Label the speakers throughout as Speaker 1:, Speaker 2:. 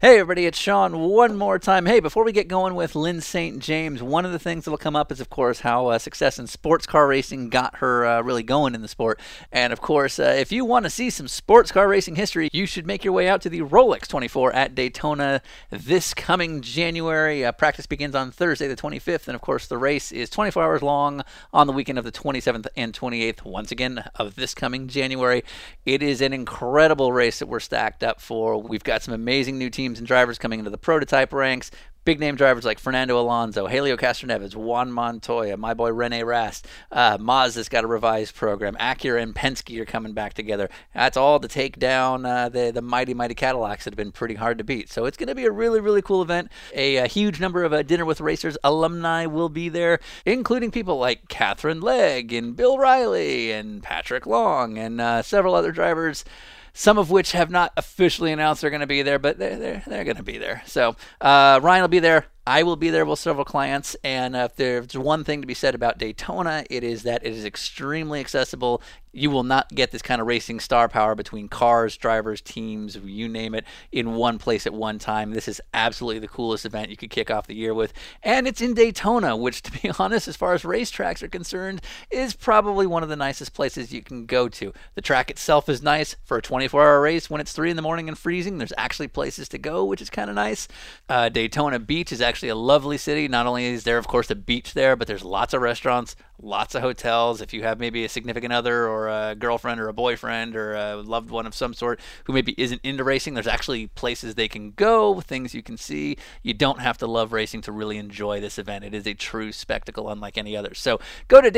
Speaker 1: Hey, everybody, it's Sean one more time. Hey, before we get going with Lynn St. James, one of the things that'll come up is, of course, how uh, success in sports car racing got her uh, really going in the sport. And, of course, uh, if you want to see some sports car racing history, you should make your way out to the Rolex 24 at Daytona this coming January. Uh, practice begins on Thursday, the 25th. And, of course, the race is 24 hours long on the weekend of the 27th and 28th, once again, of this coming January. It is an incredible race that we're stacked up for. We've got some amazing new teams teams and drivers coming into the prototype ranks. Big name drivers like Fernando Alonso, Helio Castroneves, Juan Montoya, my boy Rene Rast. Uh, Mazda's got a revised program. Acura and Penske are coming back together. That's all to take down uh, the, the mighty, mighty Cadillacs that have been pretty hard to beat. So it's going to be a really, really cool event. A, uh, huge number of uh, Dinner with Racers alumni will be there, including people like Catherine Legg and Bill Riley and Patrick Long and uh, several other drivers some of which have not officially announced they're going to be there, but they're, they're, they're going to be there. So uh, Ryan will be there. I will be there with several clients. And uh, if there's one thing to be said about Daytona, it is that it is extremely accessible. You will not get this kind of racing star power between cars, drivers, teams, you name it, in one place at one time. This is absolutely the coolest event you could kick off the year with. And it's in Daytona, which, to be honest, as far as racetracks are concerned, is probably one of the nicest places you can go to. The track itself is nice for a 24 hour race when it's 3 in the morning and freezing. There's actually places to go, which is kind of nice. Uh, Daytona Beach is actually actually a lovely city. Not only is there, of course, the beach there, but there's lots of restaurants, lots of hotels. If you have maybe a significant other or a girlfriend or a boyfriend or a loved one of some sort who maybe isn't into racing, there's actually places they can go, things you can see. You don't have to love racing to really enjoy this event. It is a true spectacle, unlike any other. So go to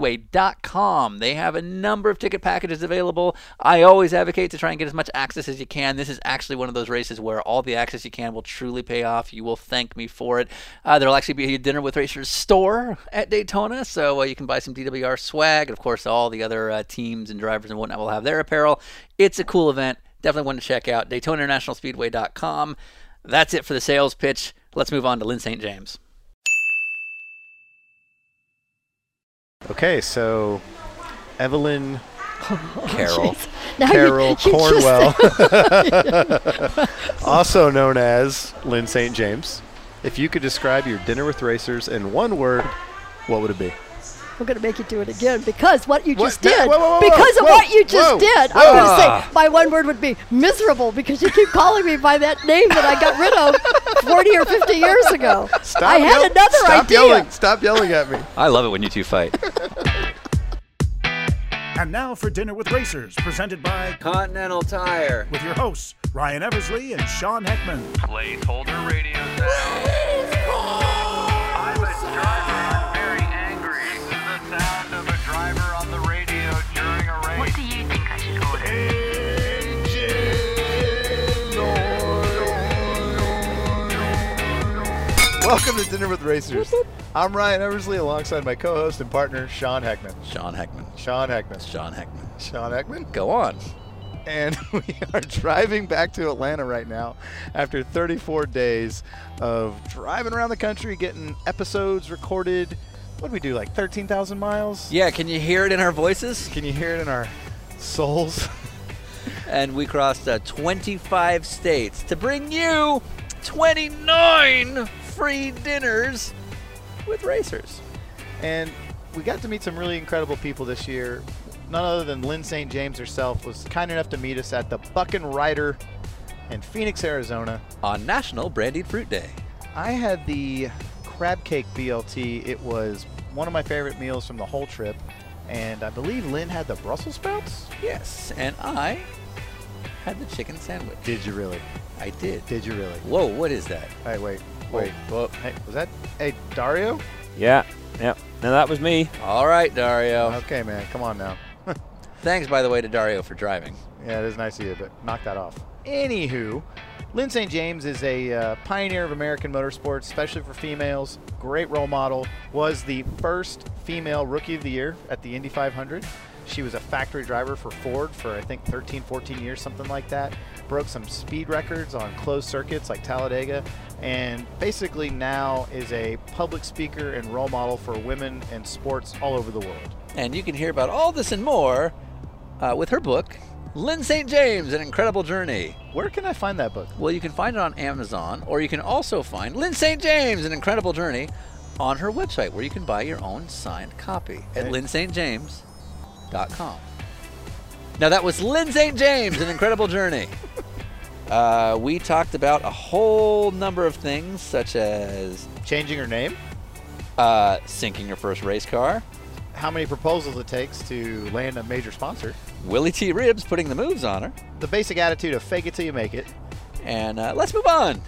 Speaker 1: DaytonaInternationalSpeedway.com. They have a number of ticket packages available. I always advocate to try and get as much access as you can. This is actually one of those races where all the access you can will truly pay off. You will thank me for it. Uh, there'll actually be a dinner with racers store at Daytona, so uh, you can buy some DWR swag. And of course, all the other uh, teams and drivers and whatnot will have their apparel. It's a cool event. Definitely one to check out. DaytonaInternationalSpeedway.com. That's it for the sales pitch. Let's move on to Lynn St. James.
Speaker 2: Okay, so Evelyn Carol.
Speaker 3: Jeez. Now you-
Speaker 2: Carol
Speaker 3: you just-
Speaker 2: Cornwell, also known as Lynn St. James. If you could describe your dinner with racers in one word, what would it be?
Speaker 3: We're going to make you do it again because what you
Speaker 2: What?
Speaker 3: just
Speaker 2: No,
Speaker 3: did.
Speaker 2: whoa, whoa, whoa,
Speaker 3: because of
Speaker 2: whoa,
Speaker 3: what you just
Speaker 2: whoa,
Speaker 3: did.
Speaker 2: whoa.
Speaker 3: I'm going to say my one word would be miserable because you keep calling me by that name that I got rid of 40 or 50 years ago. I had
Speaker 2: yell-
Speaker 3: another
Speaker 2: stop
Speaker 3: idea.
Speaker 2: Yelling, stop yelling at me.
Speaker 1: I love it when you two fight.
Speaker 4: And now for Dinner with Racers, presented by
Speaker 1: Continental Tire.
Speaker 4: with your hosts, Ryan Eversley and Sean Heckman.
Speaker 5: Placeholder radio sound. I'm a driver. I'm very angry. This is the sound of a driver on the radio during a race.
Speaker 6: What do you think I should order?
Speaker 2: Welcome to Dinner with Racers. I'm Ryan Eversley alongside my co host and partner, Sean Heckman.
Speaker 1: Sean Heckman.
Speaker 2: Sean Heckman.
Speaker 1: Sean Heckman.
Speaker 2: Sean Heckman.
Speaker 1: Go on.
Speaker 2: and we are driving back to Atlanta right now after 34 days of driving around the country, getting episodes recorded. What did we do? Like 13,000 miles?
Speaker 1: Yeah, can you hear it in our voices?
Speaker 2: Can you hear it in our souls?
Speaker 1: and we crossed uh, 25 states to bring you 29 free dinners with racers.
Speaker 2: And we got to meet some really incredible people this year. None other than Lynn St. James herself was kind enough to meet us at the Buckin' Rider in Phoenix, Arizona.
Speaker 1: On National Brandied Fruit Day.
Speaker 2: I had the crab cake BLT. It was one of my favorite meals from the whole trip. And I believe Lynn had the Brussels sprouts.
Speaker 1: Yes, and I had the chicken sandwich.
Speaker 2: Did you really?
Speaker 1: I did.
Speaker 2: Did you really? Oh.
Speaker 1: Whoa, what is that?
Speaker 2: Hey, wait, wait.
Speaker 1: Whoa.
Speaker 2: Hey, was that? Hey, Dario?
Speaker 7: Yeah, yeah. Now that was me.
Speaker 1: All right, Dario.
Speaker 2: Okay, man, come on now.
Speaker 1: Thanks, by the way, to Dario for driving.
Speaker 2: Yeah, it is nice of you, but knock that off. Anywho, Lynn St. James is a uh, pioneer of American motorsports, especially for females. Great role model. Was the first female rookie of the year at the Indy 500. She was a factory driver for Ford for I think 13, 14 years, something like that. Broke some speed records on closed circuits like Talladega, and basically now is a public speaker and role model for women in sports all over the world.
Speaker 1: And you can hear about all this and more uh, with her book, Lynn St. James, An Incredible Journey.
Speaker 2: Where can I find that book?
Speaker 1: Well, you can find it on Amazon, or you can also find Lynn St. James, An Incredible Journey, on her website, where you can buy your own signed copy at
Speaker 2: Hey.
Speaker 1: lynnstjames.com. Now, that was Lynn St. James, An Incredible Journey. Uh, we talked about a whole number of things, such as
Speaker 2: Changing her name?
Speaker 1: uh, sinking your first race car,
Speaker 2: How many proposals it takes to land a major sponsor?
Speaker 1: Willie T. Ribs putting the moves on her,
Speaker 2: The basic attitude of fake it till you make it.
Speaker 1: and uh, let's move on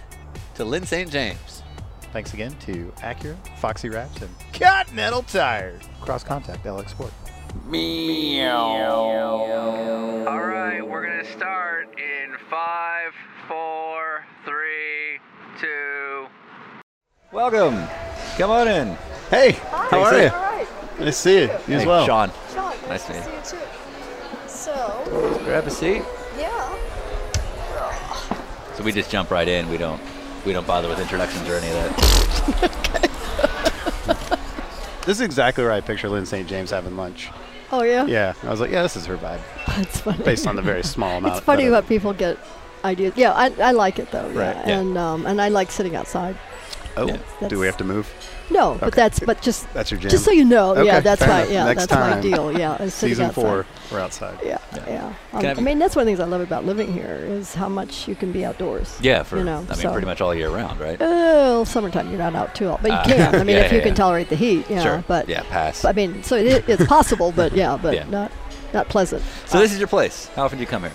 Speaker 1: to Lynn St. James.
Speaker 2: Thanks again to Acura, Foxy Wraps, and Continental Tires. Cross Contact LX Sport.
Speaker 5: All right, we're gonna start in five, four, three, two.
Speaker 8: Welcome. Come on in.
Speaker 9: Hey,
Speaker 1: How are you?
Speaker 3: right.
Speaker 9: nice to see you. You as
Speaker 1: Hey,
Speaker 9: well.
Speaker 1: Sean,
Speaker 3: Sean,
Speaker 1: Nice to
Speaker 3: you too. So,
Speaker 1: grab a seat.
Speaker 3: yeah.
Speaker 1: So we just jump right in. We don't we don't bother with introductions or any of that.
Speaker 9: This is exactly where I picture Lynn St. James having lunch.
Speaker 3: Oh, yeah?
Speaker 9: Yeah, I was like, yeah, this is her vibe,
Speaker 3: That's funny.
Speaker 9: based on the very small amount.
Speaker 3: It's funny
Speaker 9: that I-
Speaker 3: what people get ideas. Yeah, I, I like it though. Yeah.
Speaker 9: Right, yeah.
Speaker 3: And um, and I like sitting outside.
Speaker 9: Oh,
Speaker 3: Yeah.
Speaker 9: do we have to move?
Speaker 3: No, but
Speaker 9: Okay.
Speaker 3: that's but just
Speaker 9: That's your jam.
Speaker 3: just so you know. Yeah,
Speaker 9: Okay,
Speaker 3: that's
Speaker 9: fair
Speaker 3: my
Speaker 9: enough.
Speaker 3: yeah
Speaker 9: Next
Speaker 3: that's my
Speaker 9: time.
Speaker 3: deal. Yeah, is sitting
Speaker 9: Season
Speaker 3: outside.
Speaker 9: four, we're outside.
Speaker 3: Yeah, yeah.
Speaker 1: Can
Speaker 3: Um,
Speaker 1: I
Speaker 3: I,
Speaker 1: have-
Speaker 3: mean, that's one of the things I love about living here is how much you can be outdoors.
Speaker 1: Yeah, for
Speaker 3: you
Speaker 1: I
Speaker 3: know.
Speaker 1: mean
Speaker 3: so.
Speaker 1: pretty much all year round, right?
Speaker 3: Oh, summertime you're not out too long, but you
Speaker 1: Ah,
Speaker 3: can. I mean,
Speaker 1: yeah,
Speaker 3: if you
Speaker 1: yeah,
Speaker 3: can
Speaker 1: yeah.
Speaker 3: tolerate the heat, yeah.
Speaker 1: sure.
Speaker 3: But
Speaker 1: yeah, pass.
Speaker 3: I mean, so it, it's possible, but yeah, but
Speaker 1: Yeah.
Speaker 3: not not pleasant.
Speaker 1: so this is your place. How often do you come here?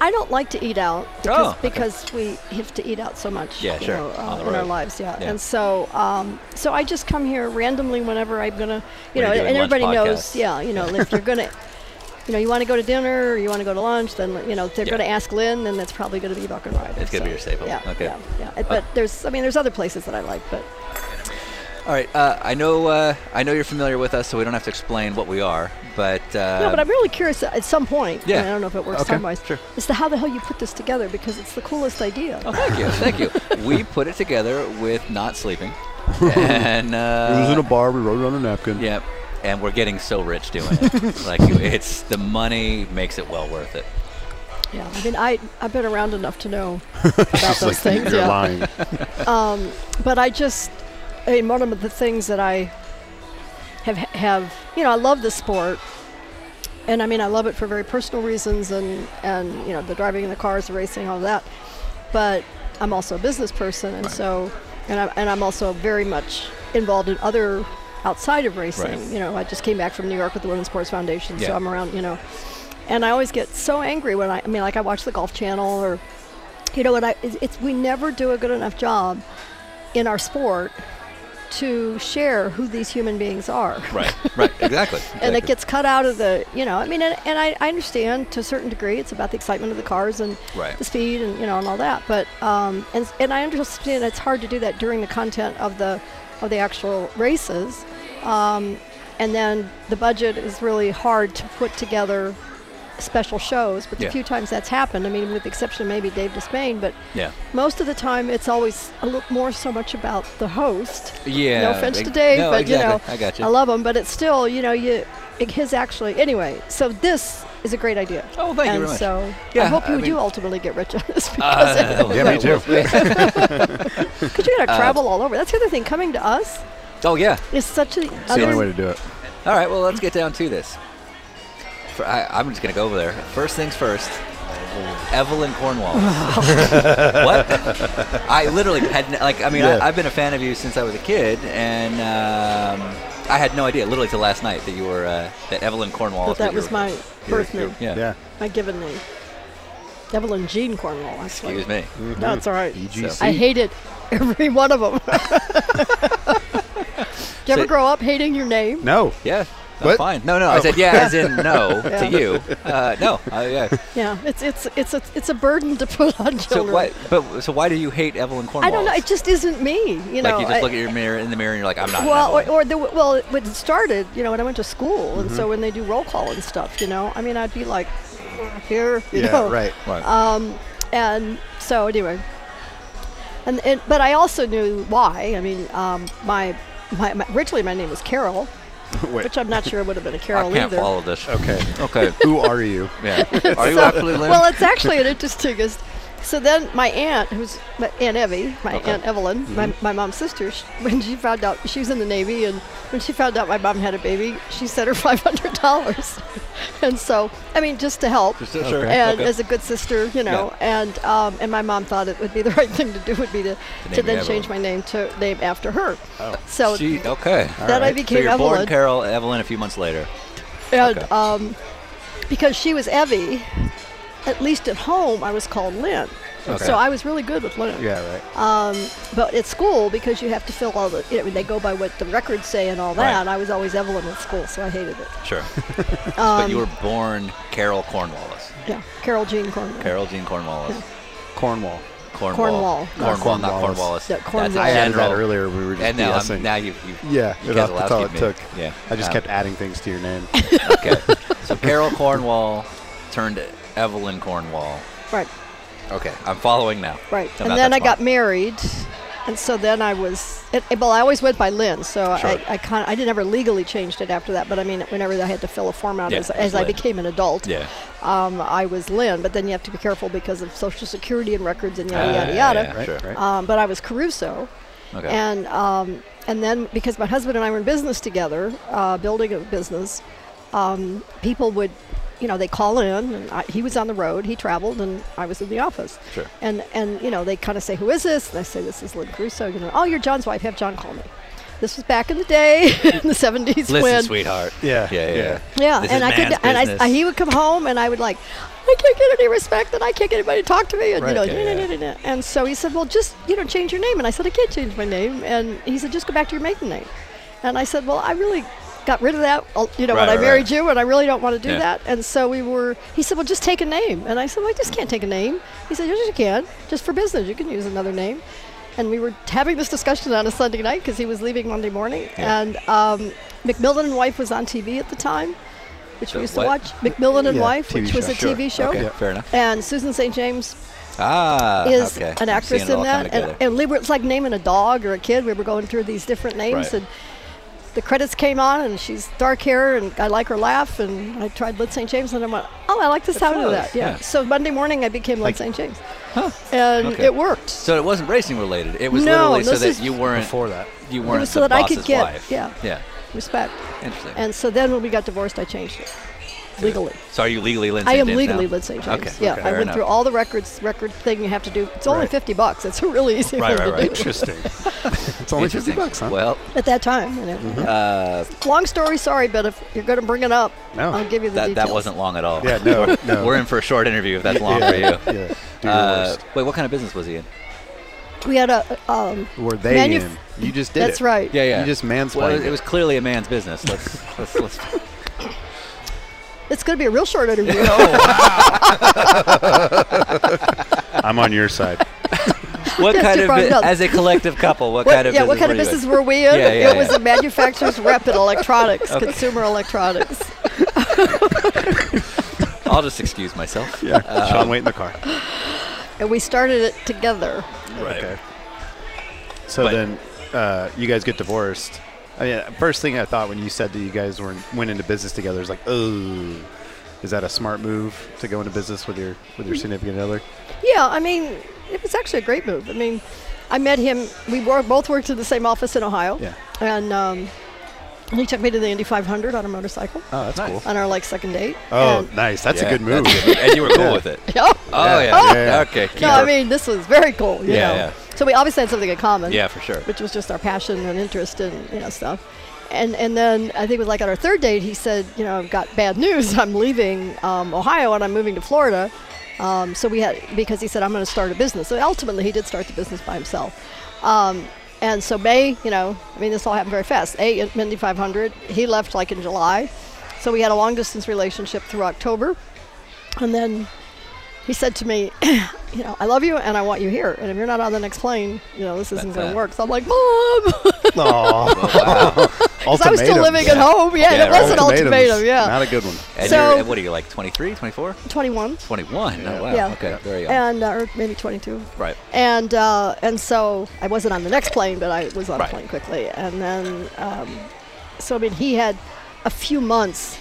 Speaker 3: I don't like to eat out
Speaker 1: Oh,
Speaker 3: because,
Speaker 1: okay.
Speaker 3: because we have to eat out so much
Speaker 1: Yeah,
Speaker 3: you
Speaker 1: sure,
Speaker 3: know, uh,
Speaker 1: on the
Speaker 3: in our
Speaker 1: road.
Speaker 3: lives. Yeah.
Speaker 1: Yeah.
Speaker 3: And so um, so I just come here randomly whenever I'm going to, you
Speaker 1: When
Speaker 3: know,
Speaker 1: you're
Speaker 3: and
Speaker 1: doing lunch
Speaker 3: everybody knows,
Speaker 1: podcasts.
Speaker 3: yeah, you know, if you're going to, you know, you want to go to dinner or you want to go to lunch, then, you know, if they're
Speaker 1: Yeah.
Speaker 3: going to ask Lynn, then that's probably going to be Buck and Ride.
Speaker 1: It's gonna be your staple.
Speaker 3: Yeah.
Speaker 1: Okay. Uh,
Speaker 3: Yeah. yeah. It- But there's, I mean, there's other places that I like, but
Speaker 1: All right. Uh, I know uh, I know you're familiar with us, so we don't have to explain what we are. But uh,
Speaker 3: no, but I'm really curious at some point. I,
Speaker 1: yeah.
Speaker 3: mean, I don't know if it works
Speaker 9: Okay,
Speaker 3: time wise.
Speaker 9: sure.
Speaker 3: As to how the hell you put this together because it's the coolest idea.
Speaker 1: Oh, thank you, thank you. We put it together with not sleeping, and uh,
Speaker 9: we was in a bar. We wrote it on a napkin.
Speaker 1: Yep. And we're getting so rich doing it. like it's the money makes it well worth it.
Speaker 3: Yeah, I mean, I I've been around enough to know about
Speaker 9: It's like,
Speaker 3: those things.
Speaker 9: you're
Speaker 3: Yeah,
Speaker 9: lying.
Speaker 3: but I just, I mean, one of the things that I have have you know, I love the sport, and I mean, I love it for very personal reasons, and and you know, the driving in the cars, the racing, all that. But I'm also a business person, and so, and I'm and I'm also very much involved in other outside of racing.
Speaker 1: Right.
Speaker 3: You know, I just came back from New York with the Women's Sports Foundation, so
Speaker 1: Yeah.
Speaker 3: I'm around. You know, and I always get so angry when I, I mean, like I watch the Golf Channel or you know what I it's, it's we never do a good enough job in our sport to share who these human beings are.
Speaker 1: Right. Right. Exactly.
Speaker 3: And it gets cut out of the, you know, I mean, and, and I, I understand to a certain degree it's about the excitement of the cars and
Speaker 1: Right.
Speaker 3: the speed and, you know, and all that. But, um, and, and I understand it's hard to do that during the content of the, of the actual races. Um, and then the budget is really hard to put together special shows. But the
Speaker 1: Yeah.
Speaker 3: few times that's happened, I mean, with the exception of maybe Dave Despain, but
Speaker 1: Yeah.
Speaker 3: most of the time it's always a little more so much about the host.
Speaker 1: Yeah.
Speaker 3: no offense
Speaker 1: ex-
Speaker 3: to Dave,
Speaker 1: no,
Speaker 3: but you know,
Speaker 1: exactly. I got you.
Speaker 3: love him, but it's still, you know, you it- his actually anyway. So this is a great idea.
Speaker 1: Oh, thank you
Speaker 3: and
Speaker 1: very much.
Speaker 3: So I
Speaker 1: Yeah,
Speaker 3: hope you
Speaker 1: I
Speaker 3: do
Speaker 1: mean-
Speaker 3: ultimately get rich on this because
Speaker 1: Uh,
Speaker 9: yeah, me too.
Speaker 3: because you're gonna travel all over. That's the other thing. Coming to us
Speaker 1: oh yeah.
Speaker 3: is such a
Speaker 9: It's the
Speaker 3: other
Speaker 9: only way to do it.
Speaker 1: All right. Well, let's get down to this. For, I, I'm just gonna go over there. First things first. Evelyn Cornwall. what? I literally had n- like I mean
Speaker 9: Yeah.
Speaker 1: I, I've been a fan of you since I was a kid, and um, I had no idea literally till last night that you were uh, that Evelyn Cornwall. is what
Speaker 3: that that
Speaker 1: you
Speaker 3: was
Speaker 1: were-
Speaker 3: my birth
Speaker 9: you're-
Speaker 3: name,
Speaker 1: Yeah.
Speaker 9: Yeah.
Speaker 3: my given name. Evelyn Jean Cornwall. Actually.
Speaker 1: Excuse me.
Speaker 9: Mm-hmm.
Speaker 3: No, it's all right.
Speaker 9: EGC.
Speaker 3: I hated every one of them. Do you ever
Speaker 1: So-
Speaker 3: grow up hating your name?
Speaker 9: No.
Speaker 1: Yeah. I'm
Speaker 9: What? Oh.
Speaker 1: fine. No, no. I said yeah, as in no
Speaker 3: Yeah.
Speaker 1: to you. Uh, no. Uh, yeah.
Speaker 3: Yeah, it's it's it's a it's a burden to put on
Speaker 1: So
Speaker 3: children.
Speaker 1: why? But so why do you hate Evelyn Cornwall?
Speaker 3: I don't know. It just isn't me. You know.
Speaker 1: like you just
Speaker 3: I-
Speaker 1: look at your mirror in the mirror and you're like, I'm not. an
Speaker 3: well, or,
Speaker 1: Evelyn.
Speaker 3: or the well, when it started, you know, when I went to school, and
Speaker 1: Mm-hmm.
Speaker 3: so when they do roll call and stuff, you know, I mean, I'd be like, here, you
Speaker 9: Yeah,
Speaker 3: know,
Speaker 9: right.
Speaker 1: Right.
Speaker 3: and so anyway, and, and but I also knew why. I mean, um, my, my my originally my name was Carol,
Speaker 2: Wait.
Speaker 3: which I'm not sure would have been a
Speaker 9: I
Speaker 3: Carol
Speaker 9: can't
Speaker 3: either.
Speaker 9: follow this.
Speaker 2: Okay.
Speaker 9: Okay.
Speaker 2: Who are you?
Speaker 9: Yeah. Are you
Speaker 3: So-
Speaker 9: actually Lynn?
Speaker 3: Well, it's actually an interesting. Is, so then my aunt, who's my Aunt Evie, my
Speaker 9: Okay. Mm-hmm.
Speaker 3: Aunt Evelyn, my, my mom's sister, sh when she found out she was in the Navy, and when she found out my mom had a baby, she sent her five hundred dollars, and so I mean just to help.
Speaker 9: Sure.
Speaker 3: and
Speaker 9: Okay.
Speaker 3: as a good sister, you know, and um, and my mom thought it would be the right thing to do would be to, to
Speaker 9: name
Speaker 3: then
Speaker 9: you
Speaker 3: change my name to name after her. So
Speaker 9: Oh. She, okay.
Speaker 3: then I
Speaker 2: right. So
Speaker 3: became
Speaker 1: so you're
Speaker 3: Evelyn.
Speaker 1: born Carol Evelyn a few months later.
Speaker 3: And
Speaker 1: Okay.
Speaker 3: um, because she was Evie, at least at home, I was called Lynn. So I was really good with Lynn.
Speaker 2: Yeah, right.
Speaker 3: But at school, because you have to fill all the, you know, they go by what the records say and all that, I was always Evelyn at school, so I hated it.
Speaker 1: Sure.
Speaker 2: Um,
Speaker 1: but you were born Carol Cornwallis.
Speaker 3: Yeah, Carol Jean Cornwall.
Speaker 1: Carol Jean Cornwallis.
Speaker 2: Cornwall.
Speaker 1: Cornwall.
Speaker 3: Cornwall.
Speaker 1: Cornwall, not
Speaker 2: Cornwallis.
Speaker 1: Cornwallis.
Speaker 3: Yeah, Cornwall.
Speaker 1: That's
Speaker 2: I added that
Speaker 1: general.
Speaker 2: earlier. We were just
Speaker 1: Oh. And now, I'm,
Speaker 2: BSing.
Speaker 1: now you, you
Speaker 2: Yeah,
Speaker 1: you
Speaker 2: that's
Speaker 1: guys
Speaker 2: that's all it
Speaker 1: allowed to
Speaker 2: took.
Speaker 1: keep me. Yeah,
Speaker 2: I just
Speaker 1: Um,
Speaker 2: kept adding things to your name.
Speaker 1: Okay. so Carol Cornwall turned Evelyn Cornwall.
Speaker 3: Right,
Speaker 1: Okay, I'm following now.
Speaker 3: right.
Speaker 1: No,
Speaker 3: and
Speaker 1: that-
Speaker 3: then I
Speaker 1: that's
Speaker 3: got
Speaker 1: fine.
Speaker 3: married, and so then I was, it, it- well, I always went by Lynn, so
Speaker 1: Sure.
Speaker 3: I, I kind of, I didn't ever legally changed it after that, but I mean, whenever I had to fill a form out
Speaker 1: Yeah,
Speaker 3: as,
Speaker 1: it was
Speaker 3: as I
Speaker 1: Lynn.
Speaker 3: became an adult.
Speaker 1: Yeah.
Speaker 3: um, I was Lynn, but then you have to be careful because of Social Security and records and yada
Speaker 1: Ah,
Speaker 3: yada
Speaker 1: yeah,
Speaker 3: yada.
Speaker 1: yeah, Sure.
Speaker 2: Right.
Speaker 3: Um, but I was Caruso,
Speaker 1: Okay.
Speaker 3: and um, and then because my husband and I were in business together, uh, building a business, um, people would, you know, they call in, and I, he was on the road, he traveled, and I was in the office.
Speaker 1: Sure.
Speaker 3: And and you know they kind of say, who is this? And I say, this is Lynn Caruso. You know, oh, you're John's wife. Have John call me. This was back in the day, in the 70s
Speaker 1: Listen,
Speaker 3: when
Speaker 1: sweetheart.
Speaker 2: Yeah,
Speaker 1: Yeah, yeah.
Speaker 2: yeah.
Speaker 3: yeah,
Speaker 1: This is
Speaker 3: and I could,
Speaker 1: man's
Speaker 3: and I,
Speaker 1: business.
Speaker 3: I, he would come home, and I would like, I can't get any respect, and I can't get anybody to talk to me, and
Speaker 2: Right,
Speaker 3: you know,
Speaker 1: yeah,
Speaker 3: nah, nah, nah, nah, nah. and so he said, well, just you know, change your name, and I said, I can't change my name, and he said, just go back to your maiden name, and I said, well, I really got rid of that, uh, you know,
Speaker 1: Right,
Speaker 3: when I
Speaker 1: right,
Speaker 3: married
Speaker 1: right.
Speaker 3: you, and I really don't want to do
Speaker 1: Yeah.
Speaker 3: that, and so we were, he said, well, just take a name, and I said, well, I just can't take a name, he said, yes, you can, just for business, you can use another name. And we were having this discussion on a Sunday night because he was leaving Monday morning.
Speaker 1: Yeah.
Speaker 3: And um, McMillan and Wife was on TV at the time, which
Speaker 1: The
Speaker 3: we used
Speaker 1: what?
Speaker 3: to watch. McMillan and
Speaker 2: Yeah,
Speaker 3: Wife,
Speaker 2: TV
Speaker 3: which was
Speaker 2: show.
Speaker 3: a
Speaker 2: Sure.
Speaker 3: TV show.
Speaker 1: Okay, fair enough.
Speaker 3: And Susan St. James
Speaker 1: Ah,
Speaker 3: is
Speaker 1: okay.
Speaker 3: an
Speaker 1: I'm seeing
Speaker 3: actress
Speaker 1: it
Speaker 3: in
Speaker 1: all come
Speaker 3: that. And,
Speaker 1: together.
Speaker 3: and we were, it's like naming a dog or a kid. We were going through these different names.
Speaker 1: Right.
Speaker 3: And the credits came on, and she's dark hair, and I like her laugh. And I tried Lynn St. James, and I went, oh, I like the sound of
Speaker 1: flows,
Speaker 3: that. Yeah.
Speaker 1: yeah.
Speaker 3: So Monday morning, I became Lynn
Speaker 2: Like-
Speaker 3: St. James. And
Speaker 1: Okay.
Speaker 3: it worked.
Speaker 1: so it wasn't racing related. It was
Speaker 3: No,
Speaker 1: literally so
Speaker 3: this
Speaker 1: that
Speaker 3: is-
Speaker 1: you weren't
Speaker 10: Before that.
Speaker 1: you weren't
Speaker 3: was so
Speaker 1: the
Speaker 3: that I
Speaker 1: boss's
Speaker 3: could get-
Speaker 1: wife.
Speaker 3: yeah.
Speaker 1: Yeah.
Speaker 3: Respect.
Speaker 1: Interesting.
Speaker 3: And so then when we got divorced, I changed it legally.
Speaker 1: so are you legally Lynn
Speaker 3: I
Speaker 1: St.
Speaker 3: am
Speaker 1: James
Speaker 3: legally
Speaker 1: now?
Speaker 3: Lynn St. James.
Speaker 1: Okay.
Speaker 3: yeah,
Speaker 1: okay.
Speaker 3: I
Speaker 1: Fair
Speaker 3: went
Speaker 1: enough.
Speaker 3: through all the records record thing you have to do. It's only
Speaker 2: Right.
Speaker 3: 50 bucks. It's a really easy
Speaker 1: Right, right,
Speaker 3: thing to
Speaker 1: right.
Speaker 3: do
Speaker 2: Interesting. it's only 50
Speaker 1: Interesting.
Speaker 2: bucks, huh?
Speaker 1: Well,
Speaker 3: at that time. You know.
Speaker 1: Mm-hmm.
Speaker 3: Long story, sorry, but if you're going to bring it up,
Speaker 2: No.
Speaker 3: I'll give you the
Speaker 1: that,
Speaker 3: details.
Speaker 1: that wasn't long at all.
Speaker 2: yeah, no, no.
Speaker 1: We're in for a short interview if that's long for you.
Speaker 2: yeah, yeah. Do your
Speaker 1: Uh,
Speaker 2: worst.
Speaker 1: wait, what kind of business was he in?
Speaker 3: We had a. Um,
Speaker 2: Were they
Speaker 3: manuf-
Speaker 2: in? You just did
Speaker 3: that's
Speaker 2: it.
Speaker 3: right.
Speaker 2: You just mansplained
Speaker 1: Well, it
Speaker 2: it.
Speaker 1: was clearly a man's business. Let's let's, let's
Speaker 3: It's going to be a real short interview.
Speaker 2: I'm on your side.
Speaker 1: What
Speaker 3: Yes,
Speaker 1: kind
Speaker 3: you
Speaker 1: of
Speaker 3: brought it
Speaker 1: bu-
Speaker 3: up.
Speaker 1: as a collective couple? What,
Speaker 3: What-
Speaker 1: kind of
Speaker 3: yeah,
Speaker 1: business
Speaker 3: what kind
Speaker 1: were
Speaker 3: of
Speaker 1: you in?
Speaker 3: business were we in?
Speaker 1: Yeah, yeah,
Speaker 3: it was
Speaker 1: yeah.
Speaker 3: a manufacturer's rep in electronics, consumer electronics.
Speaker 1: I'll just excuse myself.
Speaker 2: Yeah. Sean, wait in the car.
Speaker 3: And we started it together.
Speaker 1: Right.
Speaker 2: Okay. So
Speaker 1: But-
Speaker 2: then, uh, you guys get divorced. I mean, first thing I thought when you said that you guys were went into business together is like, oh, is that a smart move to go into business with your with your significant other?
Speaker 3: Yeah, I mean, it was actually a great move. I mean, I met him. We wor- both worked in the same office in Ohio.
Speaker 2: Yeah.
Speaker 3: And um, he took me to the Indy 500 on a motorcycle
Speaker 2: Oh, that's cool.
Speaker 3: on our like second date.
Speaker 2: Oh,
Speaker 3: And-
Speaker 2: nice. That's a
Speaker 1: Yeah,
Speaker 2: good move.
Speaker 1: that's good. and you were cool with it.
Speaker 3: yeah.
Speaker 1: Oh yeah.
Speaker 2: Yeah, yeah.
Speaker 1: Okay. keep
Speaker 3: No, I
Speaker 1: her-
Speaker 3: mean this was very cool. You
Speaker 1: Yeah,
Speaker 3: know?
Speaker 1: yeah.
Speaker 3: So we obviously had something in common.
Speaker 1: yeah, for sure.
Speaker 3: Which was just our passion and interest and you know stuff. And and then I think it was like on our third date he said, you know, I've got bad news. I'm leaving um, Ohio and I'm moving to Florida. Um, so we had because he said I'm going to start a business. So ultimately he did start the business by himself. Um, and so May, you know, I mean this all happened very fast. A at Mindy 500. He left like in July. So we had a long distance relationship through October. And then he said to me, you know, I love you and I want you here. And if you're not on the next plane, you know, this isn't
Speaker 1: That's
Speaker 3: going
Speaker 1: it.
Speaker 3: to work. So I'm like, Mom!
Speaker 2: Aw.
Speaker 3: Because I was still living at home. Yeah,
Speaker 1: Yeah,
Speaker 3: and it was an
Speaker 2: Ultimatums.
Speaker 3: ultimatum. Yeah.
Speaker 2: Not a good one.
Speaker 1: And
Speaker 3: So-
Speaker 1: you're, what are you like? 23, 24,
Speaker 3: 21.
Speaker 1: 21? Oh wow.
Speaker 3: Yeah.
Speaker 1: Okay. Very young.
Speaker 3: And, uh, or maybe 22.
Speaker 1: right.
Speaker 3: And uh, and so I wasn't on the next plane, but I was on
Speaker 1: Right.
Speaker 3: a plane quickly. And then um, So I mean, he had a few months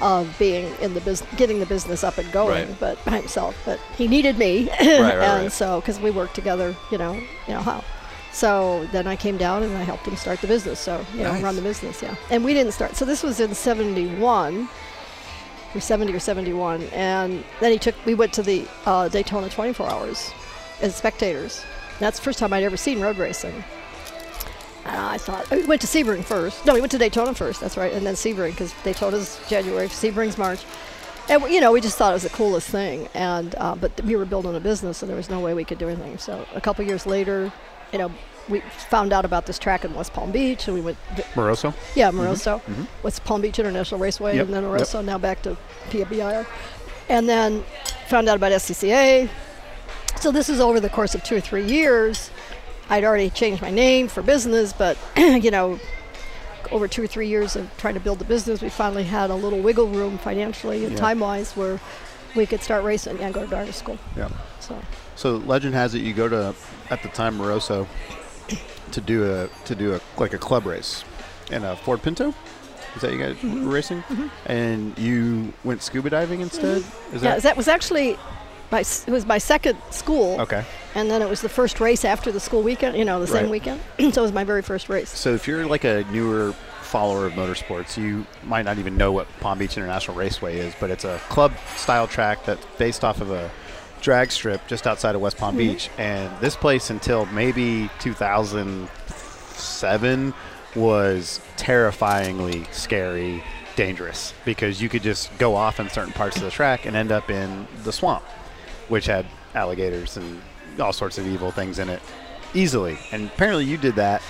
Speaker 3: of being in the business, getting the business up and going,
Speaker 1: Right.
Speaker 3: but by himself. But he needed me,
Speaker 1: right,
Speaker 3: and
Speaker 1: right.
Speaker 3: so because we worked together, you know, you know how. So then I came down and I helped him start the business. So you
Speaker 1: Nice.
Speaker 3: know, run the business, yeah. And we didn't start. So this was in '71 or 70 or 71 and then he took we went to the uh, daytona 24 hours as spectators that's the first time i'd ever seen road racing and i thought we went to sebring first no we went to daytona first that's right and then sebring because daytona's january sebring's march and we- you know we just thought it was the coolest thing and uh, but we were building a business so there was no way we could do anything so a couple years later you know we found out about this track in west palm beach and we went
Speaker 2: Moroso?
Speaker 3: yeah, Moroso. What's Palm Beach International Raceway,
Speaker 2: Mm-hmm. Yep,
Speaker 3: and then
Speaker 2: yep.
Speaker 3: Moroso, now back to PBIR. And then found out about SCCA. So this is over the course of two or three years. I'd already changed my name for business, but, you know, over two or three years of trying to build the business, we finally had a little wiggle room financially and
Speaker 2: Yeah.
Speaker 3: time wise where we could start racing and go to driver school.
Speaker 2: Yeah.
Speaker 3: So,
Speaker 2: So legend has it you go to at the time Moroso to do a to do a like a club race in a Ford Pinto. Is that you guys were racing? And you went scuba diving instead? Is
Speaker 3: Mm-hmm. yeah, that was actually. My, s- it was my second school.
Speaker 2: okay?
Speaker 3: And then it was the first race after the school weekend, you know, the
Speaker 2: Right.
Speaker 3: same weekend. so it was my very first race.
Speaker 2: So if you're like a newer follower of motorsports, you might not even know what Palm Beach International Raceway is, but it's a club style track that's based off of a drag strip just outside of West Palm Beach. And this place until maybe 2007 was terrifyingly scary, dangerous because you could just go off in certain parts of the track and end up in the swamp, which had alligators and all sorts of evil things in it easily. And apparently you did that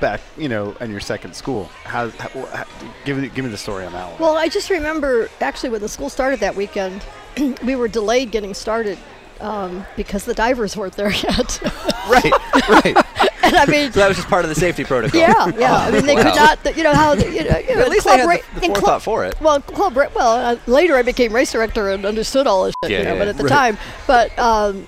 Speaker 2: back, you know, in your second school. How, how, wh- how give me give me the story on that one.
Speaker 3: Well, I just remember actually when the school started that weekend, we were delayed getting started um, because the divers weren't there yet.
Speaker 2: right, right.
Speaker 3: and I mean,
Speaker 9: So that was just part of the safety protocol.
Speaker 3: yeah, yeah. I mean, they could not, th- you know, how, you know, you know,
Speaker 9: At least they
Speaker 3: club
Speaker 9: had
Speaker 3: ra-
Speaker 9: the, the
Speaker 3: in
Speaker 9: forethought
Speaker 3: club,
Speaker 9: for it.
Speaker 3: Well, club. Ra- well, uh, later I became race director and understood all this shit.
Speaker 9: Yeah,
Speaker 3: you know,
Speaker 9: yeah,
Speaker 3: but
Speaker 9: yeah.
Speaker 3: at the time, but um,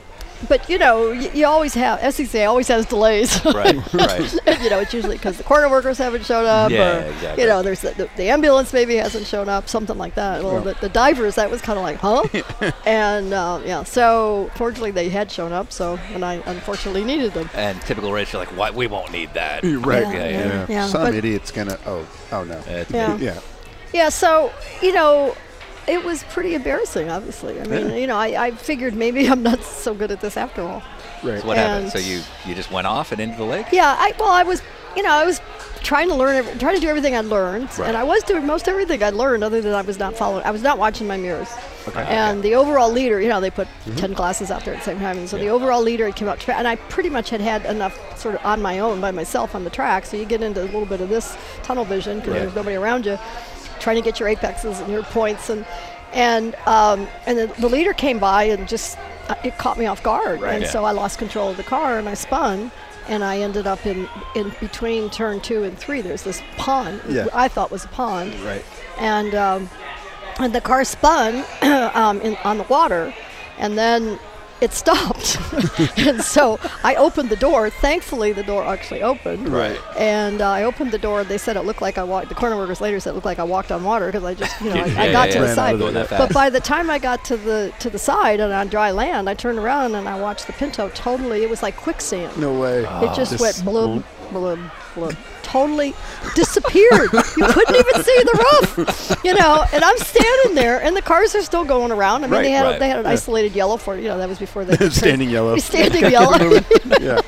Speaker 3: but you know, y- you always have SCCA always has delays.
Speaker 1: right, right.
Speaker 3: you know, it's usually because the corner workers haven't shown up,
Speaker 1: Yeah,
Speaker 3: or
Speaker 1: exactly.
Speaker 3: you know, there's the, the, the ambulance maybe hasn't shown up, something like that. Well, the, the divers, that was kind of like, huh? and uh, yeah, so fortunately they had shown up, so and I unfortunately needed them.
Speaker 1: And typical race, you're like, why? We won't need that.
Speaker 2: Right.
Speaker 3: Yeah,
Speaker 1: Yeah,
Speaker 3: yeah.
Speaker 1: yeah.
Speaker 3: Yeah,
Speaker 2: Some
Speaker 3: but-
Speaker 2: idiot's gonna. Oh, oh no.
Speaker 1: It's
Speaker 3: Yeah.
Speaker 2: Yeah.
Speaker 3: Yeah, so, you know, it was pretty embarrassing, obviously. I mean, you know, I, I figured maybe I'm not so good at this after all.
Speaker 1: So what happened?
Speaker 3: And-
Speaker 1: So you you just went off and into the lake?
Speaker 3: Yeah, I, well, I was, you know, I was trying to learn, ev- trying to do everything I learned, and I was doing most everything I learned, other than I was not following, I was not watching my mirrors. And the overall leader, you know, they put ten classes out there at the same time, and so the overall leader came out, tra- and I pretty much had had enough sort of on my own by myself on the track. So you get into a little bit of this tunnel vision because there's nobody around you, trying to get your apexes and your points, and and um, and then the leader came by and just uh, it caught me off guard, and
Speaker 1: Yeah.
Speaker 3: so I lost control of the car and I spun. And I ended up in, in between turn two and three. There's this pond.
Speaker 2: Yeah.
Speaker 3: I thought was a pond
Speaker 2: Right.
Speaker 3: and um, and the car spun um, in, on the water, and then it stopped. and so I opened the door. Thankfully, the door actually opened.
Speaker 2: Right.
Speaker 3: And uh, I opened the door. They said it looked like I walked. The corner workers later said it looked like I walked on water because I just, you know, I, I
Speaker 1: Yeah,
Speaker 3: got
Speaker 1: yeah,
Speaker 3: to
Speaker 1: yeah.
Speaker 3: the side.
Speaker 1: Going that
Speaker 3: But
Speaker 1: fast.
Speaker 3: by the time I got to the to the side and on dry land, I turned around and I watched the Pinto totally. It was like quicksand.
Speaker 2: No way.
Speaker 3: It just went blub, blub, blub. Totally disappeared. you couldn't even see the roof. You know, and I'm standing there, and the cars are still going around. I mean,
Speaker 2: Right,
Speaker 3: they had
Speaker 1: right.
Speaker 3: they had an isolated yellow for you know that was before they
Speaker 2: Standing yellow.
Speaker 3: standing yellow.
Speaker 2: yeah.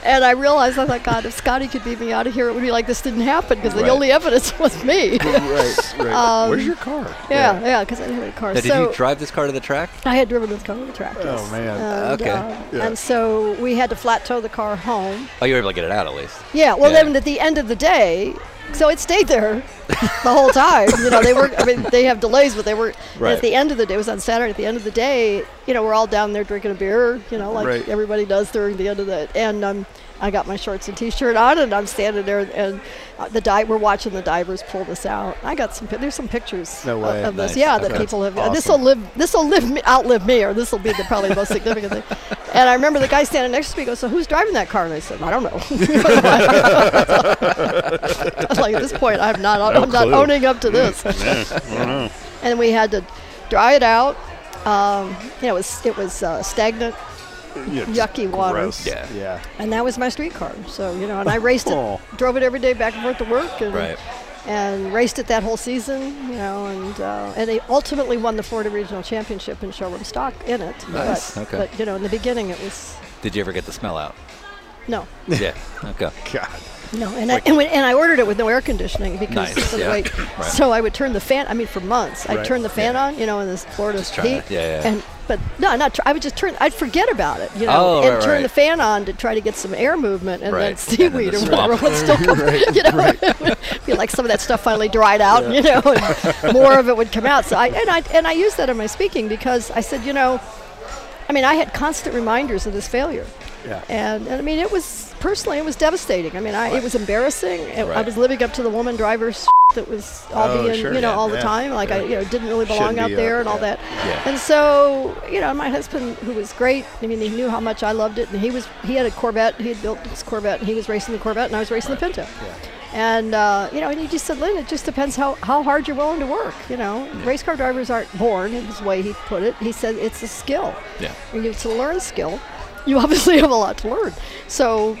Speaker 3: and I realized I thought, God, if Scotty could beat me out of here, it would be like this didn't happen because the
Speaker 2: Right.
Speaker 3: only evidence was me. yeah,
Speaker 2: Right. Right.
Speaker 3: uh,
Speaker 2: Where's your car?
Speaker 3: yeah, because I didn't have a car.
Speaker 1: Now, did
Speaker 3: um, so
Speaker 1: you drive this car to the track?
Speaker 3: I had driven this car on the track. yes.
Speaker 2: Oh, man.
Speaker 3: And,
Speaker 1: Okay.
Speaker 3: uh,
Speaker 2: Yeah.
Speaker 3: And so we had to flat tow the car home.
Speaker 1: Oh, you were able to get it out at least.
Speaker 3: Yeah, well,
Speaker 1: Yeah.
Speaker 3: then at the end of the day, so it stayed there the whole time. You know, they were, I mean, they have delays, but they were, and
Speaker 1: Right.
Speaker 3: at the end of the day, it was on Saturday, at the end of the day, you know, we're all down there drinking a beer, you know, like
Speaker 2: Right.
Speaker 3: everybody does during the end of the, and um, I got my shorts and t-shirt on, and I'm standing there, and uh, the di- we're watching the divers pull this out. I got some, pi- there's some pictures
Speaker 2: No
Speaker 3: of-
Speaker 2: way.
Speaker 3: of, this,
Speaker 1: Nice.
Speaker 3: yeah, that
Speaker 2: Okay.
Speaker 3: people have.
Speaker 2: Awesome.
Speaker 3: This will live, this will live me, outlive me, or this will be the, probably the most significant thing. And I remember the guy standing next to me goes, "So who's driving that car?" And I said, "I don't know." like at this point, I'm not.
Speaker 11: No
Speaker 3: I'm not
Speaker 11: clue.
Speaker 3: owning up
Speaker 2: Mm,
Speaker 3: to this. and we had to dry it out. Um, you know, it was it was uh, stagnant,
Speaker 2: Yeah, just
Speaker 3: yucky water.
Speaker 2: gross.
Speaker 1: Yeah.
Speaker 2: Yeah.
Speaker 3: And that was my street car. So you know, and I raced
Speaker 2: Oh.
Speaker 3: it, drove it every day back and forth to work, and
Speaker 1: Right.
Speaker 3: and raced it that whole season. You know, and uh, and they ultimately won the Florida Regional Championship in showroom stock in it.
Speaker 1: Nice.
Speaker 3: But,
Speaker 1: Okay.
Speaker 3: but you know, in the beginning, it was
Speaker 1: Did you ever get the smell out?
Speaker 3: no,
Speaker 1: yeah. Okay.
Speaker 2: God.
Speaker 3: no, and I, and, when, and I ordered it with no air conditioning because
Speaker 1: Nice,
Speaker 3: of the
Speaker 1: yeah.
Speaker 3: weight.
Speaker 1: Right.
Speaker 3: So I would turn the fan. I mean, for months, I'd
Speaker 2: Right,
Speaker 3: turn the fan on, you know, in this Florida
Speaker 1: try
Speaker 3: heat.
Speaker 1: it, yeah, yeah.
Speaker 3: And but no, not. Tr- I would just turn. I'd forget about it, you know,
Speaker 1: Oh,
Speaker 3: and
Speaker 1: right,
Speaker 3: turn
Speaker 1: right.
Speaker 3: the fan on to try to get some air movement, and
Speaker 1: Right,
Speaker 3: then
Speaker 1: and then
Speaker 3: seaweed
Speaker 1: the
Speaker 3: or whatever
Speaker 1: swamp.
Speaker 3: would still come. you know, it would be like some of that stuff finally dried out, you know, and more of it would come out. So I and I and I used that in my speaking because I said, you know, I mean, I had constant reminders of this failure.
Speaker 2: Yeah.
Speaker 3: And, and I mean, it was personally, it was devastating. I mean, I, it was embarrassing. It- I
Speaker 1: Right.
Speaker 3: was living up to the woman driver's that was all
Speaker 2: Oh,
Speaker 3: being,
Speaker 2: sure,
Speaker 3: you know,
Speaker 2: yeah,
Speaker 3: all the
Speaker 2: yeah,
Speaker 3: time. Like I, you know, didn't really belong
Speaker 2: Shouldn't
Speaker 3: out
Speaker 2: be
Speaker 3: there
Speaker 2: up,
Speaker 3: and all
Speaker 2: yeah.
Speaker 3: that. And so, you know, my husband, who was great, I mean, he knew how much I loved it, and he was, he had a Corvette, he had built this Corvette, and he was racing the Corvette, and I was racing the Pinto. And uh, you know, and he just said, Lynn, it just depends how, how hard you're willing to work. You know, race car drivers aren't born. Is the way he put it. He said it's a skill.
Speaker 1: Yeah.
Speaker 3: And it's a learned skill. You obviously have a lot to learn. So,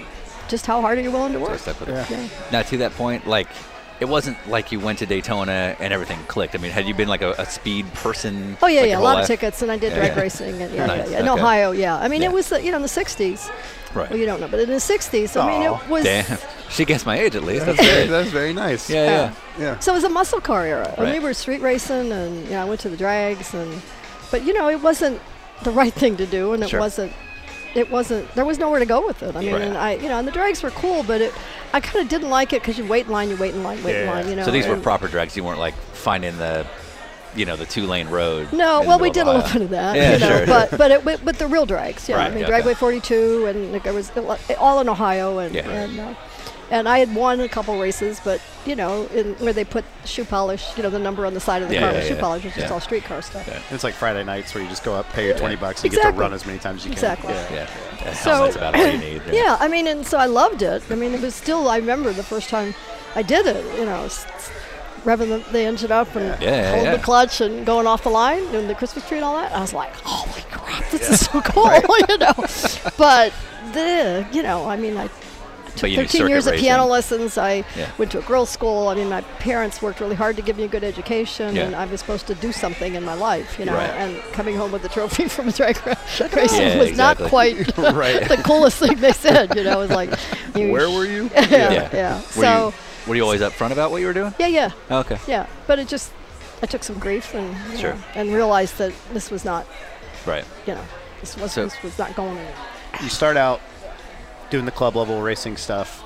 Speaker 3: just how hard are you willing to
Speaker 1: So I
Speaker 3: work?
Speaker 1: stuck with it.
Speaker 3: Yeah.
Speaker 1: Now to that point, like it wasn't like you went to Daytona and everything clicked. I mean, had you been like a, a speed person?
Speaker 3: Oh
Speaker 1: like,
Speaker 3: yeah, yeah,
Speaker 1: your
Speaker 3: a
Speaker 1: whole
Speaker 3: lot of
Speaker 1: life?
Speaker 3: tickets, and I did
Speaker 1: Yeah,
Speaker 3: drag
Speaker 1: yeah.
Speaker 3: racing, and yeah,
Speaker 1: Nice,
Speaker 3: yeah, yeah, in
Speaker 1: okay.
Speaker 3: Ohio, yeah. I mean,
Speaker 1: Yeah.
Speaker 3: it was the, you know in the '60s.
Speaker 1: Right.
Speaker 3: Well, you don't know, but in the '60s, I mean, it was
Speaker 1: Damn. She gets my age at least. That's
Speaker 2: Very-
Speaker 1: good.
Speaker 2: That's very nice.
Speaker 1: Yeah, yeah.
Speaker 2: Yeah.
Speaker 3: So it was a muscle car era. And we
Speaker 1: Right.
Speaker 3: were street racing, and you know, I went to the drags, and but you know, it wasn't the right thing to do, and it
Speaker 1: Sure.
Speaker 3: wasn't. It wasn't. There was nowhere to go with it. I mean,
Speaker 1: Right.
Speaker 3: and I, you know, and the drags were cool, but it, I kind of didn't like it because you wait in line, you wait in line, wait in
Speaker 2: Yeah.
Speaker 3: line. You know.
Speaker 1: So these were
Speaker 3: and-
Speaker 1: proper drags. You weren't like finding the, you know, the two lane road.
Speaker 3: No,
Speaker 1: in the
Speaker 3: well, we did a
Speaker 1: middle of
Speaker 3: little bit of that,
Speaker 1: Yeah,
Speaker 3: you know,
Speaker 1: sure,
Speaker 3: but but it, but, but the real drags, yeah.
Speaker 1: Right,
Speaker 3: I mean,
Speaker 1: yeah,
Speaker 3: Dragway
Speaker 1: okay.
Speaker 3: 42, and like, it was a lot- all in Ohio, and
Speaker 1: Yeah.
Speaker 3: and, uh, and I had won a couple races, but you know, in, where they put shoe polish, you know, the number on the side of the
Speaker 1: Yeah,
Speaker 3: car
Speaker 1: yeah,
Speaker 3: was shoe
Speaker 1: yeah,
Speaker 3: polish, which is
Speaker 1: yeah.
Speaker 3: all streetcar stuff.
Speaker 2: It's like Friday nights where you just go up, pay your 20 bucks, and you get
Speaker 3: Exactly.
Speaker 2: to run as many times as you can.
Speaker 3: Exactly.
Speaker 2: Yeah.
Speaker 1: Yeah. That
Speaker 3: So-
Speaker 1: sounds like about all you need.
Speaker 3: Yeah, I mean, and so I loved it. I mean, it was still. I remember the first time I did it. You know, s- s- revving the, the engine up and
Speaker 1: Yeah, yeah,
Speaker 3: holding the
Speaker 1: yeah.
Speaker 3: clutch and going off the line, doing the Christmas tree and all that. I was like, oh my crap, this is so cool. you know, but the you know, I mean, I
Speaker 1: But
Speaker 3: took
Speaker 1: you do
Speaker 3: 13
Speaker 1: circuit
Speaker 3: years of
Speaker 1: racing.
Speaker 3: piano lessons. I
Speaker 1: Yeah.
Speaker 3: went to a girls' school. I mean, my parents worked really hard to give me a good education,
Speaker 1: Yeah.
Speaker 3: and I was supposed to do something in my life, you know.
Speaker 1: Right.
Speaker 3: And coming home with a trophy from a drag ra- racing
Speaker 1: Yeah,
Speaker 3: was
Speaker 1: exactly.
Speaker 3: not quite
Speaker 2: Right.
Speaker 3: the coolest thing they said. You know, it was like, you
Speaker 2: Where
Speaker 3: sh-
Speaker 2: were you?
Speaker 3: Yeah,
Speaker 1: Yeah.
Speaker 3: yeah.
Speaker 1: Were you-
Speaker 3: So,
Speaker 1: Were you always upfront about what you were doing?
Speaker 3: yeah, yeah,
Speaker 2: Uh.
Speaker 1: Okay.
Speaker 3: yeah. But it just, I took some grief and you
Speaker 1: Sure.
Speaker 3: know, and realized that this was not,
Speaker 1: Right.
Speaker 3: you know, this was
Speaker 1: So-
Speaker 3: this was not going. anywhere.
Speaker 2: you start out doing the club level racing stuff.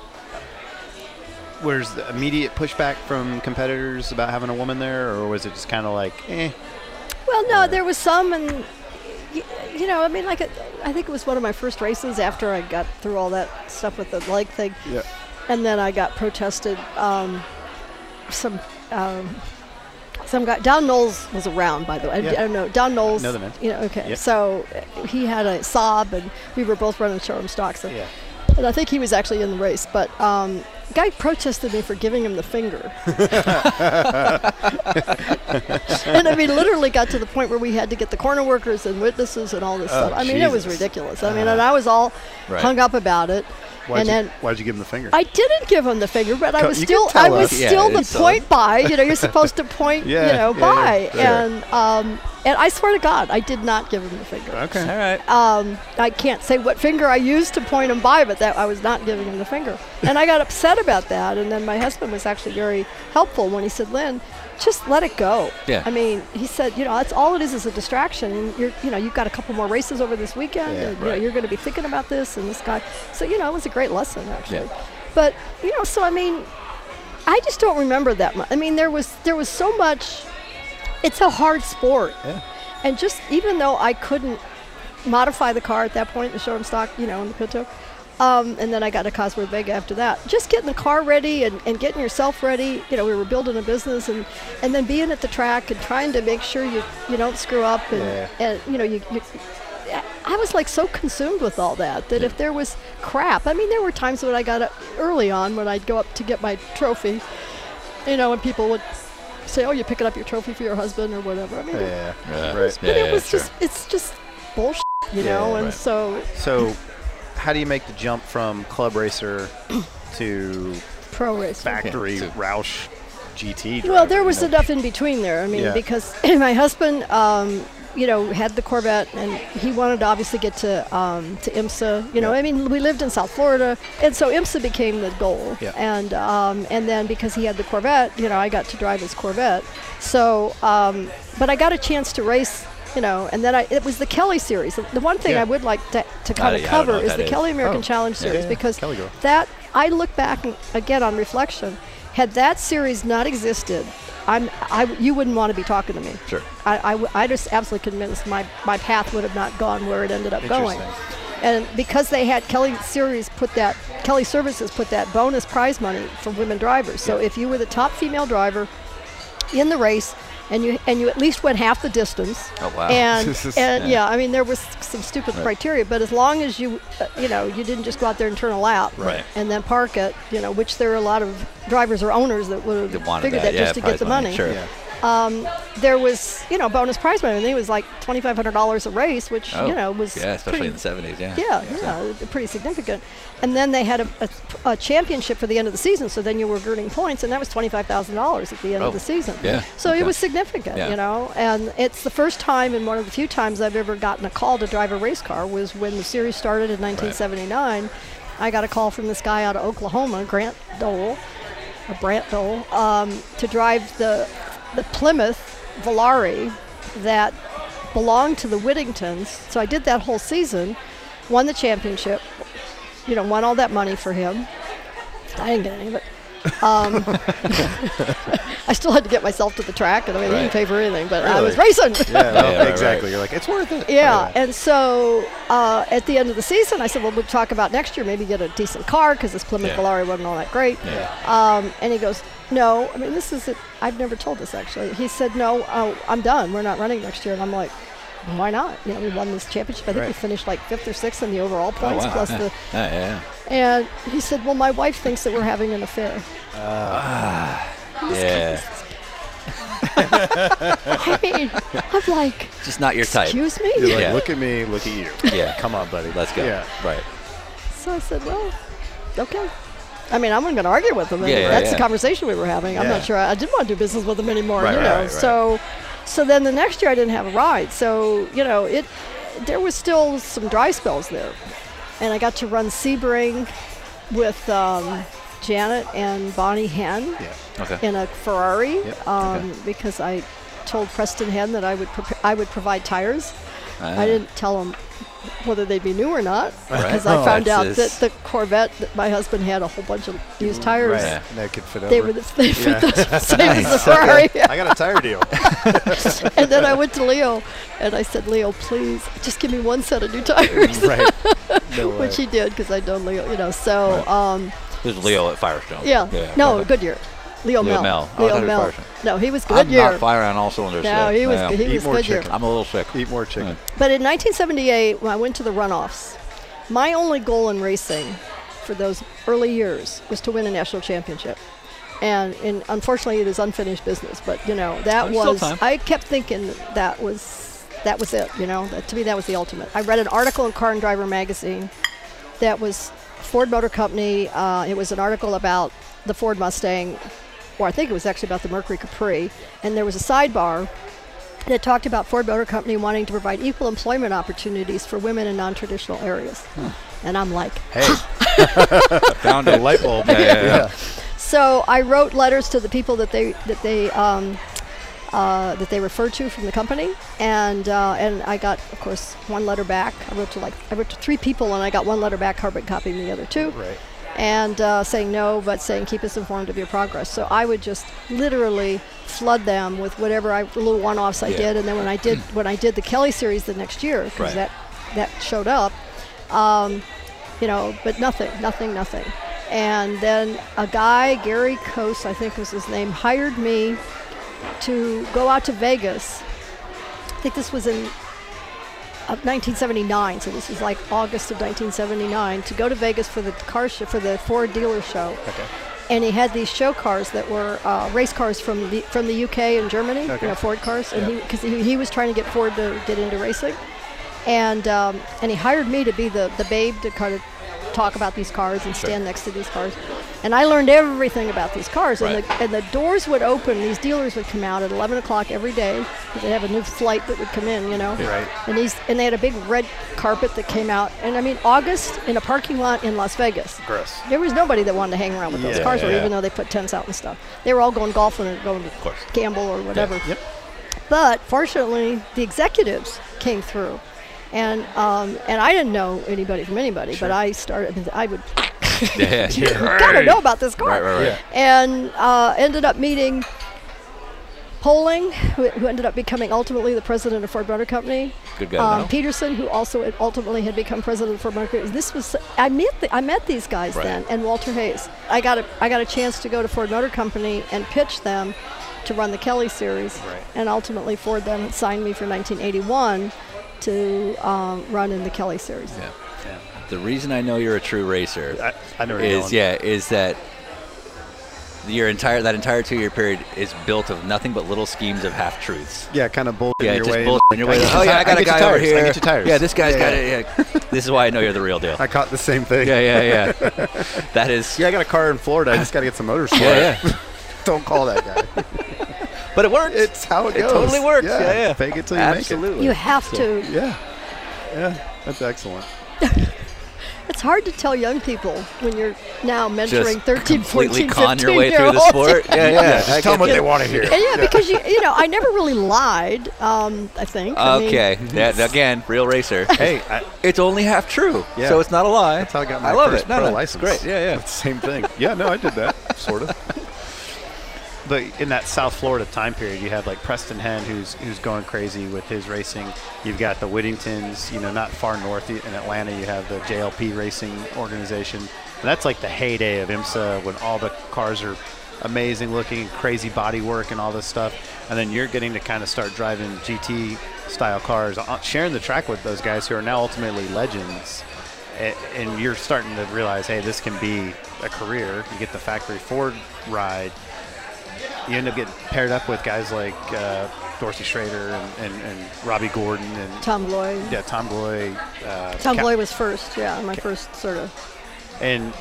Speaker 2: Where's the immediate pushback from competitors about having a woman there, or was it just kind of like, eh?
Speaker 3: Well, no, there was some, and y- you know, I mean, like, it- I think it was one of my first races after I got through all that stuff with the leg thing,
Speaker 2: Yeah.
Speaker 3: and then I got protested. Um, some, um, some guy, Don Knowles was around, by the way. I- I,
Speaker 2: Yeah.
Speaker 3: don't know Don Knowles.
Speaker 2: Know the man.
Speaker 3: You know, okay.
Speaker 2: Yep.
Speaker 3: So uh, he had a Saab, and we were both running showroom stocks, and,
Speaker 2: Yeah.
Speaker 3: and I think he was actually in the race, but. Um, Guy protested me for giving him the finger. and I mean, literally got to the point where we had to get the corner workers and witnesses and all this stuff. I mean, it was
Speaker 2: Oh, Jesus. Uh-huh.
Speaker 3: ridiculous. I mean, and I was all
Speaker 1: Right.
Speaker 3: hung up about it.
Speaker 2: Why'd,
Speaker 3: and
Speaker 2: you,
Speaker 3: then
Speaker 2: why'd you give him the finger?
Speaker 3: I didn't give him the finger, but I
Speaker 2: Co-
Speaker 3: was
Speaker 2: you
Speaker 3: still
Speaker 2: can
Speaker 3: I
Speaker 2: tell
Speaker 3: was
Speaker 2: us.
Speaker 1: Yeah,
Speaker 3: still
Speaker 1: it's uh,
Speaker 3: the
Speaker 1: on.
Speaker 3: point by. You know, you're supposed to point.
Speaker 2: Yeah,
Speaker 3: you know,
Speaker 2: yeah,
Speaker 3: by.
Speaker 2: yeah, sure.
Speaker 3: And um, and I swear to God, I did not give him the finger.
Speaker 2: okay.
Speaker 1: All right.
Speaker 3: Um, I can't say what finger I used to point him by, but that I was not giving him the finger. And I got upset about that. And then my husband was actually very helpful when he said, "Lynn, just let it go."
Speaker 1: Yeah.
Speaker 3: I mean, he said, you know, that's all it is is a distraction. And you're, you know, you've got a couple more races over this weekend.
Speaker 2: Yeah,
Speaker 3: and, you know,
Speaker 1: right.
Speaker 3: you're going to be thinking about this and this guy. So you know, it was a great lesson actually.
Speaker 1: Yeah.
Speaker 3: But you know, so I mean, I just don't remember that much. I mean, there was there was so much. It's a hard sport. And just even though I couldn't modify the car at that point, the showroom stock, you know, in the Pinto, um, and then I got to Cosworth Vega after that. Just getting the car ready and, and getting yourself ready. You know, we were building a business and, and then being at the track and trying to make sure you, you don't screw up and, and you know, you, you I was like so consumed with all that that if there was crap, I mean, there were times when I got up early on when I'd go up to get my trophy you know, and people would say, "Oh, you're picking up your trophy for your husband or whatever." I mean, it-
Speaker 2: Yeah, right.
Speaker 3: but
Speaker 1: Yeah,
Speaker 3: it
Speaker 1: yeah,
Speaker 3: was
Speaker 1: sure.
Speaker 3: just it's just bullshit, you know. And
Speaker 2: right.
Speaker 3: so
Speaker 2: So, how do you make the jump from club racer to
Speaker 3: pro racing.
Speaker 2: factory
Speaker 1: so-
Speaker 2: Roush GT? Driver,
Speaker 3: Well, there was
Speaker 2: you know?
Speaker 3: enough in between there. I mean,
Speaker 2: Yeah.
Speaker 3: because my husband, um, you know, had the Corvette, and he wanted to obviously get to um, to IMSA. You know,
Speaker 2: Yeah.
Speaker 3: I mean, we lived in South Florida, and so IMSA became the goal.
Speaker 2: Yeah.
Speaker 3: And um, and then because he had the Corvette, you know, I got to drive his Corvette. So, um, but I got a chance to race. You know, and then I, it was the Kelly series. The the one thing
Speaker 2: Yeah.
Speaker 3: I would like to, to
Speaker 1: yeah, I
Speaker 3: kind
Speaker 1: don't
Speaker 3: of
Speaker 1: know
Speaker 3: cover
Speaker 1: what
Speaker 3: is
Speaker 1: that
Speaker 3: the
Speaker 1: is.
Speaker 3: Kelly American
Speaker 2: Oh,
Speaker 3: Challenge
Speaker 2: yeah,
Speaker 3: series
Speaker 2: yeah,
Speaker 3: because
Speaker 2: Kelly Girl.
Speaker 3: that I look back and- again on reflection. Had that series not existed, I'm I you wouldn't want to be talking to me.
Speaker 1: Sure.
Speaker 3: I, I w- I just absolutely convinced my my path would have not gone where it ended up going.
Speaker 2: Interesting.
Speaker 3: And because they had Kelly series put that Kelly Services put that bonus prize money for women drivers. So if you were the top female driver in the race and you and you at least went half the distance.
Speaker 1: Oh, wow.
Speaker 3: And and yeah. I mean there was some stupid criteria, but as long as you uh, you know, you didn't just go out there and turn a lap
Speaker 1: Right.
Speaker 3: and then park it, you know, which there are a lot of drivers or owners that would
Speaker 1: They
Speaker 3: have
Speaker 1: wanted
Speaker 3: figured
Speaker 1: that,
Speaker 3: that,
Speaker 1: yeah,
Speaker 3: just to
Speaker 1: prize
Speaker 3: get the
Speaker 1: money,
Speaker 3: money.
Speaker 1: sure.
Speaker 2: Yeah.
Speaker 3: There was, you know, bonus prize money. I think it was like twenty five hundred dollars a race, which
Speaker 1: Oh,
Speaker 3: you know was
Speaker 1: yeah, especially
Speaker 3: pretty-
Speaker 1: in the '70s. Yeah.
Speaker 3: yeah, yeah, pretty significant. And then they had a, a, a championship for the end of the season, so then you were earning points, and that was twenty-five thousand dollars at the end
Speaker 1: Oh,
Speaker 3: of the season.
Speaker 1: yeah,
Speaker 3: So
Speaker 1: okay.
Speaker 3: it was significant,
Speaker 1: Yeah.
Speaker 3: you know. And it's the first time, and one of the few times I've ever gotten a call to drive a race car was when the series started in 1979. I got a call from this guy out of Oklahoma, Grant Dole, a Brant Dole, um, to drive the the Plymouth Volare that belonged to the Whittingtons. So I did that whole season, won the championship, you know, won all that money for him. I didn't get any of it. Um, I still had to get myself to the track, and I mean, they
Speaker 1: Right.
Speaker 3: didn't pay for anything, but I was
Speaker 2: Really?
Speaker 3: racing.
Speaker 2: Yeah, well,
Speaker 1: Yeah, right,
Speaker 2: exactly.
Speaker 1: right.
Speaker 2: You're like, it's worth it.
Speaker 3: Yeah, and so uh, at the end of the season, I said, "Well, we'll talk about next year. Maybe get a decent car because this Plymouth
Speaker 1: Yeah.
Speaker 3: Valari wasn't all that great." Um, and he goes, "No, I mean this is it. I've never told this actually." He said, "No, uh, I'm done. We're not running next year." And I'm like, "Why not? You know, we won this championship. I think we
Speaker 2: Right.
Speaker 3: finished like fifth or sixth in the overall
Speaker 1: Oh,
Speaker 3: points
Speaker 1: wow.
Speaker 3: plus
Speaker 1: yeah.
Speaker 3: the."
Speaker 1: yeah, yeah.
Speaker 3: And he said, "Well, my wife thinks that we're having an affair."
Speaker 1: Yeah.
Speaker 3: I mean, I'm like,
Speaker 1: Just not your type.
Speaker 3: "Excuse me."
Speaker 2: You're like,
Speaker 1: Yeah.
Speaker 2: look at me, look at you.
Speaker 1: Yeah.
Speaker 2: Come on, buddy.
Speaker 1: Let's go.
Speaker 2: Yeah.
Speaker 1: Right.
Speaker 3: So I said, well, okay. I mean, I wasn't going to argue with him. I
Speaker 1: Yeah,
Speaker 3: mean,
Speaker 1: yeah,
Speaker 3: that's
Speaker 1: yeah.
Speaker 3: the conversation we were having. I'm
Speaker 2: Yeah.
Speaker 3: not sure. I, I didn't want to do business with him anymore,
Speaker 1: Right,
Speaker 3: you
Speaker 1: right,
Speaker 3: know.
Speaker 1: right, right.
Speaker 3: So, so then the next year I didn't have a ride. So you know, it there was still some dry spells there, and I got to run Sebring with um, Janet and Bonnie Hen
Speaker 2: Yeah.
Speaker 1: Okay.
Speaker 3: in a Ferrari
Speaker 2: Yep.
Speaker 3: um, because I told Preston Hen that I would prep I would provide tires.
Speaker 1: Ah.
Speaker 3: I didn't tell him whether they'd be new or not because
Speaker 1: Oh,
Speaker 3: I found
Speaker 1: that's
Speaker 3: out that
Speaker 1: just-
Speaker 3: the Corvette that my husband had a whole bunch of used tires.
Speaker 2: Right. That could fit
Speaker 3: They
Speaker 2: over.
Speaker 3: were the, they fit
Speaker 2: Yeah.
Speaker 3: the same as the Ferrari.
Speaker 2: I got a tire deal.
Speaker 3: and then I went to Leo and I said, Leo, please just give me one set of new tires,
Speaker 2: right. No way.
Speaker 3: which he did because I'd known Leo, you know. So, um,
Speaker 1: There's Leo at Firestone.
Speaker 3: yeah. No, Goodyear. Leo,
Speaker 1: Leo
Speaker 3: Mel.
Speaker 1: Mel. Oh, I thought
Speaker 3: Leo
Speaker 1: he was
Speaker 3: Mel.
Speaker 1: Firestone.
Speaker 3: No, he was
Speaker 1: I'm
Speaker 3: Goodyear.
Speaker 1: not firing on all cylinders.
Speaker 3: No,
Speaker 1: today.
Speaker 3: he was
Speaker 1: Yeah.
Speaker 3: he
Speaker 2: Eat
Speaker 3: was
Speaker 2: more
Speaker 3: Goodyear.
Speaker 2: chicken.
Speaker 1: I'm a little sick.
Speaker 2: Eat more chicken.
Speaker 3: But in 1978, when I went to the runoffs, my only goal in racing for those early years was to win a national championship. And, and unfortunately, it is unfinished business. But you know, that
Speaker 1: There's still
Speaker 3: was
Speaker 1: time.
Speaker 3: I kept thinking that was that was it. You know, that, to me, that was the ultimate. I read an article in Car and Driver magazine that was Ford Motor Company. Uh, it was an article about the Ford Mustang, or I think it was actually about the Mercury Capri. And there was a sidebar that talked about Ford Motor Company wanting to provide equal employment opportunities for women in non-traditional areas. And I'm like,
Speaker 1: Found a light bulb. Yeah, yeah, yeah.
Speaker 3: so I wrote letters to the people that they that they um, uh, that they referred to from the company, and uh, and I got, of course, one letter back. I wrote to like I wrote to three people, and I got one letter back, carbon copying the other two.
Speaker 2: Right.
Speaker 3: and uh, saying no, but saying keep us informed of your progress. So I would just literally flood them with whatever I little one-offs I
Speaker 1: Yeah.
Speaker 3: did, and then when I did when I did the Kelly series the next year, because
Speaker 1: Right.
Speaker 3: that that showed up, um, you know, but nothing, nothing, nothing. And then a guy, Gary Coase, I think was his name, hired me to go out to Vegas. I think this was in of 1979, so this is like August of 1979, to go to Vegas for the car show, for the Ford dealer show. Okay. and he had these show cars that were uh, race cars from the from the UK and Germany,
Speaker 2: Okay.
Speaker 3: you know, Ford cars, and he because he, he was trying to get Ford to get into racing, and um, and he hired me to be the the babe to kind of talk about these cars and stand next to these cars. And I learned everything about these cars, and, the, and the doors would open. These dealers would come out at 11 o'clock every day. 'cause They'd have a new flight that would come in, you know.
Speaker 2: Right.
Speaker 3: And these, and they had a big red carpet that came out. And I mean, August in a parking lot in Las Vegas
Speaker 2: Gross.
Speaker 3: there was nobody that wanted to hang around with those
Speaker 2: Yeah,
Speaker 3: cars, were,
Speaker 2: yeah.
Speaker 3: even though they put tents out and stuff. They were all going golfing or going to
Speaker 1: course.
Speaker 3: gamble or whatever.
Speaker 2: Yep.
Speaker 3: But fortunately, the executives came through, and um, and I didn't know anybody from anybody, but I started. I, mean, I would
Speaker 1: Yeah.
Speaker 3: gotta know about this car,
Speaker 1: Right, right, right.
Speaker 2: Yeah.
Speaker 3: and uh, ended up meeting Poling, who, who ended up becoming ultimately the president of Ford Motor Company.
Speaker 1: Good guy.
Speaker 3: Um, Peterson, who also had- ultimately had become president for Mercury. This was I met the, I met these guys
Speaker 1: Right.
Speaker 3: then, and Walter Hayes. I got a I got a chance to go to Ford Motor Company and pitch them to run the Kelly series, and ultimately Ford then signed me for 1981 to um, run in the Kelly series.
Speaker 1: the reason I know you're a true racer
Speaker 2: I, I know where you're
Speaker 1: is
Speaker 2: going.
Speaker 1: yeah is that your entire that entire two year period is built of nothing but little schemes of half truths.
Speaker 2: Yeah, kind of bullshit
Speaker 1: Yeah,
Speaker 2: your
Speaker 1: just
Speaker 2: way.
Speaker 1: bullshit. in your way.
Speaker 2: I get
Speaker 1: oh
Speaker 2: your
Speaker 1: yeah,
Speaker 2: ti-
Speaker 1: I got
Speaker 2: I
Speaker 1: a
Speaker 2: get
Speaker 1: guy
Speaker 2: your
Speaker 1: over
Speaker 2: tires.
Speaker 1: here.
Speaker 2: I get your tires.
Speaker 1: Yeah, this guy's
Speaker 2: Yeah,
Speaker 1: got it. Yeah. This is why I know you're the real deal.
Speaker 2: I caught the same thing.
Speaker 1: Yeah, yeah, yeah. that is.
Speaker 2: Yeah, I got a car in Florida. I just got to get some motors for
Speaker 1: Yeah,
Speaker 2: it. Don't call that guy.
Speaker 1: But it works.
Speaker 2: it's how it
Speaker 1: It
Speaker 2: goes.
Speaker 1: totally works. Yeah, yeah.
Speaker 2: Fake it till you
Speaker 1: Absolutely.
Speaker 3: You have to.
Speaker 2: make it. Yeah. Yeah. That's excellent.
Speaker 3: It's hard to tell young people when you're now mentoring
Speaker 1: Just
Speaker 3: 13,
Speaker 1: completely
Speaker 3: 14,
Speaker 1: con
Speaker 3: 15
Speaker 1: your way
Speaker 3: year
Speaker 1: through the
Speaker 3: olds.
Speaker 1: sport. Yeah, yeah. I
Speaker 2: tell them what
Speaker 1: get
Speaker 2: they want to hear.
Speaker 3: And yeah, because you you know I never really lied. Um, I think. I mean,
Speaker 1: Okay. That, again, real racer.
Speaker 2: Hey, I,
Speaker 1: It's only half true,
Speaker 2: Yeah.
Speaker 1: so it's not a lie.
Speaker 2: that's how I got my
Speaker 1: love
Speaker 2: first
Speaker 1: it. No, no,
Speaker 2: pro
Speaker 1: it's
Speaker 2: license.
Speaker 1: Great. Yeah, yeah.
Speaker 2: It's the same thing. Yeah, no, I did that sort of. But in that South Florida time period, you have like Preston Hen, who's who's going crazy with his racing. You've got the Whittingtons, you know, not far north in Atlanta. You have the JLP Racing organization. And that's like the heyday of IMSA when all the cars are amazing looking, crazy body work, and all this stuff. And then you're getting to kind of start driving GT style cars, uh, sharing the track with those guys who are now ultimately legends and, and you're starting to realize, hey, this can be a career. You get the factory Ford ride. You end up getting paired up with guys like uh, Dorsey Schrader and, and, and Robbie Gordon and
Speaker 3: Tom Lloyd.
Speaker 2: yeah, Tom Gloy. Uh,
Speaker 3: Tom
Speaker 2: Cap-
Speaker 3: Lloyd was first, yeah, my first sort of.
Speaker 2: and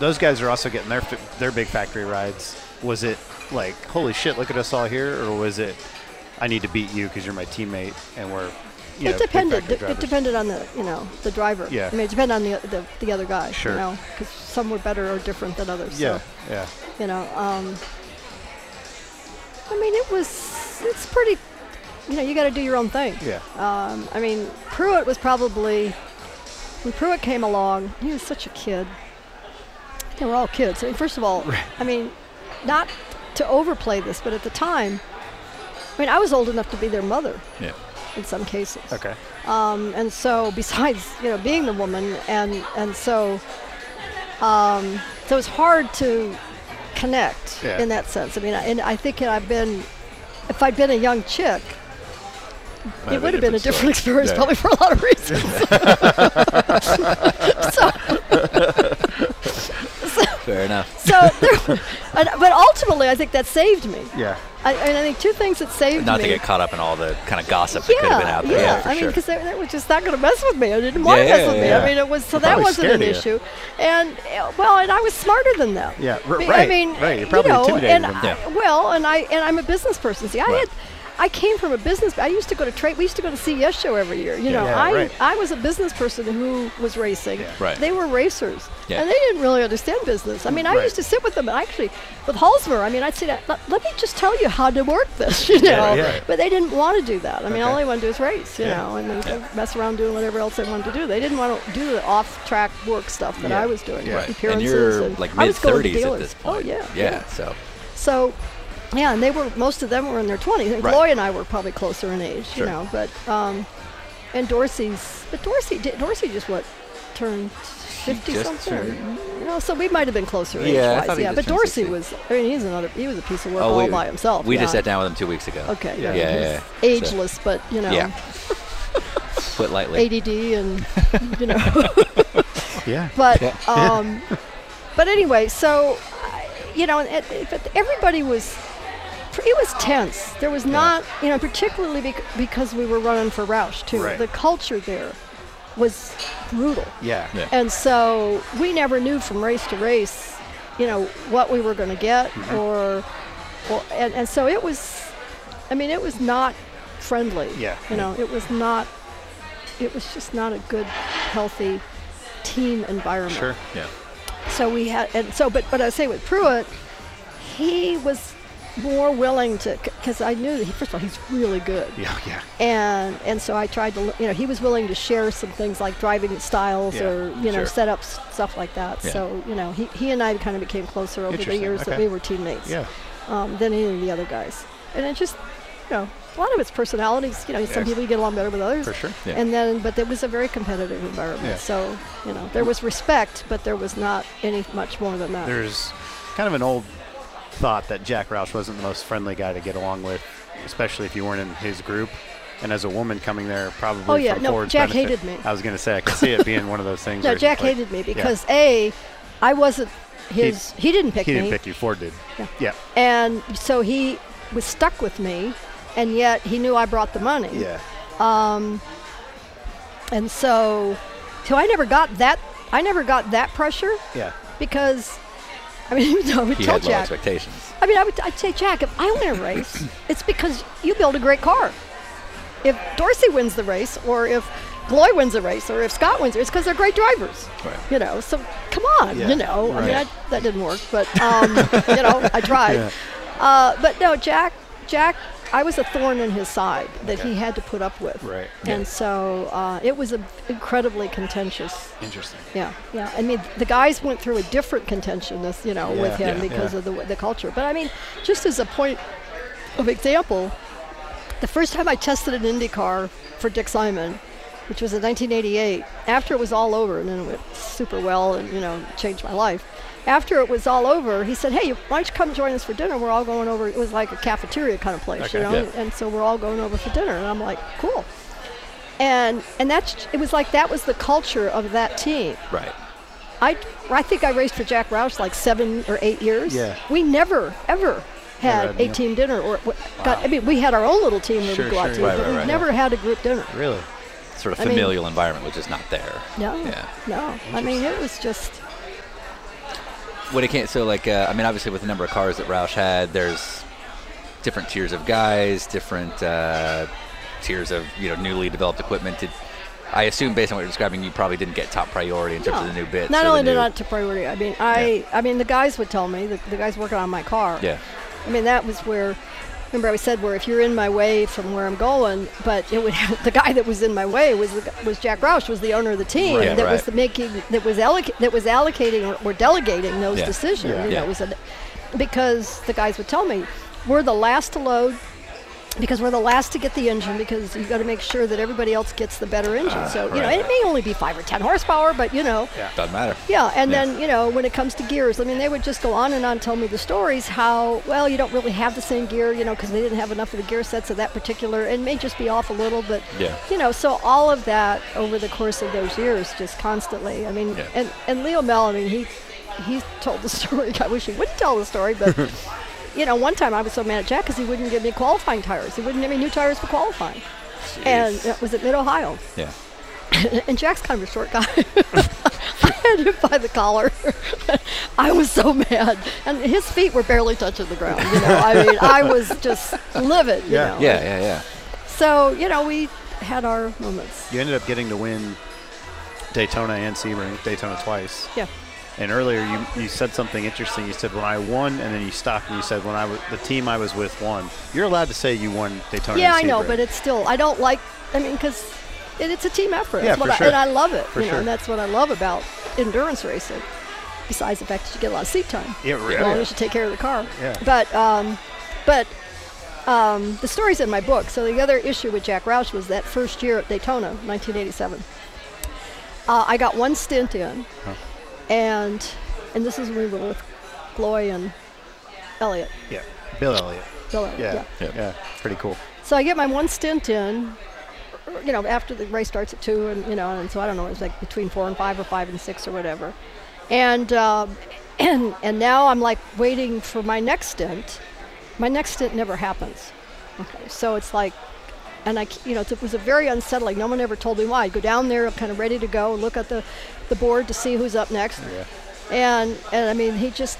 Speaker 2: those guys are also getting their f- their big factory rides. Was it like, holy shit, look at us all here, or was it, I need to beat you because you're my teammate and we're, you know,
Speaker 3: it
Speaker 2: big
Speaker 3: depended.
Speaker 2: factory
Speaker 3: It,
Speaker 2: drivers?
Speaker 3: depended on the you know the driver.
Speaker 2: Yeah.
Speaker 3: I mean, it depended on the the, the other guy.
Speaker 2: Sure.
Speaker 3: You know, because some were better or different than others.
Speaker 2: Yeah,
Speaker 3: So,
Speaker 2: yeah.
Speaker 3: you know, um, I mean, it was it's pretty. You know, you got to do your own thing.
Speaker 2: Yeah.
Speaker 3: Um, I mean, Pruitt was probably when Pruitt came along. He was such a kid. They were all kids. I mean, first of all, I mean, not to overplay this, but at the time, I mean, I was old enough to be their mother
Speaker 1: Yeah.
Speaker 3: in some cases.
Speaker 2: Okay.
Speaker 3: Um, and so, besides you know being the woman, and and so, um, so it's hard to connect
Speaker 2: Yeah.
Speaker 3: in that sense. I mean, I- and I think had I've been, if I'd been a young chick, it would have been a different experience, probably for a lot of reasons. so,
Speaker 1: Fair enough.
Speaker 3: so there, and, but ultimately, I think that saved me.
Speaker 2: Yeah.
Speaker 3: I, and I think two things that saved
Speaker 1: Not
Speaker 3: me.
Speaker 1: to get caught up in all the kind of gossip that
Speaker 3: yeah,
Speaker 1: could have been out there.
Speaker 3: Yeah,
Speaker 1: for
Speaker 3: I mean,
Speaker 1: sure.
Speaker 3: because they, they were just not going to mess with me. I didn't want to
Speaker 1: Yeah,
Speaker 3: mess with me.
Speaker 1: yeah.
Speaker 3: I mean, it was so
Speaker 2: They're
Speaker 3: that
Speaker 2: probably
Speaker 3: wasn't an
Speaker 2: scared of you.
Speaker 3: issue. And uh, well, and I was smarter than them.
Speaker 2: Yeah, r-
Speaker 3: Be- I
Speaker 2: right,
Speaker 3: mean,
Speaker 2: right. You're probably
Speaker 3: you know,
Speaker 2: intimidated
Speaker 3: and
Speaker 2: them.
Speaker 3: I- well, and I and I'm a business person. See, I
Speaker 1: Right.
Speaker 3: had. I came from a business. I used to go to trade. We used to go to CES show every year. You know,
Speaker 2: Yeah,
Speaker 3: I
Speaker 2: right.
Speaker 3: I was a business person who was racing.
Speaker 1: Right.
Speaker 3: They were racers,
Speaker 1: Yeah.
Speaker 3: and they didn't really understand business. I mean, I
Speaker 2: Right.
Speaker 3: used to sit with them, and actually, with Halsmer, I mean, I'd say, let, let me just tell you how to work this. You know,
Speaker 2: yeah.
Speaker 3: but they didn't want to do that. I mean, all
Speaker 2: Okay.
Speaker 3: they wanted to do is race, you know, and then mess around doing whatever else they wanted to do. They didn't want to do the off-track work stuff that I was doing,
Speaker 2: Yeah. Right.
Speaker 1: and
Speaker 2: And
Speaker 3: appearances.
Speaker 1: you're like mid
Speaker 3: I was going to
Speaker 1: 30s at
Speaker 3: dealers.
Speaker 1: this point.
Speaker 3: Oh yeah,
Speaker 1: yeah. So
Speaker 3: So, yeah, and they were most of them were in their 20s. And
Speaker 1: Right.
Speaker 3: Gloy and I were probably closer in age,
Speaker 1: Sure.
Speaker 3: you know, but um, and Dorsey's, but Dorsey did Dorsey just what turned. 50
Speaker 1: just
Speaker 3: something,
Speaker 1: turned-
Speaker 3: you know, so we might have been closer
Speaker 1: Yeah, I
Speaker 3: age
Speaker 1: thought
Speaker 3: wise.
Speaker 1: he
Speaker 3: Yeah,
Speaker 1: just
Speaker 3: but
Speaker 1: turned
Speaker 3: Dorsey
Speaker 1: 60.
Speaker 3: was, I mean, he's another, he was a piece of work
Speaker 1: Oh,
Speaker 3: all
Speaker 1: we-
Speaker 3: by himself.
Speaker 1: we
Speaker 3: yeah.
Speaker 1: just sat down with him two weeks ago.
Speaker 3: Okay.
Speaker 1: Yeah,
Speaker 2: Yeah.
Speaker 3: he
Speaker 1: yeah,
Speaker 3: was
Speaker 1: yeah.
Speaker 3: Ageless, but you know,
Speaker 1: Yeah. Put lightly.
Speaker 3: ADD and you know,
Speaker 2: Yeah.
Speaker 3: but um, but anyway, so I- you know, and it, it- but everybody was, it was tense. There was not, you know, particularly bec- because we were running for Roush too.
Speaker 10: Right.
Speaker 3: The culture there was brutal.
Speaker 10: Yeah.
Speaker 1: Yeah.
Speaker 3: And so we never knew from race to race, you know, what we were going to get,
Speaker 10: Mm-hmm.
Speaker 3: or, or and, and so it was, I mean, it was not friendly.
Speaker 10: Yeah.
Speaker 3: You know, it was not, it was just not a good, healthy team environment.
Speaker 10: Sure.
Speaker 1: Yeah.
Speaker 3: So we had, and so, but, but I say with Pruitt, he was more willing to, because I knew that, he, first of all, he's really good
Speaker 10: Yeah. Yeah.
Speaker 3: and and so I tried to l- you know he was willing to share some things like driving styles
Speaker 10: Yeah,
Speaker 3: or you
Speaker 1: sure.
Speaker 3: know setups stuff like that.
Speaker 1: Yeah.
Speaker 3: So you know he, he and I kind of became closer over the
Speaker 10: Interesting,
Speaker 3: years that
Speaker 10: okay.
Speaker 3: we were teammates
Speaker 10: Yeah.
Speaker 3: um, than any of the other guys. And it just you know a lot of it's personalities. You know some people you get along better with others.
Speaker 10: For sure.
Speaker 1: Yeah.
Speaker 3: And then but it was a very competitive environment.
Speaker 10: Yeah.
Speaker 3: So you know there was respect, but there was not any much more than that.
Speaker 2: There's kind of an old thought that Jack Roush wasn't the most friendly guy to get along with, especially if you weren't in his group. And as a woman coming there, probably
Speaker 3: Oh, yeah,
Speaker 2: for
Speaker 3: no,
Speaker 2: Ford's
Speaker 3: Jack
Speaker 2: benefit-
Speaker 3: hated me.
Speaker 2: I was going to say I could see it being one of those things.
Speaker 3: no,
Speaker 2: where it's
Speaker 3: Jack
Speaker 2: like-
Speaker 3: hated me because a I wasn't his. He, didn't pick
Speaker 2: He
Speaker 3: me.
Speaker 2: didn't pick you. Ford did.
Speaker 3: Yeah.
Speaker 2: Yeah.
Speaker 3: And so he was stuck with me, and yet he knew I brought the money.
Speaker 2: Yeah.
Speaker 3: And so, so I never got that. I never got that pressure
Speaker 2: Yeah.
Speaker 3: because, I mean, even though I would
Speaker 1: He
Speaker 3: tell
Speaker 1: had low
Speaker 3: Jack.
Speaker 1: expectations.
Speaker 3: I mean, I would, I'd say, Jack, if I win a race, it's because you build a great car. If Dorsey wins the race, or if Gloy wins the race, or if Scott wins, it, it's because they're great drivers.
Speaker 1: Right.
Speaker 3: You know, so come on,
Speaker 10: Yeah,
Speaker 3: you know. I mean,
Speaker 10: right.
Speaker 3: I, that didn't work, but um, you know, I tried. Uh, but no, Jack, Jack, I was a thorn in his side that he had to put up with.
Speaker 10: Right.
Speaker 3: And so uh, it was a incredibly contentious
Speaker 10: Interesting.
Speaker 3: yeah, yeah. I mean, the guys went through a different contentiousness, you know, with
Speaker 10: Yeah,
Speaker 3: him
Speaker 10: yeah,
Speaker 3: because
Speaker 10: yeah.
Speaker 3: of the, the culture. But I mean, just as a point of example, the first time I tested an IndyCar for Dick Simon, which was in 1988, after it was all over, and then it went super well and, you know, changed my life. After it was all over, he said, Hey, why don't you come join us for dinner? We're all going over. It was like a cafeteria kind of place, you know? And so we're all going over for dinner. And I'm like, Cool. And, and that's, it was like that was the culture of that team.
Speaker 1: Right.
Speaker 3: I, I think I raced for Jack Roush like seven or eight years.
Speaker 10: Yeah.
Speaker 3: We never, ever
Speaker 10: Never
Speaker 3: had
Speaker 10: had
Speaker 3: a
Speaker 10: meal.
Speaker 3: team dinner or what got, I mean, we had our own little team that
Speaker 10: Sure,
Speaker 3: we go out
Speaker 10: sure.
Speaker 3: to,
Speaker 10: Right,
Speaker 3: but
Speaker 1: right,
Speaker 3: we
Speaker 1: right.
Speaker 3: never had a group dinner.
Speaker 10: Really?
Speaker 1: Sort of
Speaker 3: I mean-
Speaker 1: familial environment, which is not there.
Speaker 3: No,
Speaker 1: Yeah.
Speaker 3: no. I mean, it was just,
Speaker 1: What it can't. So like, uh, I mean, obviously with the number of cars that Roush had, there's different tiers of guys, different uh, tiers of you know newly developed equipment. Did, I assume based on what you're describing, you probably didn't get top priority in terms
Speaker 3: no.
Speaker 1: of the new bits.
Speaker 3: Not
Speaker 1: or
Speaker 3: only
Speaker 1: the
Speaker 3: did
Speaker 1: new,
Speaker 3: I to priority. I mean, I, I mean, the guys would tell me the, the guys working on my car.
Speaker 1: Yeah.
Speaker 3: I mean, that was where. Remember, I said where if you're in my way from where I'm going, but it would the guy that was in my way was the, gu- was Jack Roush, was the owner of the team
Speaker 1: Right. Yeah,
Speaker 3: that was
Speaker 1: right.
Speaker 3: the making that was alloc- that was allocating or, or delegating those
Speaker 1: Yeah.
Speaker 3: decisions.
Speaker 10: Yeah.
Speaker 3: You know,
Speaker 1: Yeah.
Speaker 3: it was a, because the guys would tell me we're the last to load because we're the last to get the engine because you've got to make sure that everybody else gets the better engine. so you know,
Speaker 1: Ah, right.
Speaker 3: and it may only be five or ten horsepower, but you know,
Speaker 1: Doesn't matter.
Speaker 3: yeah, and
Speaker 1: Yeah.
Speaker 3: then you know when it comes to gears, I mean they would just go on and on tell me the stories how well you don't really have the same gear, you know, because they didn't have enough of the gear sets of that particular, and may just be off a little, but
Speaker 1: Yeah.
Speaker 3: you know, so all of that over the course of those years, just constantly. I mean,
Speaker 1: Yeah.
Speaker 3: and and Leo Mel, I mean he he told the story. I wish he wouldn't tell the story, but you know, one time I was so mad at Jack because he wouldn't give me qualifying tires. He wouldn't give me new tires for qualifying, and it was at Mid Ohio
Speaker 1: Yeah.
Speaker 3: and Jack's kind of a short guy. I had him by the collar. I was so mad, and his feet were barely touching the ground. You know, I mean, I was just livid. You know?
Speaker 1: Yeah. Yeah. Yeah.
Speaker 3: So you know, we had our moments.
Speaker 2: You ended up getting to win Daytona and Sebring, Daytona twice.
Speaker 3: Yeah.
Speaker 2: And earlier you, you said something interesting. You said when I won, and then you stopped and you said when I was the team I was with won. You're allowed to say you won Daytona.
Speaker 3: Yeah, I
Speaker 2: and
Speaker 3: know,
Speaker 2: Sebring.
Speaker 3: but it's still I don't like. I mean, because it, it's a team effort.
Speaker 2: Yeah,
Speaker 3: That's what
Speaker 2: for
Speaker 3: I,
Speaker 2: sure.
Speaker 3: And I love it.
Speaker 2: For
Speaker 3: you know,
Speaker 2: sure.
Speaker 3: and that's what I love about endurance racing. Besides the fact that you get a lot of seat time.
Speaker 2: Yeah, right.
Speaker 3: As long as you take care of the car.
Speaker 2: Yeah.
Speaker 3: But um, but um, the story's in my book. So the other issue with Jack Roush was that first year at Daytona, 1987. Uh, I got one stint in, and and this is when we were with Gloy and Elliot.
Speaker 2: yeah, Bill Elliott.
Speaker 3: Bill Elliott,
Speaker 2: Yeah.
Speaker 3: yeah.
Speaker 2: yeah, pretty cool.
Speaker 3: So I get my one stint in, er, you know, after the race starts at two, and you know, and so I don't know, it was like between four and five or five and six or whatever. And um, and and now I'm like waiting for my next stint. My next stint never happens. Okay, so it's like, and I, c- you know, it's- it was a very unsettling. No one ever told me why. I'd go down there, I'm kind of ready to go, look at the, the board to see who's up next, and and I mean, he just,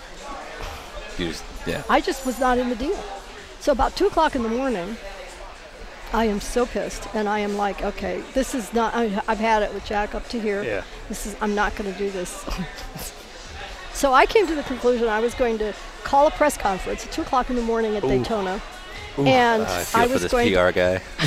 Speaker 1: You just- yeah.
Speaker 3: I just was not in the deal. So about two o'clock in the morning, I am so pissed, and I am like, okay, this is not. I, I've had it with Jack up to here.
Speaker 2: Yeah.
Speaker 3: This is. I'm not going to do this. so I came to the conclusion I was going to call a press conference at two o'clock in the morning at Daytona, and
Speaker 1: I feel
Speaker 3: I
Speaker 1: for
Speaker 3: was
Speaker 1: this
Speaker 3: going.
Speaker 1: PR guy.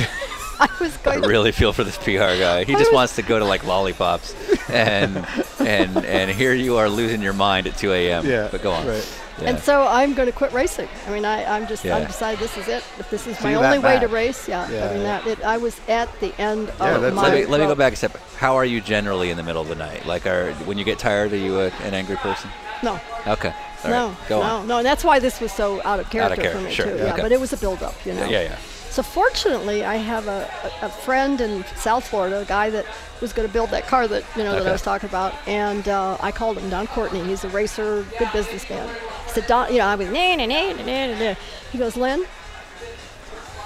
Speaker 3: I was
Speaker 1: I
Speaker 3: going.
Speaker 1: really feel for this PR guy. He
Speaker 3: I
Speaker 1: just
Speaker 3: was-
Speaker 1: wants to go to like lollipops, and and and here you are losing your mind at 2 a.m.
Speaker 2: Yeah,
Speaker 1: But go on.
Speaker 2: right.
Speaker 1: Yeah.
Speaker 3: And so I'm going to quit racing. I mean, I, I'm just,
Speaker 1: Yeah.
Speaker 3: I've decided this is it. If this is
Speaker 2: So
Speaker 3: my
Speaker 2: you're that
Speaker 3: only way to
Speaker 2: bad.
Speaker 3: race, yeah.
Speaker 2: Yeah,
Speaker 3: I mean,
Speaker 2: yeah.
Speaker 3: That, it, I was at the end
Speaker 2: Yeah,
Speaker 3: of
Speaker 2: that's-
Speaker 3: my.
Speaker 1: let me, let me go
Speaker 3: rope.
Speaker 1: back a step. How are you generally in the middle of the night? Like, are when you get tired, are you a, an angry person?
Speaker 3: No,
Speaker 1: Okay. All
Speaker 3: no,
Speaker 1: right. Go
Speaker 3: no,
Speaker 1: on.
Speaker 3: no. And that's why this was so out of character,
Speaker 1: character,
Speaker 3: for me
Speaker 1: sure,
Speaker 3: too.
Speaker 1: yeah,
Speaker 3: Yeah,
Speaker 1: okay.
Speaker 3: but it was a build-up, you know.
Speaker 1: Yeah, yeah. yeah.
Speaker 3: So fortunately, I have a, a, a friend in South Florida, a guy that was going to build that car that you know that
Speaker 1: Okay.
Speaker 3: I was talking about, and uh, I called him Don Courtney. He's a racer, good businessman. I said Don, you know, I was nah, nah, nah, nah, nah, nah. He goes, Lynn,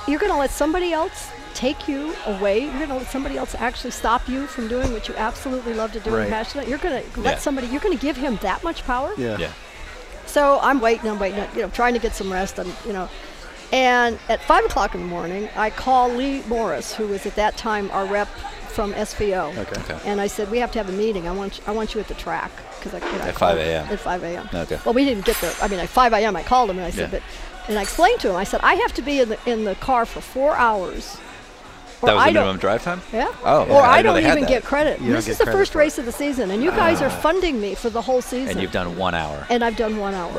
Speaker 3: you're going to let somebody else take you away. You're going to let somebody else actually stop you from doing what you absolutely love to do
Speaker 2: Right.
Speaker 3: and passionate. You're going to
Speaker 1: Yeah.
Speaker 3: let somebody. You're going to give him that much power.
Speaker 2: Yeah.
Speaker 1: Yeah.
Speaker 3: So I'm waiting, I'm waiting, you know, trying to get some rest, and you know. And at five o'clock in the morning, I call Lee Morris, who was at that time our rep from SVO.
Speaker 2: Okay.
Speaker 3: And I said, we have to have a meeting. I want you, I want you at the track because I you know, I
Speaker 1: At 5
Speaker 3: called-
Speaker 1: a.m..
Speaker 3: At 5 a.m.
Speaker 1: Okay.
Speaker 3: Well, we didn't get there. I mean, at 5 a.m. I called him and I said,
Speaker 1: Yeah.
Speaker 3: but, and I explained to him. I said, I have to be in the in the car for four hours. or
Speaker 1: That was
Speaker 3: I
Speaker 1: the
Speaker 3: don't-
Speaker 1: minimum drive time.
Speaker 3: yeah.
Speaker 1: Oh, okay.
Speaker 3: Or
Speaker 1: I
Speaker 3: I,
Speaker 1: didn't know
Speaker 3: don't
Speaker 1: they had
Speaker 3: even
Speaker 1: that.
Speaker 3: get credit.
Speaker 2: You don't
Speaker 3: this
Speaker 2: get
Speaker 3: is the
Speaker 2: credit
Speaker 3: first
Speaker 2: for it.
Speaker 3: race of the season, and you guys are funding me for the whole
Speaker 1: Ah.
Speaker 3: season
Speaker 1: And you've done one hour.
Speaker 3: and I've done one hour.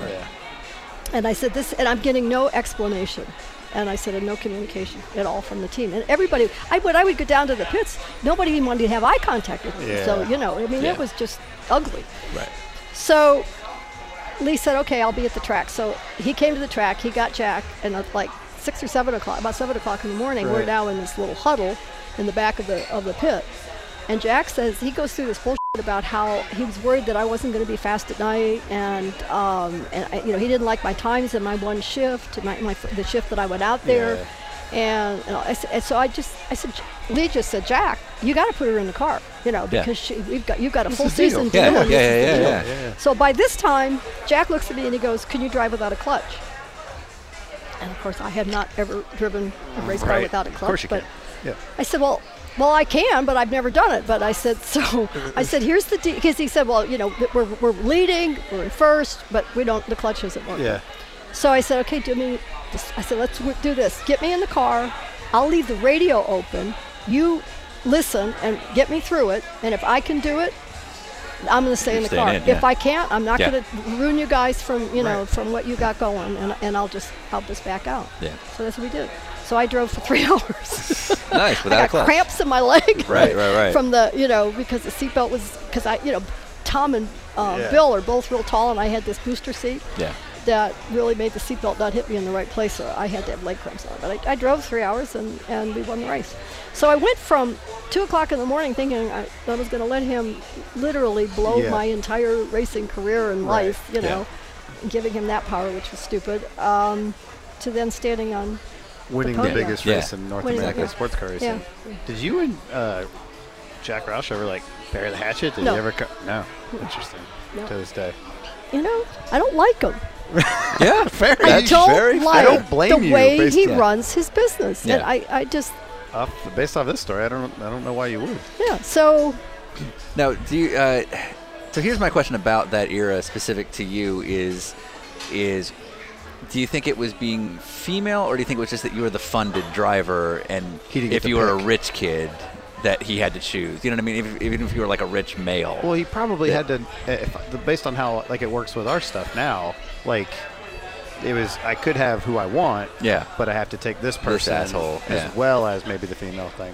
Speaker 3: And I said this, and I'm getting no explanation. And I said, and no communication at all from the team. And everybody, I, when I would go down to the pits, nobody even wanted to have eye contact with me. So,
Speaker 2: Yeah.
Speaker 3: you know, I mean,
Speaker 1: Yeah.
Speaker 3: it was just ugly.
Speaker 1: Right.
Speaker 3: So Lee said, okay, I'll be at the track. So he came to the track, he got Jack, and at like six or seven o'clock, about seven o'clock in the morning, we're
Speaker 2: Right.
Speaker 3: now in this little huddle in the back of the, of the pit. And Jack says, he goes through this bullshit about how he was worried that I wasn't going to be fast at night, and, um, and I, you know, he didn't like my times in my one shift, my, my, the shift that I went out there. And, and, I, said- and so I just, I said, Lee just said, Jack, you got to put her in the car, you know,
Speaker 1: Yeah.
Speaker 3: because she, we've got, you've got a full
Speaker 2: the deal.
Speaker 3: season to
Speaker 1: Yeah.
Speaker 3: do
Speaker 1: Yeah.
Speaker 3: on this
Speaker 1: Yeah. Yeah. yeah.
Speaker 3: so by this time, Jack looks at me and he goes, "Can you drive without a clutch?" And of course, I had not ever driven a race car
Speaker 2: Right.
Speaker 3: without a
Speaker 2: Of
Speaker 3: clutch.
Speaker 2: course you
Speaker 3: but
Speaker 2: can. Yeah.
Speaker 3: I said, "Well, well, I can, but I've never done it." But I said, "So I said, here's the because he said, well, you know, th- we're we're leading, we're in first, but we don't the clutch isn't working."
Speaker 2: Yeah.
Speaker 3: So I said, okay, do me. I said, let's w- do this. Get me in the car. I'll leave the radio open. You listen and get me through it. And if I can do it, I'm going to stay
Speaker 1: You're
Speaker 3: in the
Speaker 1: staying
Speaker 3: car.
Speaker 1: in,
Speaker 3: If
Speaker 1: yeah.
Speaker 3: I can't, I'm not
Speaker 1: Yeah.
Speaker 3: going to ruin you guys from you know from what you got going, and, and I'll just I'll just back out.
Speaker 1: Yeah.
Speaker 3: So that's what we did. So I drove for three hours.
Speaker 1: Nice.
Speaker 3: I
Speaker 1: Without
Speaker 3: got
Speaker 1: a clutch.
Speaker 3: cramps in my leg.
Speaker 1: Right, right, right.
Speaker 3: From the, you know, because the seatbelt was, because I, you know, Tom and uh, Bill are both real tall, and I had this booster seat
Speaker 1: Yeah.
Speaker 3: that really made the seatbelt not hit me in the right place, so I had to have leg cramps on. But I, I drove three hours, and, and we won the race. So I went from 2 o'clock in the morning thinking I, that I was going to let him literally blow
Speaker 2: Yeah.
Speaker 3: my entire racing career and
Speaker 2: Right.
Speaker 3: life, you know, giving him that power, which was stupid, um, to then standing on
Speaker 2: Winning
Speaker 3: The
Speaker 2: the,
Speaker 3: podium.
Speaker 2: biggest
Speaker 1: Yeah.
Speaker 2: race in North
Speaker 3: Winning-
Speaker 2: America
Speaker 3: yeah.
Speaker 2: sports car
Speaker 3: Yeah.
Speaker 2: racing. Did you and uh, Jack Roush ever like bury the hatchet? Did
Speaker 3: No.
Speaker 2: you ever co- No. Interesting.
Speaker 3: No.
Speaker 2: To this day.
Speaker 3: you know, I don't like him.
Speaker 1: Yeah. Fair.
Speaker 3: I
Speaker 1: That's
Speaker 3: don't
Speaker 1: very
Speaker 3: like
Speaker 2: I don't blame
Speaker 3: the
Speaker 2: you
Speaker 3: way
Speaker 2: based
Speaker 3: he
Speaker 2: on-
Speaker 3: runs his business. And
Speaker 1: Yeah.
Speaker 3: I, I just,
Speaker 2: Off, based off this story, I don't I don't know why you would.
Speaker 3: yeah. So,
Speaker 1: Now, do you, uh, so here's my question about that era specific to you is is do you think it was being female or do you think it was just that you were the funded driver and
Speaker 2: He didn't get
Speaker 1: if
Speaker 2: the
Speaker 1: you were a
Speaker 2: pick.
Speaker 1: rich kid that he had to choose you know what i mean if, even if you were like a rich male
Speaker 2: Well, he probably
Speaker 1: Yeah.
Speaker 2: had to, eh, if, the- based on how like it works with our stuff now. Like, it was I could have who I want.
Speaker 1: Yeah.
Speaker 2: But I have to take this person
Speaker 1: asshole,
Speaker 2: as
Speaker 1: yeah.
Speaker 2: well as maybe the female thing.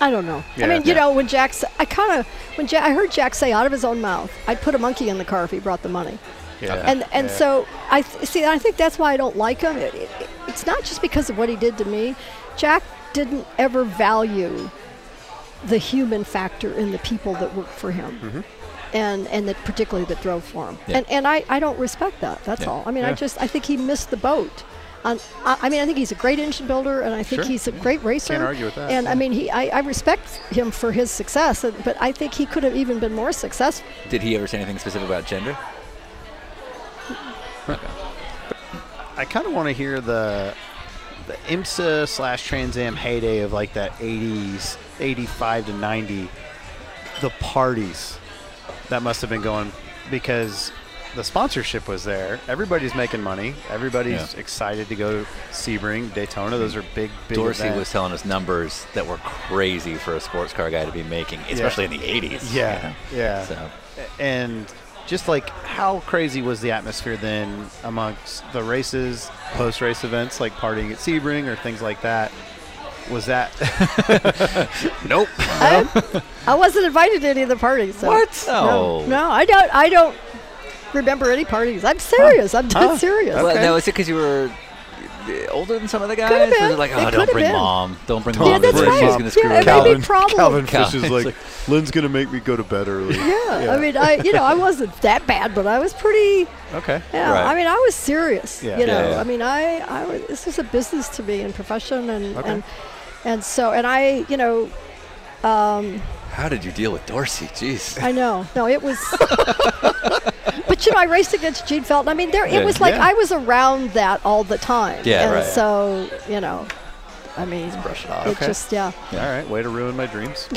Speaker 3: I don't know.
Speaker 2: Yeah.
Speaker 3: I mean, you
Speaker 2: Yeah.
Speaker 3: know, when Jack's, I kind of, when Jack, I heard Jack say out of his own mouth, I'd put a monkey in the car if he brought the money.
Speaker 2: Yeah.
Speaker 3: And and so I th- see. I think that's why I don't like him. It, it, it's not just because of what he did to me. Jack didn't
Speaker 2: Mm-hmm.
Speaker 3: ever value the human factor in the people that worked for him. and and that particularly that drove for him.
Speaker 1: Yeah.
Speaker 3: And and I, I don't respect that. That's
Speaker 1: Yeah.
Speaker 3: all. I mean, I
Speaker 2: Yeah.
Speaker 3: just I think he missed the boat. On, I, I mean, I think he's a great engine builder, and I think
Speaker 2: Sure.
Speaker 3: he's a great racer.
Speaker 2: argue with that,
Speaker 3: And I
Speaker 2: yeah.
Speaker 3: mean, he I, I respect him for his success, and- but I think he could have even been more successful.
Speaker 1: Did he ever say anything specific about gender?
Speaker 2: I kind of want to hear the the IMSA slash Trans Am heyday of like that 80s, 85 to 90, the parties that must have been going because the sponsorship was there. Everybody's making money. Everybody's excited to go to Sebring, Daytona. Those are big, big.
Speaker 1: Dorsey
Speaker 2: events.
Speaker 1: was telling us numbers that were crazy for a sports car guy to be making, especially in the 80s. you
Speaker 2: Yeah,
Speaker 1: know?
Speaker 2: yeah.
Speaker 1: So,
Speaker 2: and just like how crazy was the atmosphere then amongst the races, post race events like partying at Sebring or things like that? Was that nope?
Speaker 3: I wasn't invited to any of the parties. So.
Speaker 1: What?
Speaker 3: No,
Speaker 1: No.
Speaker 3: no, I don't. I don't remember any parties. I'm serious. I'm dead
Speaker 2: Huh.
Speaker 3: serious.
Speaker 1: Well,
Speaker 2: Okay.
Speaker 1: no, is it because you were uh, older than some of the guys?
Speaker 3: Could've
Speaker 1: Was
Speaker 3: been.
Speaker 1: it like,
Speaker 3: It
Speaker 1: oh, don't
Speaker 3: could've
Speaker 1: bring
Speaker 3: been.
Speaker 1: mom. Don't bring
Speaker 3: yeah,
Speaker 1: mom.
Speaker 3: that's
Speaker 1: She's
Speaker 2: bring
Speaker 3: right.
Speaker 1: going to screw
Speaker 3: yeah, it
Speaker 1: it
Speaker 3: may
Speaker 1: up.
Speaker 3: be
Speaker 2: Calvin-
Speaker 3: a problem.
Speaker 2: Calvin
Speaker 1: Cal-
Speaker 2: Fish is
Speaker 1: it's
Speaker 2: like,
Speaker 1: like-
Speaker 2: Lynn's gonna make me go to bed early.
Speaker 3: Yeah, I mean, I you know, I wasn't that bad, but I was pretty.
Speaker 2: okay.
Speaker 3: Yeah,
Speaker 1: Right.
Speaker 3: I mean, I was serious.
Speaker 2: Yeah.
Speaker 3: You know,
Speaker 1: Yeah, yeah.
Speaker 3: I mean, I, I was, this was a business to me and profession, and
Speaker 2: Okay.
Speaker 3: and and so, and I, you know,
Speaker 1: How did you deal with Dorsey? Jeez.
Speaker 3: I know. No, it was. but you know, I raced against Gene Felton. I mean, there
Speaker 1: Yeah.
Speaker 3: it was like
Speaker 2: Yeah.
Speaker 3: I was around that all the time.
Speaker 1: Yeah,
Speaker 3: and
Speaker 1: right.
Speaker 3: So you know, I mean,
Speaker 1: Brush it off.
Speaker 3: it just yeah.
Speaker 2: All right. Way to ruin my dreams.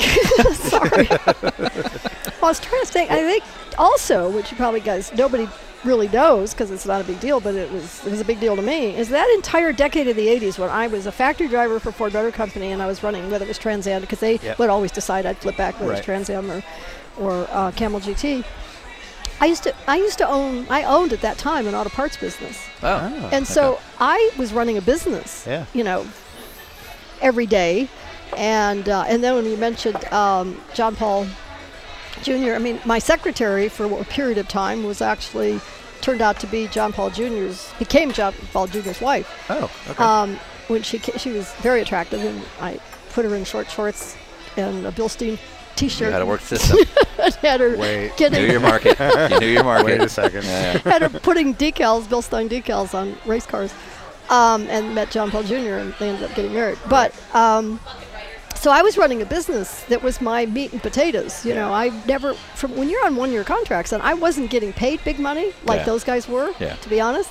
Speaker 3: Sorry. I was trying to think. I think also, which you probably guys nobody really knows because it's not a big deal, but it was it was a big deal to me. Is that entire decade of the '80s when I was a factory driver for Ford Motor Company and I was running whether it was Trans Am because they
Speaker 2: Yep.
Speaker 3: would always decide I'd flip back whether it
Speaker 2: Right.
Speaker 3: was Trans Am or or uh, Camel GT. I used to I used to own I owned at that time an auto parts business.
Speaker 1: Oh.
Speaker 3: And so I was running a business,
Speaker 2: Yeah.
Speaker 3: you know, every day. And uh, and then when you mentioned um, John Paul Jr., I mean, my secretary for a period of time was actually turned out to be John Paul Jr.'s, became John Paul Jr.'s wife.
Speaker 2: Oh. Okay.
Speaker 3: Um, when she ca- she was very attractive, and I put her in short shorts and a Bilstein
Speaker 1: You
Speaker 3: t-shirt.
Speaker 1: had to work the system.
Speaker 3: and had her
Speaker 2: Wait.
Speaker 3: get
Speaker 1: knew
Speaker 3: in-
Speaker 1: your market. You knew your market.
Speaker 2: Wait a second.
Speaker 1: Yeah.
Speaker 3: had her putting decals, Bill Stein decals on race cars, um, and met John Paul Jr. and they ended up getting married. But um, so I was running a business that was my meat and potatoes. You know, I never from when you're on one-year contracts, and I wasn't getting paid big money like
Speaker 1: Yeah.
Speaker 3: those guys were,
Speaker 1: Yeah.
Speaker 3: to be honest.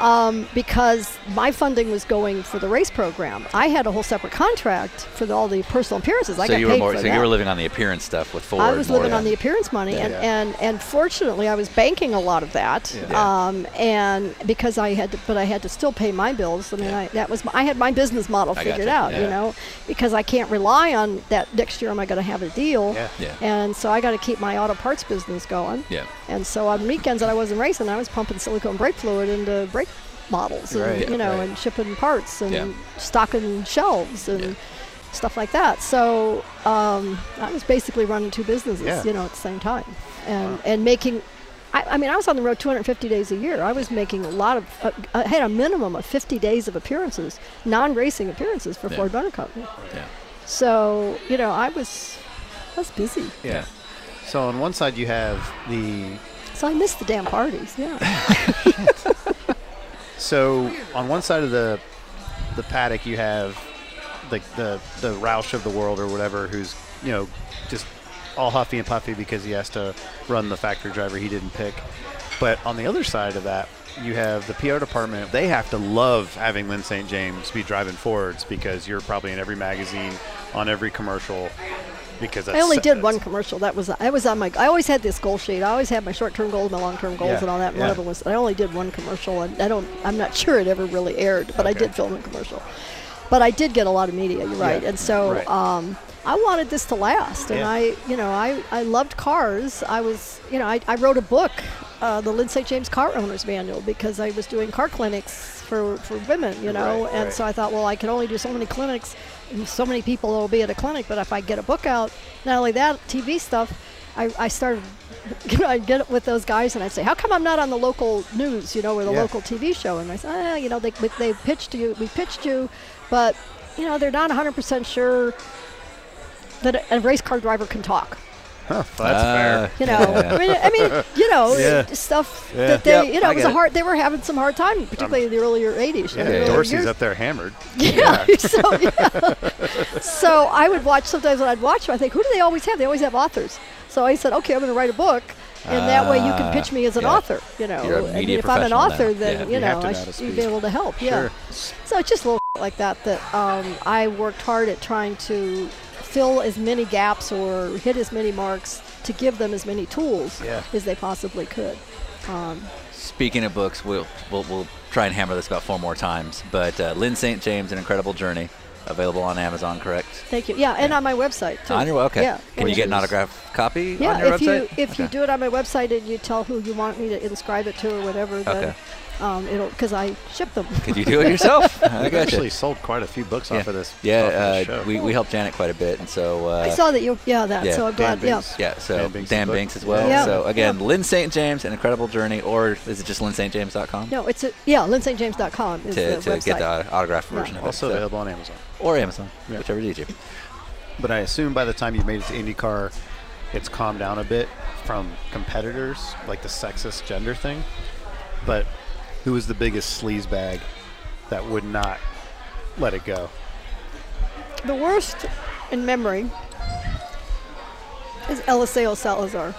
Speaker 3: Um, because my funding was going for the race program, I had a whole separate contract for the, all the personal appearances. I
Speaker 1: So
Speaker 3: got
Speaker 1: you
Speaker 3: paid
Speaker 1: were more.
Speaker 3: for
Speaker 1: So
Speaker 3: that.
Speaker 1: you were living on the appearance stuff with Ford.
Speaker 3: I was
Speaker 1: more
Speaker 3: living
Speaker 1: than-
Speaker 3: on the appearance money, and,
Speaker 2: Yeah.
Speaker 3: and and fortunately, I was banking a lot of that.
Speaker 1: Yeah.
Speaker 3: Um, and because I had to, but I had to still pay my bills. I mean,
Speaker 1: Yeah.
Speaker 3: I, that was my, I had my business model
Speaker 1: I
Speaker 3: figured
Speaker 1: gotcha.
Speaker 3: out, you
Speaker 1: Yeah.
Speaker 3: know, because I can't rely on that next year. Am I going to have a deal?
Speaker 2: Yeah.
Speaker 1: Yeah.
Speaker 3: And so I got to keep my auto parts business going.
Speaker 1: Yeah.
Speaker 3: And so on weekends that I wasn't racing, I was pumping silicone brake fluid into brake models, and
Speaker 2: Right,
Speaker 3: you know,
Speaker 2: right.
Speaker 3: and shipping parts and
Speaker 1: Yeah.
Speaker 3: stocking shelves and
Speaker 1: Yeah.
Speaker 3: stuff like that. So um, I was basically running two businesses,
Speaker 2: Yeah.
Speaker 3: you know, at the same time, and and making. I, I mean, I was on the road 250 days a year. I was making a lot of. Uh, I had a minimum of 50 days of appearances, non-racing appearances for
Speaker 1: Yeah.
Speaker 3: Ford Motor Company.
Speaker 1: Yeah.
Speaker 3: So you know, I was. I was busy,
Speaker 1: Yeah.
Speaker 2: So on one side you have the
Speaker 3: so I missed the damn parties. Yeah,
Speaker 2: So on one side of the the paddock, you have like the the Roush of the world or whatever, who's you know just all huffy and puffy because he has to run the factory driver he didn't pick. But on the other side of that, you have the PR department. They have to love having Lynn St. James be driving Fords because you're probably in every magazine, on every commercial. Because that's
Speaker 3: I only did
Speaker 2: that's-
Speaker 3: one commercial. That was I was on my. I always had this goal sheet. I always had my short-term goals, my long-term goals,
Speaker 2: Yeah,
Speaker 3: and all that. And
Speaker 2: yeah.
Speaker 3: One of them was I only did one commercial, and I don't. I'm not sure it ever really aired, but I did film a commercial. But I did get a lot of media. You're right, and so
Speaker 2: right.
Speaker 3: um, I wanted this to last, and
Speaker 2: Yeah.
Speaker 3: I, you know, I I loved cars. I was, you know, I, I wrote a book, uh, the Lynn St. James Car Owners Manual, because I was doing car clinics for for women, you know,
Speaker 2: Right,
Speaker 3: and
Speaker 2: right.
Speaker 3: so I thought, well, I can only do so many clinics, and so many people will be at a clinic. But if I get a book out, not only that, TV stuff, I, I started, you know, I'd get with those guys and I'd say, how come I'm not on the local news, you know, or the
Speaker 2: Yeah.
Speaker 3: local TV show? And I said, ah, you know, they we- they pitched you, we pitched you, but you know, they're not 100% sure that a- a race car driver can talk.
Speaker 2: that's fair.
Speaker 3: You know, I, mean, I mean, you know,
Speaker 2: Yeah.
Speaker 3: stuff
Speaker 2: Yeah.
Speaker 3: that they,
Speaker 9: Yep,
Speaker 3: you know,
Speaker 9: I
Speaker 3: it was
Speaker 9: get
Speaker 3: a
Speaker 9: it.
Speaker 3: hard. They were having some hard time, particularly in the earlier '80s. you
Speaker 2: Yeah,
Speaker 3: know, the earlier
Speaker 2: Dorsey's
Speaker 3: years.
Speaker 2: up there hammered.
Speaker 3: Yeah. so, yeah. so I would watch sometimes when I'd watch them, I think, who do they always have? They always have authors. So I said, okay, I'm going to write a book, and that way you can pitch me as an
Speaker 1: Ah, yeah.
Speaker 3: author. You know,
Speaker 1: You're a
Speaker 3: I mean,
Speaker 1: media
Speaker 3: if I'm an
Speaker 1: professional now.
Speaker 3: author,
Speaker 1: Yeah.
Speaker 3: then
Speaker 1: You
Speaker 3: you
Speaker 2: have
Speaker 3: know
Speaker 2: to
Speaker 3: I
Speaker 2: know how to
Speaker 3: should you'd be
Speaker 2: speak.
Speaker 3: able to help. Yeah.
Speaker 2: Sure.
Speaker 3: So it's just little like that that um, I worked hard at trying to fill as many gaps or hit as many marks to give them as many tools
Speaker 2: Yeah.
Speaker 3: as they possibly could.
Speaker 1: Speaking of books, we'll, we'll, we'll try and hammer this about four more times. But uh, Lynn St. James, An Incredible Journey, available on Amazon, correct?
Speaker 3: Thank you. Yeah, and on my website too.
Speaker 1: On your okay.
Speaker 3: Yeah.
Speaker 1: Can you
Speaker 3: which
Speaker 1: get an
Speaker 3: is-
Speaker 1: autograph copy
Speaker 3: Yeah,
Speaker 1: on your
Speaker 3: if
Speaker 1: website?
Speaker 3: you if you
Speaker 1: Okay.
Speaker 3: do it on my website and you tell who you want me to inscribe it to or whatever, then
Speaker 1: Okay.
Speaker 3: um, it'll because I ship them.
Speaker 1: Could you do it yourself? I
Speaker 2: We've
Speaker 1: got
Speaker 2: actually sold quite a few books
Speaker 1: Yeah,
Speaker 2: off of this.
Speaker 1: yeah
Speaker 2: off of this
Speaker 1: uh,
Speaker 2: show.
Speaker 1: we, we helped Janet quite a bit, and so uh,
Speaker 3: I saw that you yeah that
Speaker 1: yeah,
Speaker 3: so I'm
Speaker 2: Dan
Speaker 3: glad yeah.
Speaker 2: Binks.
Speaker 1: Yeah, so
Speaker 2: Dan
Speaker 1: Dan
Speaker 2: Binks'
Speaker 1: Binks,
Speaker 2: book.
Speaker 1: as well.
Speaker 3: Yeah.
Speaker 1: So
Speaker 3: Yeah.
Speaker 1: again, Lynn St. James, An Incredible Journey, or is it just lynnstjames.com?
Speaker 3: No, it's a, yeah lynsajjames.com is
Speaker 1: To,
Speaker 3: the
Speaker 1: to
Speaker 3: website.
Speaker 1: get the auto- autographed version of it.
Speaker 2: Also
Speaker 1: so-
Speaker 2: available on Amazon.
Speaker 1: Or Amazon,
Speaker 2: Yeah.
Speaker 1: whichever is easier.
Speaker 2: But I assume by the time you've made it to IndyCar, it's calmed down a bit from competitors, like the sexist gender thing. But who was the biggest sleaze bag that would not let it go?
Speaker 3: The worst in memory is Eliseo Salazar.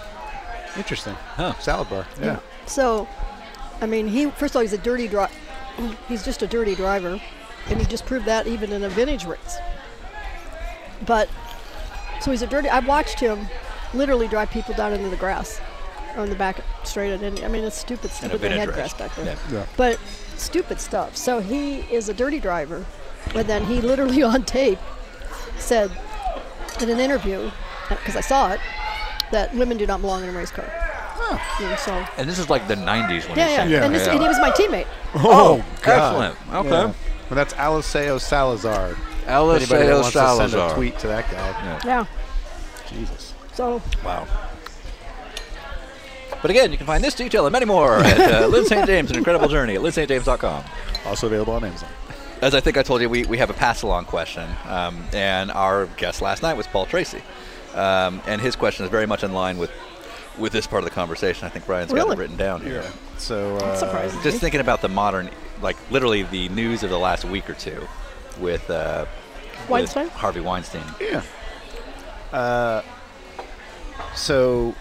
Speaker 2: Interesting.
Speaker 1: Huh.
Speaker 2: Salad bar. Yeah.
Speaker 3: So, I mean, he first of all he's a dirty driver. He's just a dirty driver, and he just proved that even in a vintage race. But so he's a dirty. I watched him literally drive people down into the grass on the back straight. And I mean, it's
Speaker 1: And
Speaker 3: stupid,
Speaker 1: a
Speaker 3: stupid. They
Speaker 1: vintage
Speaker 3: had
Speaker 1: race.
Speaker 3: grass back there,
Speaker 1: Yeah.
Speaker 3: but stupid stuff. So he is a dirty driver, and then he literally on tape said in an interview because I saw it that women do not belong in a race car. You know, so
Speaker 1: And this is like the 90s when
Speaker 3: yeah,
Speaker 1: he sang
Speaker 3: yeah.
Speaker 1: that.
Speaker 3: And, this, and he was my teammate.
Speaker 2: Oh,
Speaker 1: Excellent.
Speaker 2: Yeah.
Speaker 1: Okay.
Speaker 2: Well, that's Aliseo Salazar.
Speaker 1: Alice
Speaker 2: Anybody that wants to send a
Speaker 1: Salazar.
Speaker 2: tweet to that guy,
Speaker 3: Yeah.
Speaker 2: Jesus.
Speaker 3: So
Speaker 1: Wow. But again, you can find this detail and many more at uh, Lynn St. James, An Incredible Journey at lynnstjames.com.
Speaker 2: Also available on Amazon.
Speaker 1: As I think I told you, we, we have a pass along question. Um, and our guest last night was Paul Tracy. Um, and his question is very much in line with, with this part of the conversation. I think Brian's got
Speaker 3: Really?
Speaker 1: it written down here.
Speaker 2: So uh,
Speaker 3: surprising.
Speaker 1: Just thinking about the modern, like literally the news of the last week or two with, uh, with
Speaker 3: Weinstein?
Speaker 1: Harvey Weinstein.
Speaker 2: Yeah. Uh, so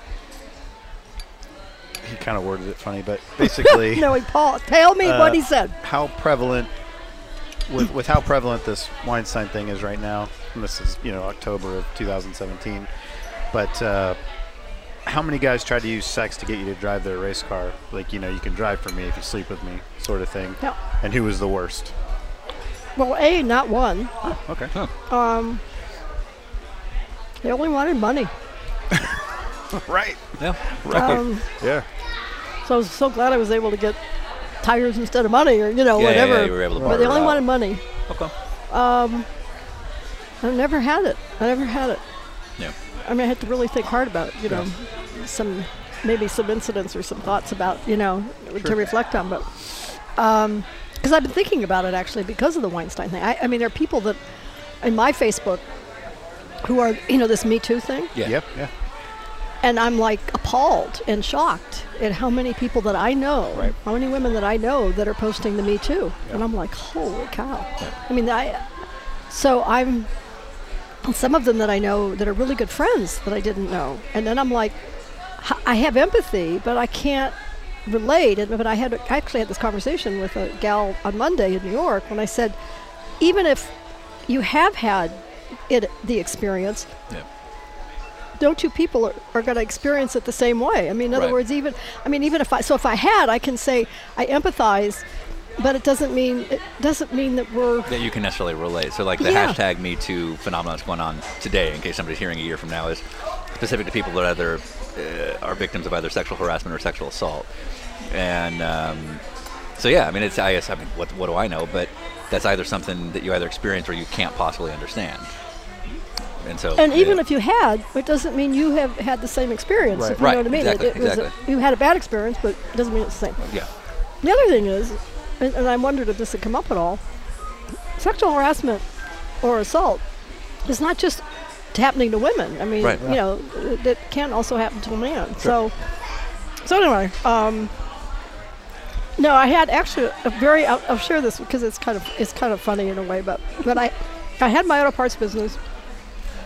Speaker 2: he kind of worded it funny, but basically,
Speaker 3: no, he paused. Tell me what he
Speaker 2: Uh,
Speaker 3: said.
Speaker 2: how prevalent with with how prevalent this Weinstein thing is right now, and this is you know October of 2017, but uh, how many guys try to use sex to get you to drive their race car? Like you know, you can drive for me if you sleep with me, sort of thing.
Speaker 3: No.
Speaker 2: And who was the worst?
Speaker 3: Well, a not one.
Speaker 1: Oh,
Speaker 3: Um,
Speaker 2: Okay.
Speaker 3: They only wanted money.
Speaker 2: Right.
Speaker 1: Yeah.
Speaker 3: Um,
Speaker 2: Yeah.
Speaker 3: so I was so glad I was able to get tires instead of money, or you know
Speaker 1: Yeah, yeah,
Speaker 3: whatever.
Speaker 1: yeah, you were able to
Speaker 3: but
Speaker 1: barter
Speaker 3: they
Speaker 1: it
Speaker 3: only
Speaker 1: out.
Speaker 3: wanted money. Um,
Speaker 1: Okay.
Speaker 3: I never had it. I never had it.
Speaker 1: Yeah.
Speaker 3: I mean, I had to really think hard about it. You know, some maybe some incidents or some thoughts about you know to reflect on, but. Um, because I've been thinking about it actually because of the Weinstein thing. I, I mean, there are people that in my Facebook who are, you know, this Me Too thing.
Speaker 1: Yeah. Uh,
Speaker 2: Yep. Yeah.
Speaker 3: and I'm like appalled and shocked at how many people that I know,
Speaker 2: Right.
Speaker 3: how many women that I know that are posting the Me Too, and I'm like, holy cow! I mean, I so I'm and some of them that I know that are really good friends that I didn't know, and then I'm like, h- I have empathy, but I can't relate. And but I had I actually had this conversation with a gal on Monday in New York when I said, even if you have had it the experience
Speaker 1: Yeah.
Speaker 3: no two people are, are going to experience it the same way. I mean, in other
Speaker 1: Right.
Speaker 3: words, even I mean, even if I so if I had, I can say I empathize, but it doesn't mean it doesn't mean that we're
Speaker 1: that you can necessarily relate. So, like the
Speaker 3: Yeah.
Speaker 1: hashtag Me Too phenomenon that's going on today, in case somebody's hearing a year from now, is specific to people that either uh, are victims of either sexual harassment or sexual assault. And um, so, yeah, I mean, it's I guess I mean, what what do I know? But that's either something that you either experience or you can't possibly understand. And so,
Speaker 3: And even
Speaker 1: yeah.
Speaker 3: if you had, it doesn't mean you have had the same experience. If you
Speaker 1: Right,
Speaker 3: know what I mean,
Speaker 1: exactly,
Speaker 3: it, it was a-
Speaker 1: exactly.
Speaker 3: you had a bad experience, but it doesn't mean it's the same.
Speaker 1: yeah,
Speaker 3: The other thing is, and, and I wondered if this had come up at all, sexual harassment or assault is not just t- happening to women. I mean,
Speaker 1: Right.
Speaker 3: you know, th- that can also happen to a man. So, so anyway, um, no, I had actually a very. I'll, I'll share this because it's kind of it's kind of funny in a way, but but I, I had my auto parts business.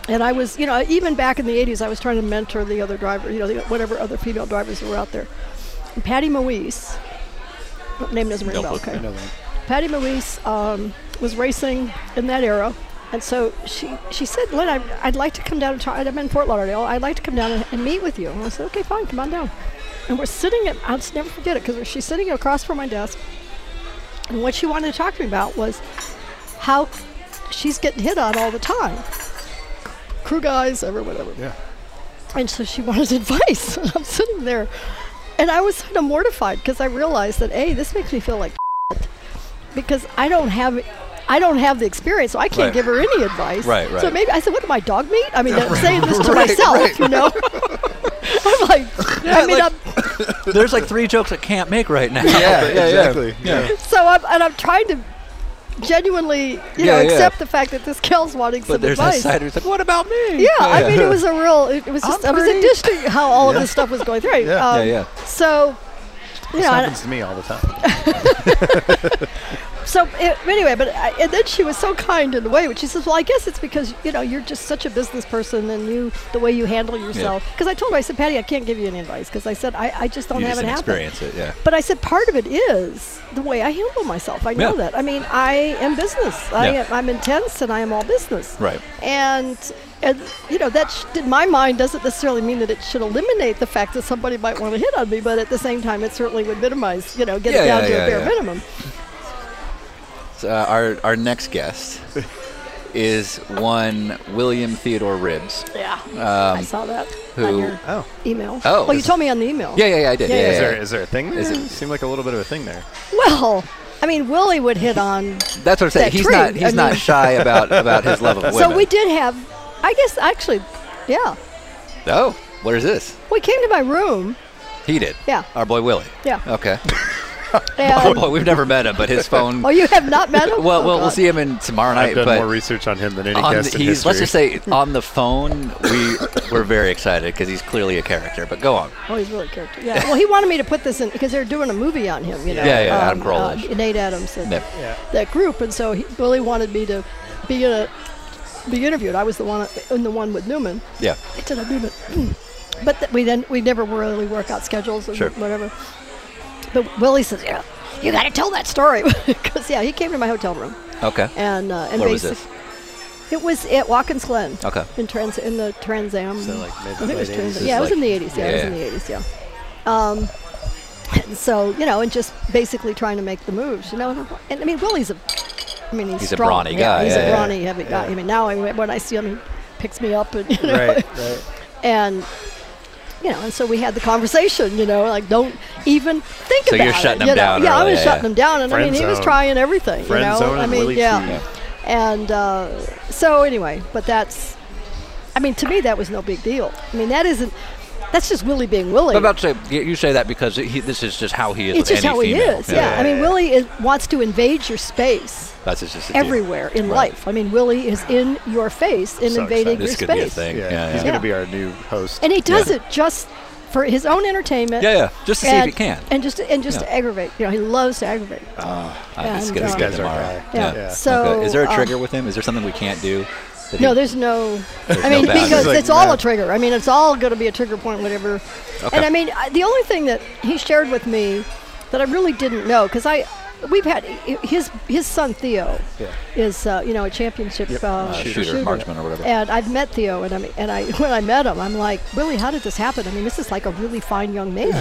Speaker 3: And I was, you know, even back in the 80s, I was trying to mentor the other driver, you know, the, whatever other female drivers were out there. Patty Moise, name doesn't ring a bell, okay. Patty Moise um, was racing in that era. And so she, she said, Lynn, I'd, I'd like to come down and talk. I'm in Fort Lauderdale. I'd like to come down and, and meet with you. And I said, okay, fine, come on down. And we're sitting at, I'll just never forget it, because she's sitting across from my desk. And what she wanted to talk to me about was how she's getting hit on all the time. Crew guys, ever whatever.
Speaker 4: Yeah.
Speaker 3: And so she wanted advice. And I'm sitting there. And I was kind of mortified because I realized that, A, this makes me feel like because I don't have I don't have the experience, so I can't
Speaker 1: Right.
Speaker 3: give her any advice.
Speaker 1: Right, right.
Speaker 3: So maybe I said, "What am I, dog meat?" I mean, I'm saying this to myself, you know. I'm like, I mean,
Speaker 9: like-
Speaker 3: I'm,
Speaker 9: There's like three jokes I can't make right now.
Speaker 1: yeah,
Speaker 2: exactly.
Speaker 1: Yeah.
Speaker 3: so I'm and I'm trying to genuinely, you know,
Speaker 1: Yeah, yeah.
Speaker 3: accept the fact that this gal's wanting
Speaker 9: But
Speaker 3: some
Speaker 9: there's that
Speaker 3: advice.
Speaker 9: side who's like, what about me?
Speaker 3: yeah, I mean, it was a real. It, it was just. I was interesting how all of this stuff was going through.
Speaker 10: Yeah.
Speaker 3: Um,
Speaker 1: Yeah, yeah.
Speaker 3: So,
Speaker 10: This
Speaker 3: you know, and-
Speaker 10: happens to me all the time.
Speaker 3: So it, anyway, but I, and then she was so kind in a way, which she says, "Well, I guess it's because you know you're just such a business person, and you the way you handle yourself." Because I told her, I said, "Patty, I can't give you any advice because I said I, I just don't
Speaker 1: You
Speaker 3: have
Speaker 1: just
Speaker 3: it
Speaker 1: didn't
Speaker 3: happen."
Speaker 1: experience it, yeah.
Speaker 3: But I said part of it is the way I handle myself. I know
Speaker 1: Yeah.
Speaker 3: that. I mean, I am business. I
Speaker 1: Yeah.
Speaker 3: am, I'm intense, and I am all business.
Speaker 1: Right.
Speaker 3: And and you know that sh- in my mind doesn't necessarily mean that it should eliminate the fact that somebody might want to hit on me, but at the same time, it certainly would minimize. You know, get
Speaker 1: Yeah,
Speaker 3: it down
Speaker 1: yeah,
Speaker 3: to
Speaker 1: yeah,
Speaker 3: a bare
Speaker 1: yeah.
Speaker 3: minimum.
Speaker 1: So, uh, our our next guest is one William Theodore Ribs.
Speaker 3: Yeah. I saw that on
Speaker 1: who-
Speaker 3: your
Speaker 2: Oh.
Speaker 3: email.
Speaker 1: Oh.
Speaker 3: Well, you told me on the email.
Speaker 1: Yeah, yeah, yeah, I did.
Speaker 3: Yeah,
Speaker 1: Yeah,
Speaker 3: yeah,
Speaker 1: yeah,
Speaker 2: Is
Speaker 1: yeah.
Speaker 2: there, is there a thing there? It seemed like a little bit of a thing there.
Speaker 3: Well, I mean, Willie would hit on.
Speaker 1: That's what I'm saying.
Speaker 3: that
Speaker 1: He's
Speaker 3: tree,
Speaker 1: not
Speaker 3: I
Speaker 1: he's not
Speaker 3: mean-
Speaker 1: shy about about his love of women.
Speaker 3: So we did have, I guess, actually, yeah.
Speaker 1: Oh, what is this?
Speaker 3: We came to my room.
Speaker 1: He did.
Speaker 3: Yeah.
Speaker 1: Our boy Willie.
Speaker 3: Yeah.
Speaker 1: Okay. Our
Speaker 3: And,
Speaker 1: boy, we've never met him, but his phone.
Speaker 3: oh, you have not met him?
Speaker 1: well,
Speaker 3: Oh,
Speaker 1: well, we'll
Speaker 3: God.
Speaker 1: see him in tomorrow night.
Speaker 2: I've done
Speaker 1: but
Speaker 2: more research on him than any
Speaker 1: on
Speaker 2: guest
Speaker 1: the,
Speaker 2: in
Speaker 1: he's,
Speaker 2: history.
Speaker 1: let's just say
Speaker 3: Hmm.
Speaker 1: on the phone, we we're very excited because he's clearly a character. But go on.
Speaker 3: Oh, he's really a character. Yeah. well, he wanted me to put this in because they're doing a movie on him. You know.
Speaker 1: Yeah, yeah, Adam Carolla.
Speaker 3: Uh, Nate Adams. And
Speaker 1: Yep.
Speaker 3: That group, and so he, Willie wanted me to be in a, be interviewed. I was the one in the one with Newman.
Speaker 1: Yeah.
Speaker 3: It's an agreement. hmm." But th- we then we never really work out schedules or
Speaker 1: Sure.
Speaker 3: whatever. But Willie says, "Yeah, you got to tell that story," because yeah, he came to my hotel room
Speaker 1: Okay.
Speaker 3: and uh, and
Speaker 1: Where was
Speaker 3: basic-
Speaker 1: this?
Speaker 3: It was at Watkins Glen.
Speaker 1: Okay.
Speaker 3: In Trans in the Trans Am.
Speaker 2: So, like, mid-
Speaker 3: I think it was
Speaker 2: late
Speaker 3: Trans
Speaker 2: 80s.
Speaker 3: Yeah, it was
Speaker 1: Like-
Speaker 3: in the 80s. Yeah, it was
Speaker 1: yeah.
Speaker 3: in the 80s. Yeah. Um, and so you know, and just basically trying to make the moves. You know, and, I'm- and I mean, Willie's a, I mean, he's,
Speaker 1: He's a
Speaker 3: strong.
Speaker 1: brawny
Speaker 3: yeah,
Speaker 1: guy,
Speaker 3: He's
Speaker 1: yeah,
Speaker 3: a
Speaker 1: yeah.
Speaker 3: brawny, heavy guy. I mean, now I, when I see him, he picks me up and you know,
Speaker 2: right.
Speaker 3: and you know, and so we had the conversation. You know, like don't even think
Speaker 1: So
Speaker 3: about
Speaker 1: you're
Speaker 3: it.
Speaker 1: shutting him
Speaker 3: you know?
Speaker 1: down
Speaker 3: Yeah, I
Speaker 1: early,
Speaker 3: was
Speaker 1: yeah,
Speaker 3: shutting
Speaker 1: yeah.
Speaker 3: him down, and I
Speaker 2: Friend
Speaker 3: mean, he was
Speaker 2: zone.
Speaker 3: trying everything.
Speaker 2: Friend
Speaker 3: you know,
Speaker 2: zone
Speaker 3: I
Speaker 2: and
Speaker 3: mean,
Speaker 2: Willie
Speaker 3: yeah.
Speaker 2: T. Yeah.
Speaker 3: And uh, so anyway, but that's, I mean, to me that was no big deal. I mean, that isn't. That's just Willie being Willie.
Speaker 1: I'm about to say you say that because he, this is just how he is.
Speaker 3: it's
Speaker 1: with
Speaker 3: just
Speaker 1: any
Speaker 3: how he
Speaker 1: female.
Speaker 3: is. Yeah. I mean, Willie is, wants to invade your space
Speaker 1: That's just his deal.
Speaker 3: everywhere in
Speaker 1: Right.
Speaker 3: life. I mean, Willie is in your face in
Speaker 2: So excited.
Speaker 3: invading your
Speaker 1: This could
Speaker 3: space.
Speaker 1: be a thing.
Speaker 2: Yeah,
Speaker 1: Yeah. Yeah.
Speaker 2: he's
Speaker 1: yeah.
Speaker 2: going to be our new host.
Speaker 3: And he does it just for his own entertainment.
Speaker 1: yeah, Just to see if he can.
Speaker 3: And just and just
Speaker 1: Yeah.
Speaker 3: to aggravate. You know, he loves to aggravate.
Speaker 1: I just
Speaker 3: and,
Speaker 1: gonna
Speaker 3: uh,
Speaker 1: see
Speaker 3: This
Speaker 2: guy's our
Speaker 1: tomorrow.
Speaker 2: guy.
Speaker 3: yeah.
Speaker 2: Yeah.
Speaker 3: So
Speaker 1: okay. Is there a
Speaker 3: um,
Speaker 1: trigger with him? Is there something we can't do? that
Speaker 3: no,
Speaker 1: he-
Speaker 3: there's no. I
Speaker 1: no
Speaker 3: mean,
Speaker 1: boundaries.
Speaker 3: because
Speaker 2: Like,
Speaker 3: it's all
Speaker 2: no.
Speaker 3: a trigger. I mean, it's all going to be a trigger point, whatever. And I mean, I, the only thing that he shared with me that I really didn't know, because I, we've had his his son Theo is uh, you know a championship uh,
Speaker 1: shooter, marksman or whatever.
Speaker 3: And I've met Theo, and I mean, and I when I met him, I'm like, Willie, how did this happen? I mean, this is like a really fine young man.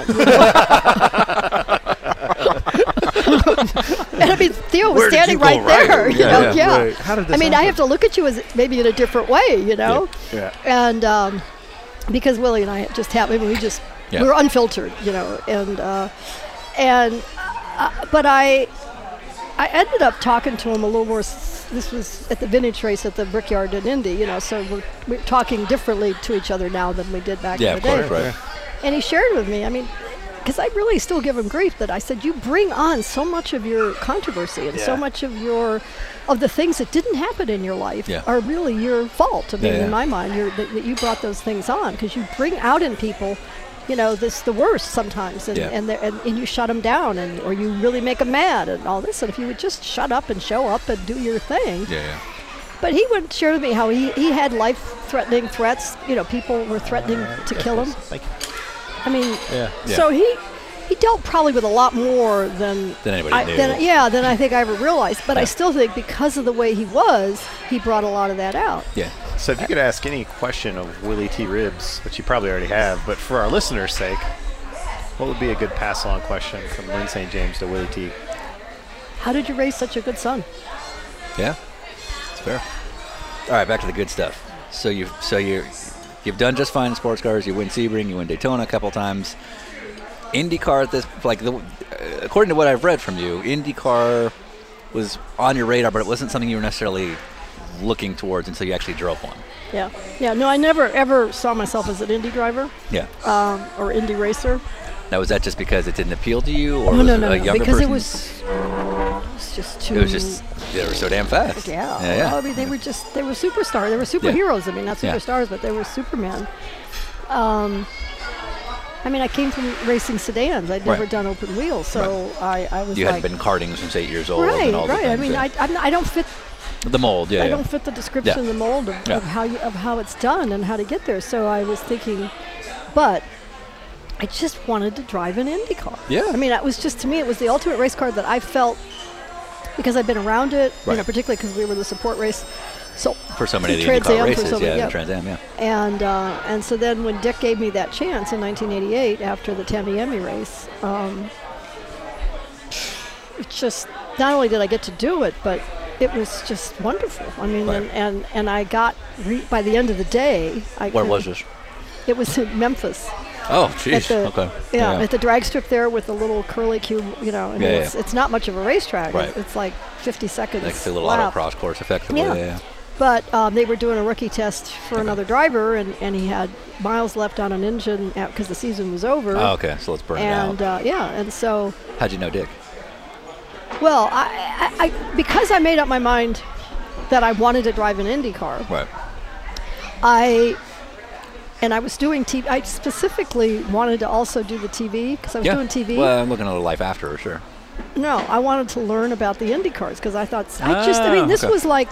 Speaker 3: and I mean, Theo was standing right there. You know, yeah.
Speaker 2: How did
Speaker 3: I mean, I have to look at you as maybe in a different way, you know?
Speaker 2: Yeah.
Speaker 3: And um, because Willie and I just have, I mean, we just,
Speaker 1: Yeah.
Speaker 3: we're unfiltered, you know? And, uh, and, uh, but I, I ended up talking to him a little more. s- This was at the vintage race at the Brickyard in Indy, you know, so we're, we're talking differently to each other now than we did back
Speaker 1: yeah,
Speaker 3: in
Speaker 1: of
Speaker 3: the day.
Speaker 1: course, right.
Speaker 3: And he shared with me, I mean, because I really still give him grief that I said you bring on so much of your controversy and so
Speaker 10: Yeah.
Speaker 3: much of your of the things that didn't happen in your life
Speaker 1: Yeah.
Speaker 3: are really your fault. I mean,
Speaker 1: Yeah, yeah.
Speaker 3: in my mind, you're, that, that you brought those things on because you bring out in people. You know, this the worst sometimes, and
Speaker 1: Yeah.
Speaker 3: and, they're- and and you shut them down, and or you really make them mad, and all this. And if you would just shut up and show up and do your thing,
Speaker 1: Yeah, yeah.
Speaker 3: but he would share with me how he, he had life threatening threats. You know, people were threatening to kill him.
Speaker 10: Like,
Speaker 3: I mean,
Speaker 10: yeah.
Speaker 1: Yeah.
Speaker 3: so he he dealt probably with a lot more than
Speaker 1: Than anybody
Speaker 3: I,
Speaker 1: knew.
Speaker 3: Than, yeah, than I think I ever realized. But I
Speaker 1: Yeah.
Speaker 3: still think because of the way he was, he brought a lot of that out.
Speaker 1: Yeah.
Speaker 2: So if you could ask any question of Willie T. Ribs, which you probably already have, but for our listeners' sake, what would be a good pass along question from Lynn St. James to Willie T?
Speaker 3: How did you raise such a good son?
Speaker 1: Yeah, it's fair. All right, back to the good stuff. So you, so you, you've done just fine in sports cars. You win Sebring, you win Daytona a couple times. IndyCar at this, like, the, according to what I've read from you, IndyCar was on your radar, but it wasn't something you were necessarily looking towards until you actually drove one.
Speaker 3: Yeah, yeah. No, I never ever saw myself as an indie driver
Speaker 1: Yeah.
Speaker 3: um, or indie racer.
Speaker 1: now was that just because it didn't appeal to you, or
Speaker 3: Oh,
Speaker 1: was
Speaker 3: no,
Speaker 1: it
Speaker 3: no,
Speaker 1: a
Speaker 3: no,
Speaker 1: younger
Speaker 3: because it
Speaker 1: person?
Speaker 3: was it was just too.
Speaker 1: It was just they were so damn fast.
Speaker 3: Yeah.
Speaker 1: Yeah. yeah.
Speaker 3: I mean, they were just they were superstars. They were superheroes. I mean, not
Speaker 1: Yeah.
Speaker 3: superstars, but they were Superman. Um, I mean, I came from racing sedans. I'd never
Speaker 1: Right.
Speaker 3: done open wheels, so I, I was
Speaker 1: you
Speaker 3: like,
Speaker 1: hadn't been karting since eight years old.
Speaker 3: right,
Speaker 1: and all the
Speaker 3: right. I
Speaker 1: things,
Speaker 3: mean,
Speaker 1: yeah.
Speaker 3: I, I'm, not- I don't fit
Speaker 1: the mold. Yeah.
Speaker 3: I
Speaker 1: yeah.
Speaker 3: don't fit the description, of the mold of,
Speaker 1: Yeah.
Speaker 3: of how you, of how it's done and how to get there. So I was thinking, but I just wanted to drive an Indy car.
Speaker 1: Yeah.
Speaker 3: I mean, that was just to me, it was the ultimate race car that I felt because I've been around it, you know,
Speaker 1: Right.
Speaker 3: particularly because we were the support race. So
Speaker 1: for so many of the
Speaker 3: Trans Am
Speaker 1: IndyCar
Speaker 3: for
Speaker 1: races.
Speaker 3: so many-
Speaker 1: yeah,
Speaker 3: yeah.
Speaker 1: Trans Am, yeah.
Speaker 3: and uh, and so then when Dick gave me that chance in 1988 after the Tamiami race, um, it's just not only did I get to do it, but it was just wonderful. I mean,
Speaker 1: Right.
Speaker 3: and, and and I got re- by the end of the day. I
Speaker 1: Where
Speaker 3: could-
Speaker 1: was this?
Speaker 3: It was in Memphis.
Speaker 1: Oh,
Speaker 3: At
Speaker 1: jeez.
Speaker 3: the,
Speaker 1: Okay.
Speaker 3: Yeah, at the drag strip there with the little curly cube. You know, I mean,
Speaker 1: Yeah, yeah.
Speaker 3: it's, it's not much of a racetrack.
Speaker 1: Right.
Speaker 3: It's, it's like 50 seconds.
Speaker 1: like the little
Speaker 3: lap.
Speaker 1: autocross course, effectively.
Speaker 3: Yeah.
Speaker 1: Yeah. yeah.
Speaker 3: But um, they were doing a rookie test for another driver, and, and he had miles left on an engine because the season was over.
Speaker 1: Oh, okay. So let's burn
Speaker 3: And
Speaker 1: it out.
Speaker 3: uh, yeah, and so,
Speaker 1: How'd you know Dick?
Speaker 3: well, I, I, I, because I made up my mind that I wanted to drive an Indy car,
Speaker 1: Right.
Speaker 3: I, and I was doing TV, I specifically wanted to also do the TV because I was
Speaker 1: yeah.
Speaker 3: doing TV.
Speaker 1: Well, I'm looking at a life after, sure.
Speaker 3: No, I wanted to learn about the Indy cars because I thought I just. I mean,
Speaker 1: Ah,
Speaker 3: this
Speaker 1: okay.
Speaker 3: was like,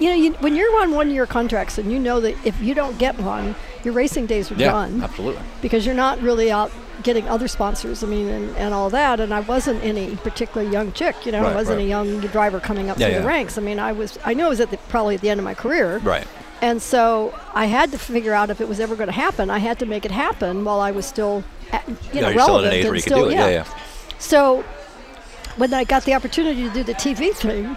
Speaker 3: you know, you, when you're on one-year contracts and you know that if you don't get one, your racing days are
Speaker 1: Yeah.
Speaker 3: done
Speaker 1: Absolutely.
Speaker 3: because you're not really out getting other sponsors. I mean, and, and all that. And I wasn't any particular young chick. You know, I
Speaker 1: Right,
Speaker 3: wasn't a
Speaker 1: right.
Speaker 3: young driver coming up
Speaker 1: Yeah,
Speaker 3: through the
Speaker 1: yeah.
Speaker 3: ranks. I mean, I was. I knew I was at the, probably at the end of my career.
Speaker 1: Right.
Speaker 3: And so I had to figure out if it was ever going to happen. I had to make it happen while I was still, at, you know,
Speaker 1: you're
Speaker 3: relevant
Speaker 1: still at an age
Speaker 3: and
Speaker 1: where you
Speaker 3: still,
Speaker 1: can do it. Yeah, yeah.
Speaker 3: so when I got the opportunity to do the TV thing,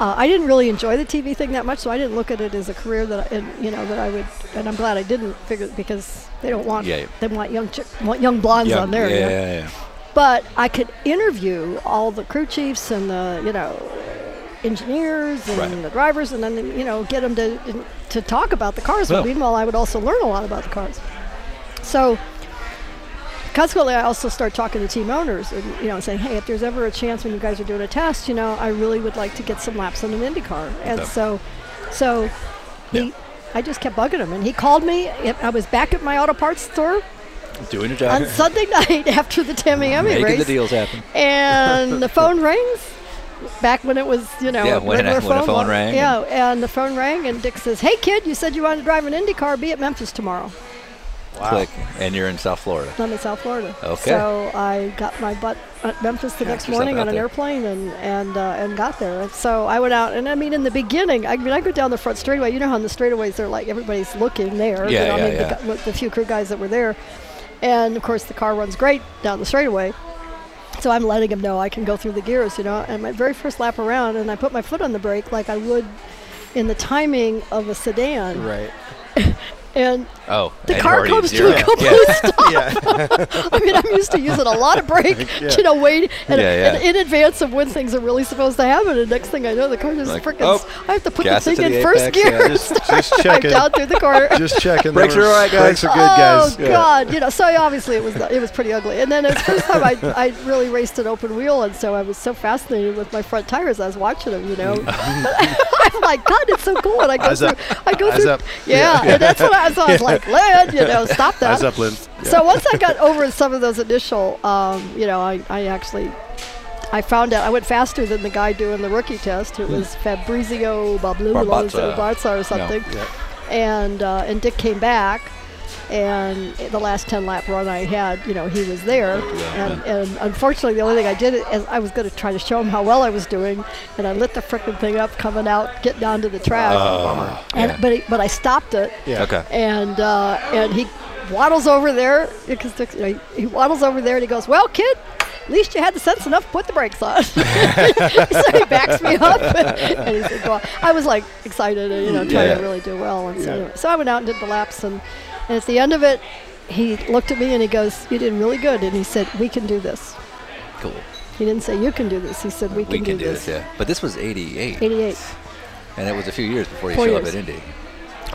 Speaker 3: uh, I didn't really enjoy the TV thing that much, so I didn't look at it as a career that I, and, you know that I would. And I'm glad I didn't figure because they don't want
Speaker 1: Yeah.
Speaker 3: they want young chick, want young blondes
Speaker 1: yeah.
Speaker 3: on there. you
Speaker 1: yeah,
Speaker 3: know?
Speaker 1: yeah, yeah.
Speaker 3: But I could interview all the crew chiefs and the you know engineers and
Speaker 1: Right.
Speaker 3: the drivers, and then you know get them to to talk about the cars. But
Speaker 1: Well.
Speaker 3: meanwhile, I would also learn a lot about the cars. So consequently, I also start talking to team owners and you know saying, hey, if there's ever a chance when you guys are doing a test, you know, I really would like to get some laps on an IndyCar. And
Speaker 1: Okay.
Speaker 3: so, so
Speaker 1: Yeah.
Speaker 3: he, I just kept bugging him, and he called me. I was back at my auto parts store
Speaker 1: Doing your
Speaker 3: on
Speaker 1: job.
Speaker 3: Sunday night after the Tamiami
Speaker 1: Making
Speaker 3: race
Speaker 1: the deals happen.
Speaker 3: and the phone rings. Back when it was, you know,
Speaker 1: Yeah,
Speaker 3: a
Speaker 1: when it-
Speaker 3: regular
Speaker 1: when a phone
Speaker 3: line.
Speaker 1: rang
Speaker 3: Yeah, and the phone rang, and Dick says, "Hey, kid, you said you wanted to drive an Indy car. Be at Memphis tomorrow.
Speaker 1: Wow. Click, and you're in South Florida.
Speaker 3: I'm in South Florida."
Speaker 1: Okay.
Speaker 3: So I got my butt at Memphis the next
Speaker 1: yourself
Speaker 3: morning
Speaker 1: out
Speaker 3: on an
Speaker 1: there.
Speaker 3: airplane, and and uh, and got there. So I went out, and I mean, in the beginning, I mean, I go down the front straightaway. You know how in the straightaways they're like everybody's looking there.
Speaker 1: Yeah,
Speaker 3: you know, I
Speaker 1: yeah,
Speaker 3: mean, the
Speaker 1: yeah.
Speaker 3: gu- with the few crew guys that were there, and of course the car runs great down the straightaway. So I'm letting him know I can go through the gears, you know. And my very first lap around, and I put my foot on the brake like I would in the timing of a sedan.
Speaker 10: Right.
Speaker 3: and
Speaker 1: Oh,
Speaker 3: the
Speaker 1: and
Speaker 3: car
Speaker 1: already
Speaker 3: comes
Speaker 1: zero.
Speaker 3: to a complete
Speaker 1: Yeah.
Speaker 3: stop. I mean, I'm used to using a lot of brake, you know, wait and,
Speaker 1: Yeah, yeah.
Speaker 3: and in advance of when things are really supposed to happen. And next thing I know, the car just
Speaker 1: Like,
Speaker 3: freaking.
Speaker 1: oh,
Speaker 3: s- I have to put the
Speaker 1: gas it
Speaker 3: thing
Speaker 1: to
Speaker 3: in
Speaker 1: the
Speaker 3: first
Speaker 1: apex,
Speaker 3: gear.
Speaker 1: yeah.
Speaker 3: and
Speaker 11: Just, just
Speaker 3: drive
Speaker 11: checking.
Speaker 3: down through the corner.
Speaker 11: Just checking.
Speaker 1: Brakes
Speaker 11: There
Speaker 1: are
Speaker 11: was-
Speaker 1: all right, guys.
Speaker 11: Brakes are good,
Speaker 3: oh
Speaker 11: guys. Yeah.
Speaker 3: God! You know, so obviously it was not, it was pretty ugly. And then it's the first time I I really raced an open wheel, and so I was so fascinated with my front tires. I was watching them, you know. I'm like, God, it's so cool. And I go
Speaker 11: Eyes
Speaker 3: through,
Speaker 11: up.
Speaker 3: I go
Speaker 11: Eyes
Speaker 3: through,
Speaker 11: up.
Speaker 3: Yeah, And that's what I, so I was like, Lynn, you know, stop that.
Speaker 11: Eyes up, Lynn.
Speaker 3: So once I got over some of those initial, um, you know, I, I actually, I found out I went faster than the guy doing the rookie test. It was Fabrizio Bablulo
Speaker 1: Barbaza.
Speaker 3: Barza or something, and uh, and Dick came back, and the last ten lap run I had, you know, he was there, and, and unfortunately the only thing I did is I was going to try to show him how well I was doing, and I lit the frickin' thing up coming out, getting onto the track, and
Speaker 1: yeah.
Speaker 3: but he, but I stopped it
Speaker 1: Okay.
Speaker 3: and uh, and he waddles over there because you know, he, he waddles over there and he goes, "Well, kid." At least you had the sense enough to put the brakes on. so he backs me up, and he's like, "Go on." I was like excited, and, you know, trying
Speaker 1: Yeah.
Speaker 3: to really do well. And so, anyway, so I went out and did the laps, and, and at the end of it, he looked at me and he goes, "You did really good," and he said, "We can do this."
Speaker 1: Cool.
Speaker 3: He didn't say you can do this. He said we can,
Speaker 1: We can do this, yeah. But this was 88.
Speaker 3: 88.
Speaker 1: And it was a few years before you
Speaker 3: Four
Speaker 1: showed up at
Speaker 3: years.
Speaker 1: Indy.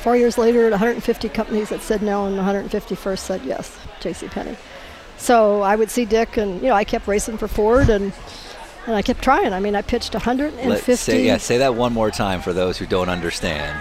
Speaker 3: Four years later, at 150 companies that said no, and 151st said yes, J.C. Penney. So I would see Dick, and you know, I kept racing for Ford, and and I kept trying. I mean, I pitched 150.
Speaker 1: Let's say, yeah, say that one more time for those who don't understand.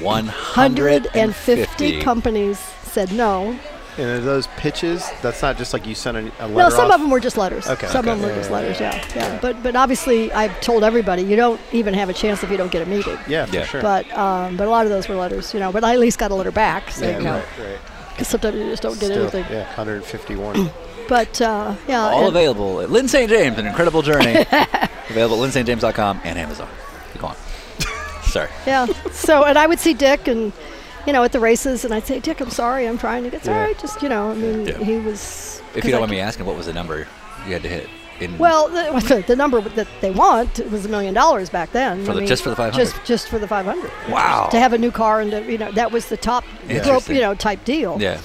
Speaker 1: 150,
Speaker 3: 150 companies said no.
Speaker 11: And are those pitches? That's not just like you sent a, a letter
Speaker 3: No, some
Speaker 11: off?
Speaker 3: of them were just letters.
Speaker 11: Okay.
Speaker 3: Some of
Speaker 11: Okay.
Speaker 3: them were just letters. Yeah, yeah. But but obviously, I've told everybody you don't even have a chance if you don't get a meeting.
Speaker 11: Yeah, for
Speaker 1: Yeah.
Speaker 11: sure.
Speaker 3: But um, but a lot of those were letters, you know. But I at least got a letter back, so
Speaker 11: yeah,
Speaker 3: you know,
Speaker 11: right, right.
Speaker 3: 'cause sometimes you just don't get
Speaker 11: Still,
Speaker 3: anything.
Speaker 11: yeah, 151.
Speaker 3: But uh, yeah,
Speaker 1: All
Speaker 3: and-
Speaker 1: available at Lynn St. James, an incredible journey. available at lynnstjames.com and Amazon. Go on. Sorry.
Speaker 3: Yeah. So, and I would see Dick and, you know, at the races, and I'd say, Dick, I'm sorry, I'm trying to get
Speaker 11: Yeah.
Speaker 3: sorry. Just, you know, I mean,
Speaker 1: Yeah.
Speaker 3: he was.
Speaker 1: If
Speaker 3: 'cause
Speaker 1: you
Speaker 3: I
Speaker 1: don't mind
Speaker 3: c-
Speaker 1: me asking, what was the number you had to hit? In
Speaker 3: Well, the, the number that they want was a million dollars back then.
Speaker 1: For
Speaker 3: I
Speaker 1: the-
Speaker 3: mean,
Speaker 1: just for the 500?
Speaker 3: Just, just for the 500.
Speaker 1: Wow.
Speaker 3: To have a new car and to, you know that was the top, rope,
Speaker 1: Interesting.
Speaker 3: you know, type deal.
Speaker 1: yeah.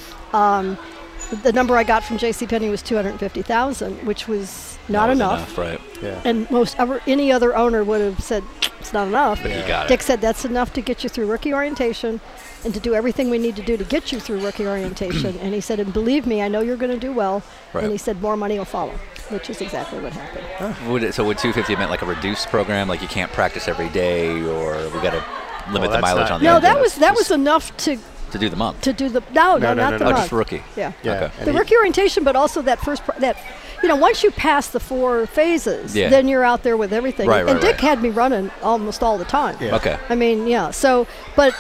Speaker 3: The number I got from J.C. Penney was 250,000, which was not
Speaker 1: that was
Speaker 3: enough.
Speaker 1: Right.
Speaker 3: And most ever, any other owner would have said, it's not enough.
Speaker 1: But you got
Speaker 3: Dick
Speaker 1: it.
Speaker 3: said that's enough to get you through rookie orientation and to do everything we need to do to get you through rookie orientation. and he said, and believe me, I know you're going to do well.
Speaker 1: Right.
Speaker 3: And he said, more money will follow, which is exactly what happened.
Speaker 1: Would it, so would 250 have meant like a reduced program, like you can't practice every day, or we got to limit the
Speaker 11: that's
Speaker 1: mileage
Speaker 11: not-
Speaker 1: on the
Speaker 3: No,
Speaker 1: engine
Speaker 3: that was that was enough to,
Speaker 1: to do the month.
Speaker 3: to do the no
Speaker 11: no,
Speaker 3: no, not
Speaker 11: no,
Speaker 3: the
Speaker 11: no,
Speaker 1: oh,
Speaker 3: month.
Speaker 1: just rookie.
Speaker 3: yeah.
Speaker 11: Yeah.
Speaker 1: Okay.
Speaker 11: and
Speaker 3: The
Speaker 11: he-
Speaker 3: rookie orientation, but also that first pr- that you know once you pass the four phases,
Speaker 1: Yeah.
Speaker 3: then you're out there with everything.
Speaker 1: Right,
Speaker 3: and
Speaker 1: right, right.
Speaker 3: Dick had me running almost all the time.
Speaker 11: Yeah.
Speaker 1: Okay.
Speaker 3: I mean, yeah. So, but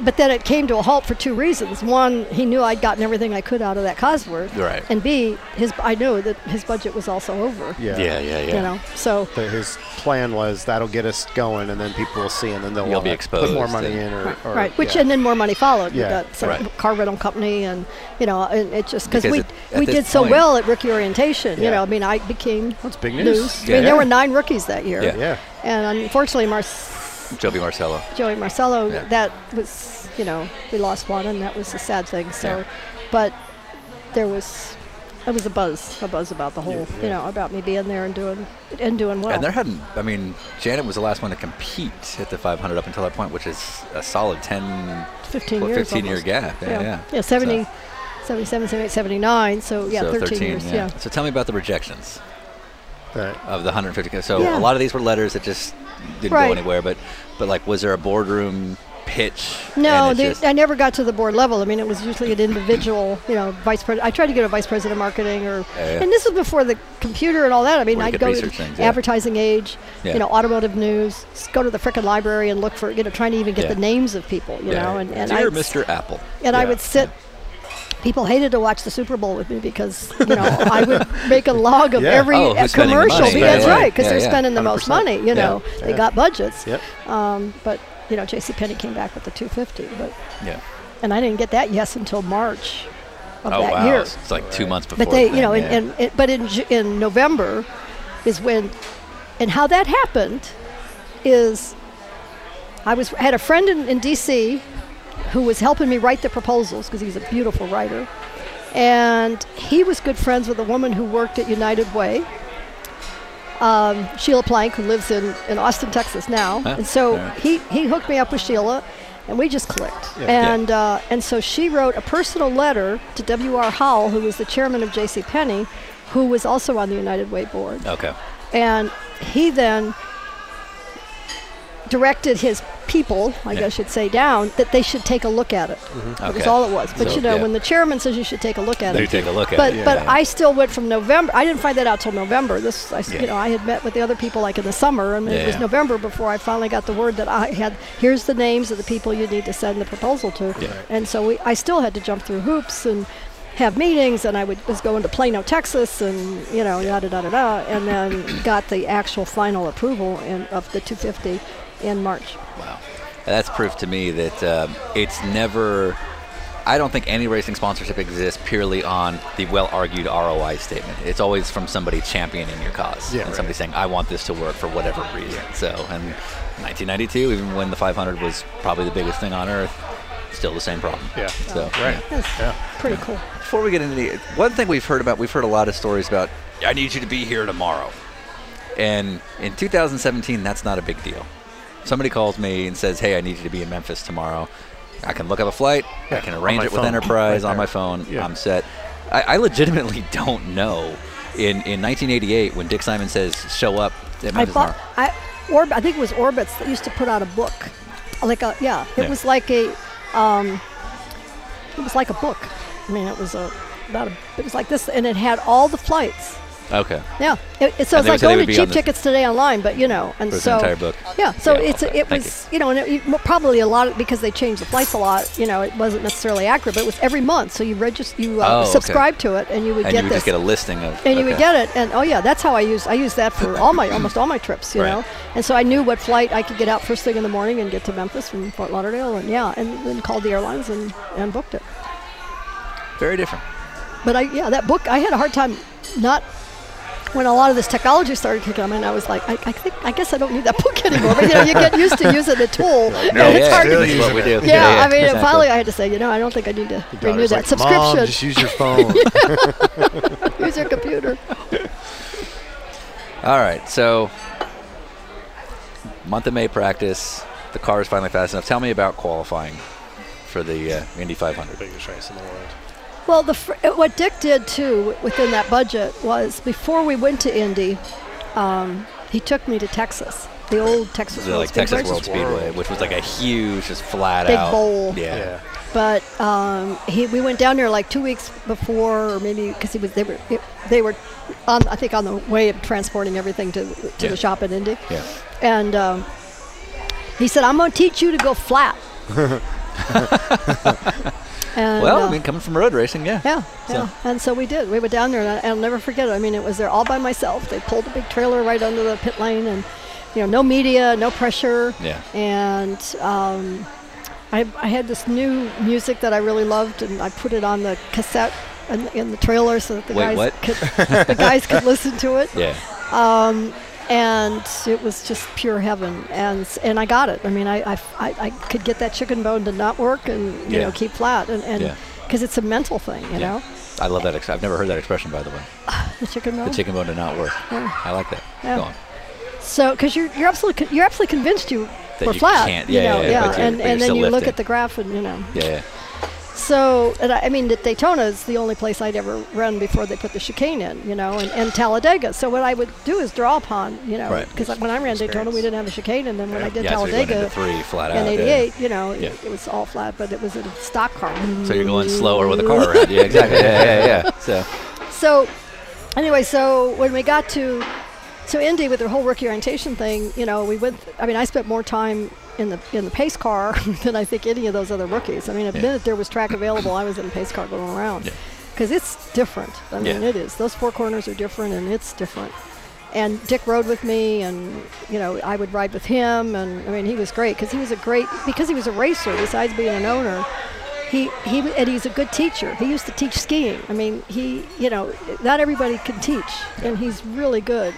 Speaker 3: but then it came to a halt for two reasons. One, he knew I'd gotten everything I could out of that Cosworth.
Speaker 1: Right.
Speaker 3: And B, his I knew that his budget was also over.
Speaker 11: Yeah.
Speaker 1: Yeah, yeah, yeah.
Speaker 3: You know, so
Speaker 11: But his plan was that'll get us going, and then people will see, and then they'll
Speaker 1: You'll
Speaker 11: want
Speaker 1: be
Speaker 11: to
Speaker 1: exposed
Speaker 11: Put more money
Speaker 1: and-
Speaker 11: in, or, or
Speaker 3: right, which
Speaker 11: yeah.
Speaker 3: and then more money followed. We
Speaker 11: Yeah.
Speaker 3: got some
Speaker 1: Right.
Speaker 3: car rental company, and you know, and it just because
Speaker 1: Because
Speaker 3: we
Speaker 1: at- at
Speaker 3: we
Speaker 1: this
Speaker 3: did so
Speaker 1: point-
Speaker 3: well at rookie orientation. You
Speaker 11: Yeah.
Speaker 3: know, I mean, I became
Speaker 11: that's big
Speaker 3: news.
Speaker 11: news.
Speaker 3: I mean,
Speaker 1: Yeah.
Speaker 3: there were nine rookies that year.
Speaker 1: Yeah.
Speaker 11: Yeah,
Speaker 3: And unfortunately, Marcel.
Speaker 1: Joby Marcello.
Speaker 3: Joey Marcello,
Speaker 1: Yeah.
Speaker 3: that was, you know, we lost one, and that was a sad thing. So,
Speaker 1: Yeah.
Speaker 3: but there was, it was a buzz, a buzz about the whole, you know, about me being there and doing and doing well.
Speaker 1: And there hadn't, I mean, Janet was the last one to compete at the 500 up until that point, which is a solid 10,
Speaker 3: 15
Speaker 1: well,
Speaker 3: years.
Speaker 1: 15 year
Speaker 3: almost.
Speaker 1: gap. Yeah, yeah.
Speaker 3: yeah.
Speaker 1: So-
Speaker 3: 70, 77, 78, 79. So yeah,
Speaker 1: so
Speaker 3: 13, years. Yeah.
Speaker 1: So tell me about the rejections
Speaker 11: Right.
Speaker 1: of the 150. So
Speaker 3: Yeah.
Speaker 1: a lot of these were letters that just didn't
Speaker 3: Right.
Speaker 1: go anywhere, but but like, was there a boardroom pitch?
Speaker 3: No,
Speaker 1: and
Speaker 3: they,
Speaker 1: it's just-
Speaker 3: I never got to the board level. I mean, it was usually an individual, you know, vice president. I tried to get a vice president of marketing, or
Speaker 1: yeah.
Speaker 3: and this was before the computer and all that. I mean,
Speaker 1: Where you
Speaker 3: I'd
Speaker 1: could
Speaker 3: go to
Speaker 1: research things, yeah.
Speaker 3: advertising age,
Speaker 1: Yeah.
Speaker 3: you know, automotive news, s- go to the frickin' library and look for, you know, trying to even get
Speaker 1: Yeah.
Speaker 3: the names of people, you
Speaker 1: yeah.
Speaker 3: know, and and
Speaker 1: Dear
Speaker 3: I'd s-
Speaker 1: Mr. Apple.
Speaker 3: and I would sit. People hated to watch the Super Bowl with me because you know I would make a log of
Speaker 11: Yeah.
Speaker 3: every
Speaker 1: Oh,
Speaker 3: uh,
Speaker 1: who's spending the
Speaker 3: commercial.
Speaker 1: money?
Speaker 3: That's
Speaker 1: Yeah, yeah.
Speaker 3: right, because
Speaker 1: Yeah,
Speaker 3: they're
Speaker 1: yeah.
Speaker 3: spending the most
Speaker 11: 100%.
Speaker 3: money. You
Speaker 11: Yeah.
Speaker 3: know, they
Speaker 11: Yeah.
Speaker 3: got budgets.
Speaker 11: Yep.
Speaker 3: Um, but you know, J.C. Penney came back with the 250, but
Speaker 1: Yeah.
Speaker 3: and I didn't get that yes until March of
Speaker 1: Oh,
Speaker 3: that
Speaker 1: wow.
Speaker 3: year.
Speaker 1: It's like two months before.
Speaker 3: But they, you know,
Speaker 1: then,
Speaker 3: in,
Speaker 1: yeah.
Speaker 3: in, in, but in Ju- in November is when, and how that happened is, I was had a friend in, in D.C. who was helping me write the proposals because he's a beautiful writer. And he was good friends with a woman who worked at United Way, um, Sheila Plank, who lives in, in Austin, Texas now.
Speaker 1: Huh,
Speaker 3: And so
Speaker 1: alright.
Speaker 3: he, he hooked me up with Sheila, and we just clicked.
Speaker 1: Yeah.
Speaker 3: and uh, and so she wrote a personal letter to W.R. Howell, who was the chairman of J.C. Penney, who was also on the United Way board.
Speaker 1: Okay.
Speaker 3: And he then directed his people,
Speaker 1: Yeah.
Speaker 3: I
Speaker 1: Mm-hmm.
Speaker 3: guess you'd say, down that they should take a look at it. That was
Speaker 1: Okay.
Speaker 3: all it was. But
Speaker 1: So,
Speaker 3: you know,
Speaker 1: yeah.
Speaker 3: when the chairman says you should take a look at
Speaker 1: They
Speaker 3: it,
Speaker 1: take a look at
Speaker 3: but
Speaker 1: it.
Speaker 3: but I still went from November. I didn't find that out till November. This I, s-
Speaker 1: Yeah.
Speaker 3: you know I had met with the other people like in the summer, and
Speaker 1: Yeah,
Speaker 3: it was
Speaker 1: yeah.
Speaker 3: November before I finally got the word that I had. Here's the names of the people you need to send the proposal to,
Speaker 1: Yeah.
Speaker 3: and so we, I still had to jump through hoops and have meetings, and I would was going to Plano, Texas, and you know yada da da da, and then got the actual final approval in, of the 250 in March.
Speaker 1: Wow. That's proof to me that um, it's never. I don't think any racing sponsorship exists purely on the well-argued ROI statement. It's always from somebody championing your cause
Speaker 2: Yeah,
Speaker 1: and
Speaker 2: right.
Speaker 1: somebody saying, "I want this to work for whatever reason." So, and 1992, even when the 500 was probably the biggest thing on earth, still the same problem.
Speaker 2: Yeah.
Speaker 1: So,
Speaker 2: Right.
Speaker 3: That's pretty cool.
Speaker 9: Before we get into the
Speaker 1: one thing we've heard about, we've heard a lot of stories about, I need you to be here tomorrow. And in 2017, that's not a big deal. Somebody calls me and says, hey, I need you to be in Memphis tomorrow. I can look up a flight, I can arrange
Speaker 2: my
Speaker 1: it with
Speaker 2: phone,
Speaker 1: Enterprise
Speaker 2: right
Speaker 1: on my
Speaker 2: there.
Speaker 1: phone,
Speaker 2: Yeah.
Speaker 1: I'm set. I, I legitimately don't know. In, in 1988, when Dick Simon says, show up at
Speaker 3: I
Speaker 1: Memphis
Speaker 3: bought
Speaker 1: tomorrow.
Speaker 3: I Orb I think it was Orbitz that used to put out a book. Like a yeah, it
Speaker 1: Yeah.
Speaker 3: was like a um, it was like a book. I mean, it was a about a, it was like this, and it had all the flights.
Speaker 1: Okay.
Speaker 3: Yeah, it, it, so
Speaker 1: And
Speaker 3: it's
Speaker 1: they said they
Speaker 3: like going
Speaker 1: would
Speaker 3: to
Speaker 1: be
Speaker 3: cheap
Speaker 1: on the-
Speaker 3: tickets today online, but you know, and
Speaker 1: For the
Speaker 3: so
Speaker 1: entire book.
Speaker 3: yeah, so
Speaker 1: Yeah,
Speaker 3: it's
Speaker 1: okay.
Speaker 3: it
Speaker 1: Thank
Speaker 3: was you. know, and it, you- probably a lot of, because they changed the flights a lot. You know, it wasn't necessarily accurate, but it was every month. So you register, you
Speaker 1: Oh,
Speaker 3: uh,
Speaker 1: okay.
Speaker 3: subscribe to it, and you would
Speaker 1: And
Speaker 3: get
Speaker 1: you would
Speaker 3: this
Speaker 1: just get a listing of.
Speaker 3: and you would
Speaker 1: okay.
Speaker 3: get it and oh yeah that's how i use i use that for all my almost all my trips you
Speaker 1: Right.
Speaker 3: know and so i knew what flight i could get out first thing in the morning and get to memphis from fort lauderdale and yeah and then called the airlines and, and booked it
Speaker 1: Very different.
Speaker 3: but i yeah that book i had a hard time not when a lot of this technology started to come in, I was like, I, I think, I guess I don't need that book anymore. But you know, you get used to using the tool.
Speaker 1: Yeah,
Speaker 3: and it's
Speaker 1: yeah,
Speaker 3: hard to,
Speaker 1: that's what we do.
Speaker 3: yeah, I mean,
Speaker 1: exactly.
Speaker 3: finally I had to say, you know, I don't think I need to renew
Speaker 2: Daughter's
Speaker 3: that
Speaker 2: like,
Speaker 3: subscription.
Speaker 2: Mom, just use your phone.
Speaker 3: Use your computer.
Speaker 1: All right, so month of May practice, the car is finally fast enough. Tell me about qualifying for the uh, Indy 500.
Speaker 11: biggest race in the world.
Speaker 3: Well, the fr- uh, what Dick did too w- within that budget was before we went to Indy, um, he took me to Texas, the old Texas
Speaker 1: The,
Speaker 3: World
Speaker 1: like
Speaker 3: Speed
Speaker 1: Texas
Speaker 3: Race.
Speaker 1: World Speedway, which was like a huge, just flat
Speaker 3: Big
Speaker 1: out
Speaker 3: bowl.
Speaker 1: Yeah.
Speaker 2: yeah.
Speaker 3: But um, he, we went down there like two weeks before, or maybe because he was they were it, they were on I think on the way of transporting everything to to
Speaker 1: Yeah.
Speaker 3: the shop in Indy,
Speaker 1: yeah,
Speaker 3: and um, he said, "I'm going to teach you to go flat." And,
Speaker 1: Well,
Speaker 3: uh,
Speaker 1: I mean, coming from road racing, yeah.
Speaker 3: Yeah,
Speaker 1: So-
Speaker 3: yeah. And so we did. We were down there, and I, I'll never forget it. I mean, it was there all by myself. They pulled a big trailer right under the pit lane, and you know, no media, no pressure.
Speaker 1: Yeah.
Speaker 3: And um, I, I had this new music that I really loved, and I put it on the cassette in, in the trailer so that the
Speaker 1: Wait,
Speaker 3: guys
Speaker 1: what?
Speaker 3: could the guys could listen to it
Speaker 1: Yeah.
Speaker 3: and it was just pure heaven. And s- and I got it. I mean, I I, I, I could get that chicken bone to not work and you
Speaker 1: Yeah.
Speaker 3: know keep flat, and and
Speaker 1: Yeah.
Speaker 3: because it's a mental thing, you know,
Speaker 1: I love that. Ex- I've never heard that expression, by the way.
Speaker 3: the chicken bone.
Speaker 1: The chicken bone did not work.
Speaker 3: Oh. Yeah.
Speaker 1: I like that.
Speaker 3: Yeah.
Speaker 1: Go on.
Speaker 3: So because you're you're absolutely con- you're absolutely convinced you
Speaker 1: That
Speaker 3: were
Speaker 1: you
Speaker 3: flat,
Speaker 1: can't-
Speaker 3: you
Speaker 1: yeah,
Speaker 3: know,
Speaker 1: yeah, yeah, but you're-
Speaker 3: and
Speaker 1: but you're
Speaker 3: and then
Speaker 1: still
Speaker 3: you look
Speaker 1: lifting.
Speaker 3: at the graph and you know.
Speaker 1: Yeah, yeah.
Speaker 3: So and I, I mean, at Daytona is the only place I'd ever run before they put the chicane in, you know, and, and Talladega. So what I would do is draw upon, you know,
Speaker 1: Right.
Speaker 3: because when I ran Daytona, we didn't have a chicane, and then when I did
Speaker 1: yeah, so you're going into
Speaker 3: Talladega
Speaker 1: three flat
Speaker 3: in
Speaker 1: out. yeah.
Speaker 3: '88, you know,
Speaker 1: Yeah.
Speaker 3: it, it was all flat, but it was a stock car.
Speaker 1: So you're going slower with a car around. Yeah, exactly. Yeah, yeah, yeah. So,
Speaker 3: So, anyway, so when we got to to Indy with their whole rookie orientation thing, you know, we went. I mean, I spent more time in the in the pace car than I think any of those other rookies. I mean, the
Speaker 1: Yeah.
Speaker 3: minute there was track available, I was in the pace car going around
Speaker 1: Yeah.
Speaker 3: because it's different. I mean,
Speaker 1: Yeah.
Speaker 3: it is. Those four corners are different, and it's different. And Dick rode with me, and you know, I would ride with him, and I mean, he was great because he was a great because he was a racer besides being an owner he he and he's a good teacher. He used to teach skiing. I mean, he you know not everybody can teach, and he's really good.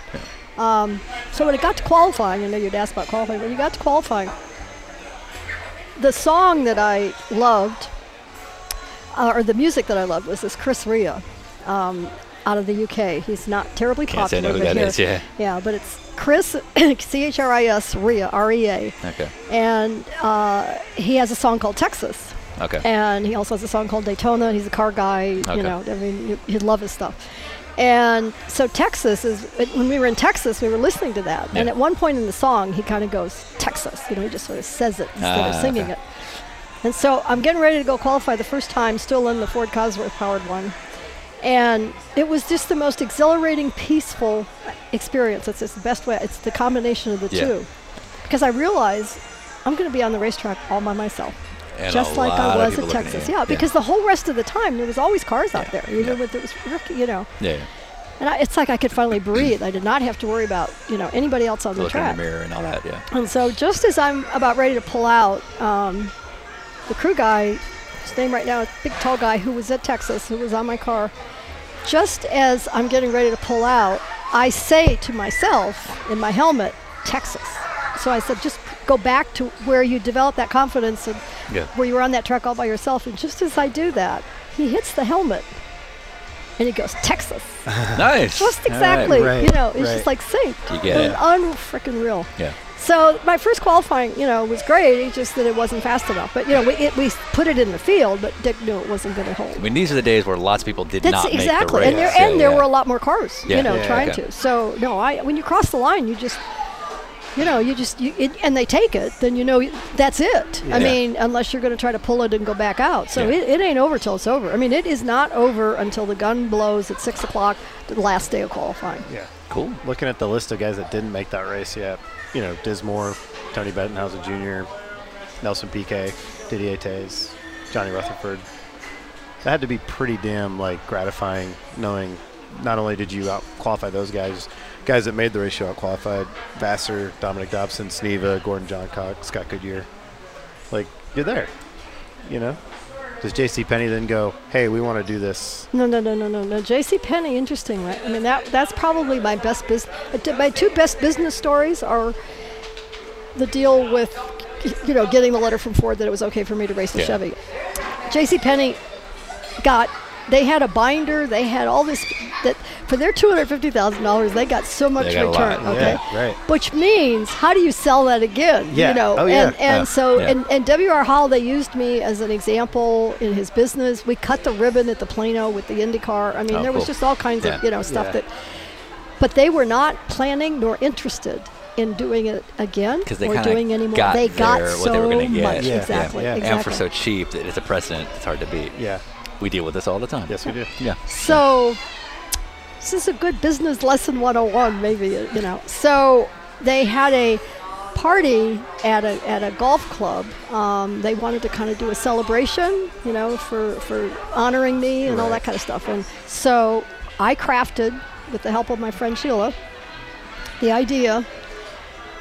Speaker 3: Um, so when it got to qualifying, I know you'd asked about qualifying. When you got to qualifying, the song that I loved, uh, or the music that I loved, was this Chris Rea, um, out of the UK. He's not terribly
Speaker 1: Can't say I
Speaker 3: popular.
Speaker 1: know who
Speaker 3: but
Speaker 1: that
Speaker 3: here-
Speaker 1: is, yeah.
Speaker 3: Yeah, but it's Chris, C H R I S, Rea, R E A.
Speaker 1: Okay.
Speaker 3: And uh, he has a song called Texas.
Speaker 1: Okay.
Speaker 3: And he also has a song called Daytona. He's a car guy.
Speaker 1: Okay.
Speaker 3: You know, I mean, you- he'd love his stuff. And so Texas is when we were in Texas, we were listening to that. And
Speaker 1: Yeah.
Speaker 3: at one point in the song, he kind of goes Texas. You know, he just sort of says it instead of
Speaker 1: Ah,
Speaker 3: singing
Speaker 1: okay.
Speaker 3: it. And so I'm getting ready to go qualify the first time, still in the Ford Cosworth powered one. And it was just the most exhilarating, peaceful experience. It's, it's the best way. It's the combination of the
Speaker 1: Yeah.
Speaker 3: two. Because I realized I'm going to be on the racetrack all by myself
Speaker 1: And
Speaker 3: just
Speaker 1: a
Speaker 3: like I
Speaker 1: lot of
Speaker 3: was
Speaker 1: people
Speaker 3: in
Speaker 1: looking at
Speaker 3: Texas.
Speaker 1: you.
Speaker 3: Yeah, because the whole rest of the time there was always cars out there, even
Speaker 1: yeah.
Speaker 3: with it was rookie, you know.
Speaker 1: yeah, yeah.
Speaker 3: And I, it's like I could finally breathe. I did not have to worry about you know anybody else on the
Speaker 1: looking in
Speaker 3: track.
Speaker 1: the mirror and all that. Yeah.
Speaker 3: And so just as I'm about ready to pull out, um, the crew guy, his name right now is big tall guy who was at Texas, who was on my car. Just as I'm getting ready to pull out, I say to myself in my helmet, Texas. So I said, just go back to where you developed that confidence and
Speaker 1: Yeah.
Speaker 3: where you were on that track all by yourself. And just as I do that, he hits the helmet and he goes, Texas.
Speaker 1: nice.
Speaker 3: Just
Speaker 1: All right.
Speaker 3: exactly.
Speaker 2: right,
Speaker 3: you know, it's
Speaker 2: right.
Speaker 3: just like synced.
Speaker 1: You get it.
Speaker 3: Unfreaking real.
Speaker 1: Yeah.
Speaker 3: So my first qualifying, you know, was great. It's just that it wasn't fast enough. But you know, we it, we put it in the field, but Dick knew it wasn't going to hold.
Speaker 1: I mean, these are the days where lots of people did
Speaker 3: That's
Speaker 1: not
Speaker 3: exactly,
Speaker 1: make
Speaker 3: and
Speaker 1: the
Speaker 3: there
Speaker 1: race.
Speaker 3: and
Speaker 1: so,
Speaker 3: there
Speaker 1: yeah.
Speaker 3: were a lot more cars,
Speaker 1: Yeah.
Speaker 3: you know,
Speaker 1: Yeah,
Speaker 3: trying
Speaker 1: okay.
Speaker 3: to. So no, I when you cross the line, you just, you know, you just you, it, and they take it, then you know that's it.
Speaker 1: Yeah.
Speaker 3: I mean, unless you're going to try to pull it and go back out. So
Speaker 1: Yeah.
Speaker 3: it, it ain't over till it's over. I mean, it is not over until the gun blows at six o'clock, the last day of qualifying.
Speaker 2: Yeah.
Speaker 1: cool.
Speaker 2: Looking at the list of guys that didn't make that race yet, you know, Dismore, Tony Bettenhausen Jr., Nelson Piquet, Didier Tays, Johnny Rutherford. That had to be pretty damn like gratifying knowing not only did you out qualify those guys, guys that made the race you out qualified Vassar, Dominic Dobson, Sneva, Gordon Johncock, Scott Goodyear. Like, you're there. You know? Does JC Penny then go, Hey, we want to do this
Speaker 3: No, no, no, no, no, no. J.C. Penney, interesting, right? I mean, that that's probably my best business. My two best business stories are the deal with, you know, getting the letter from Ford that it was okay for me to race the
Speaker 1: Yeah.
Speaker 3: Chevy. J.C. Penney got. They had a binder. They had all this. That for their two hundred fifty thousand dollars, they got so much
Speaker 1: They got a lot,
Speaker 3: return.
Speaker 1: yeah.
Speaker 3: Okay,
Speaker 2: right.
Speaker 3: Which means, how do you sell that again?
Speaker 2: Yeah.
Speaker 3: You know,
Speaker 2: Oh, yeah.
Speaker 3: and and
Speaker 1: Yeah.
Speaker 3: so
Speaker 1: Yeah.
Speaker 3: and and W.R. Holiday used me as an example in his business. We cut the ribbon at the Plano with the IndyCar. I mean,
Speaker 1: Oh,
Speaker 3: there was
Speaker 1: cool.
Speaker 3: just all kinds
Speaker 1: Yeah.
Speaker 3: of you know stuff
Speaker 2: Yeah.
Speaker 3: that. But they were not planning nor interested in doing it again
Speaker 1: 'Cause they
Speaker 3: or
Speaker 1: kinda
Speaker 3: doing anymore.
Speaker 1: got
Speaker 3: they got
Speaker 1: there
Speaker 3: so
Speaker 1: what they were gonna get.
Speaker 3: much
Speaker 1: Yeah.
Speaker 3: exactly.
Speaker 2: Yeah.
Speaker 3: exactly.
Speaker 1: And for so cheap that it's a precedent it's hard to beat.
Speaker 2: Yeah.
Speaker 1: We deal with this all the time.
Speaker 2: Yes we do.
Speaker 1: Yeah.
Speaker 3: So this is a good business lesson 101, maybe you know. So they had a party at a at a golf club. Um, they wanted to kind of do a celebration, you know, for for honoring me and all that kind of stuff. And so I crafted with the help of my friend Sheila the idea.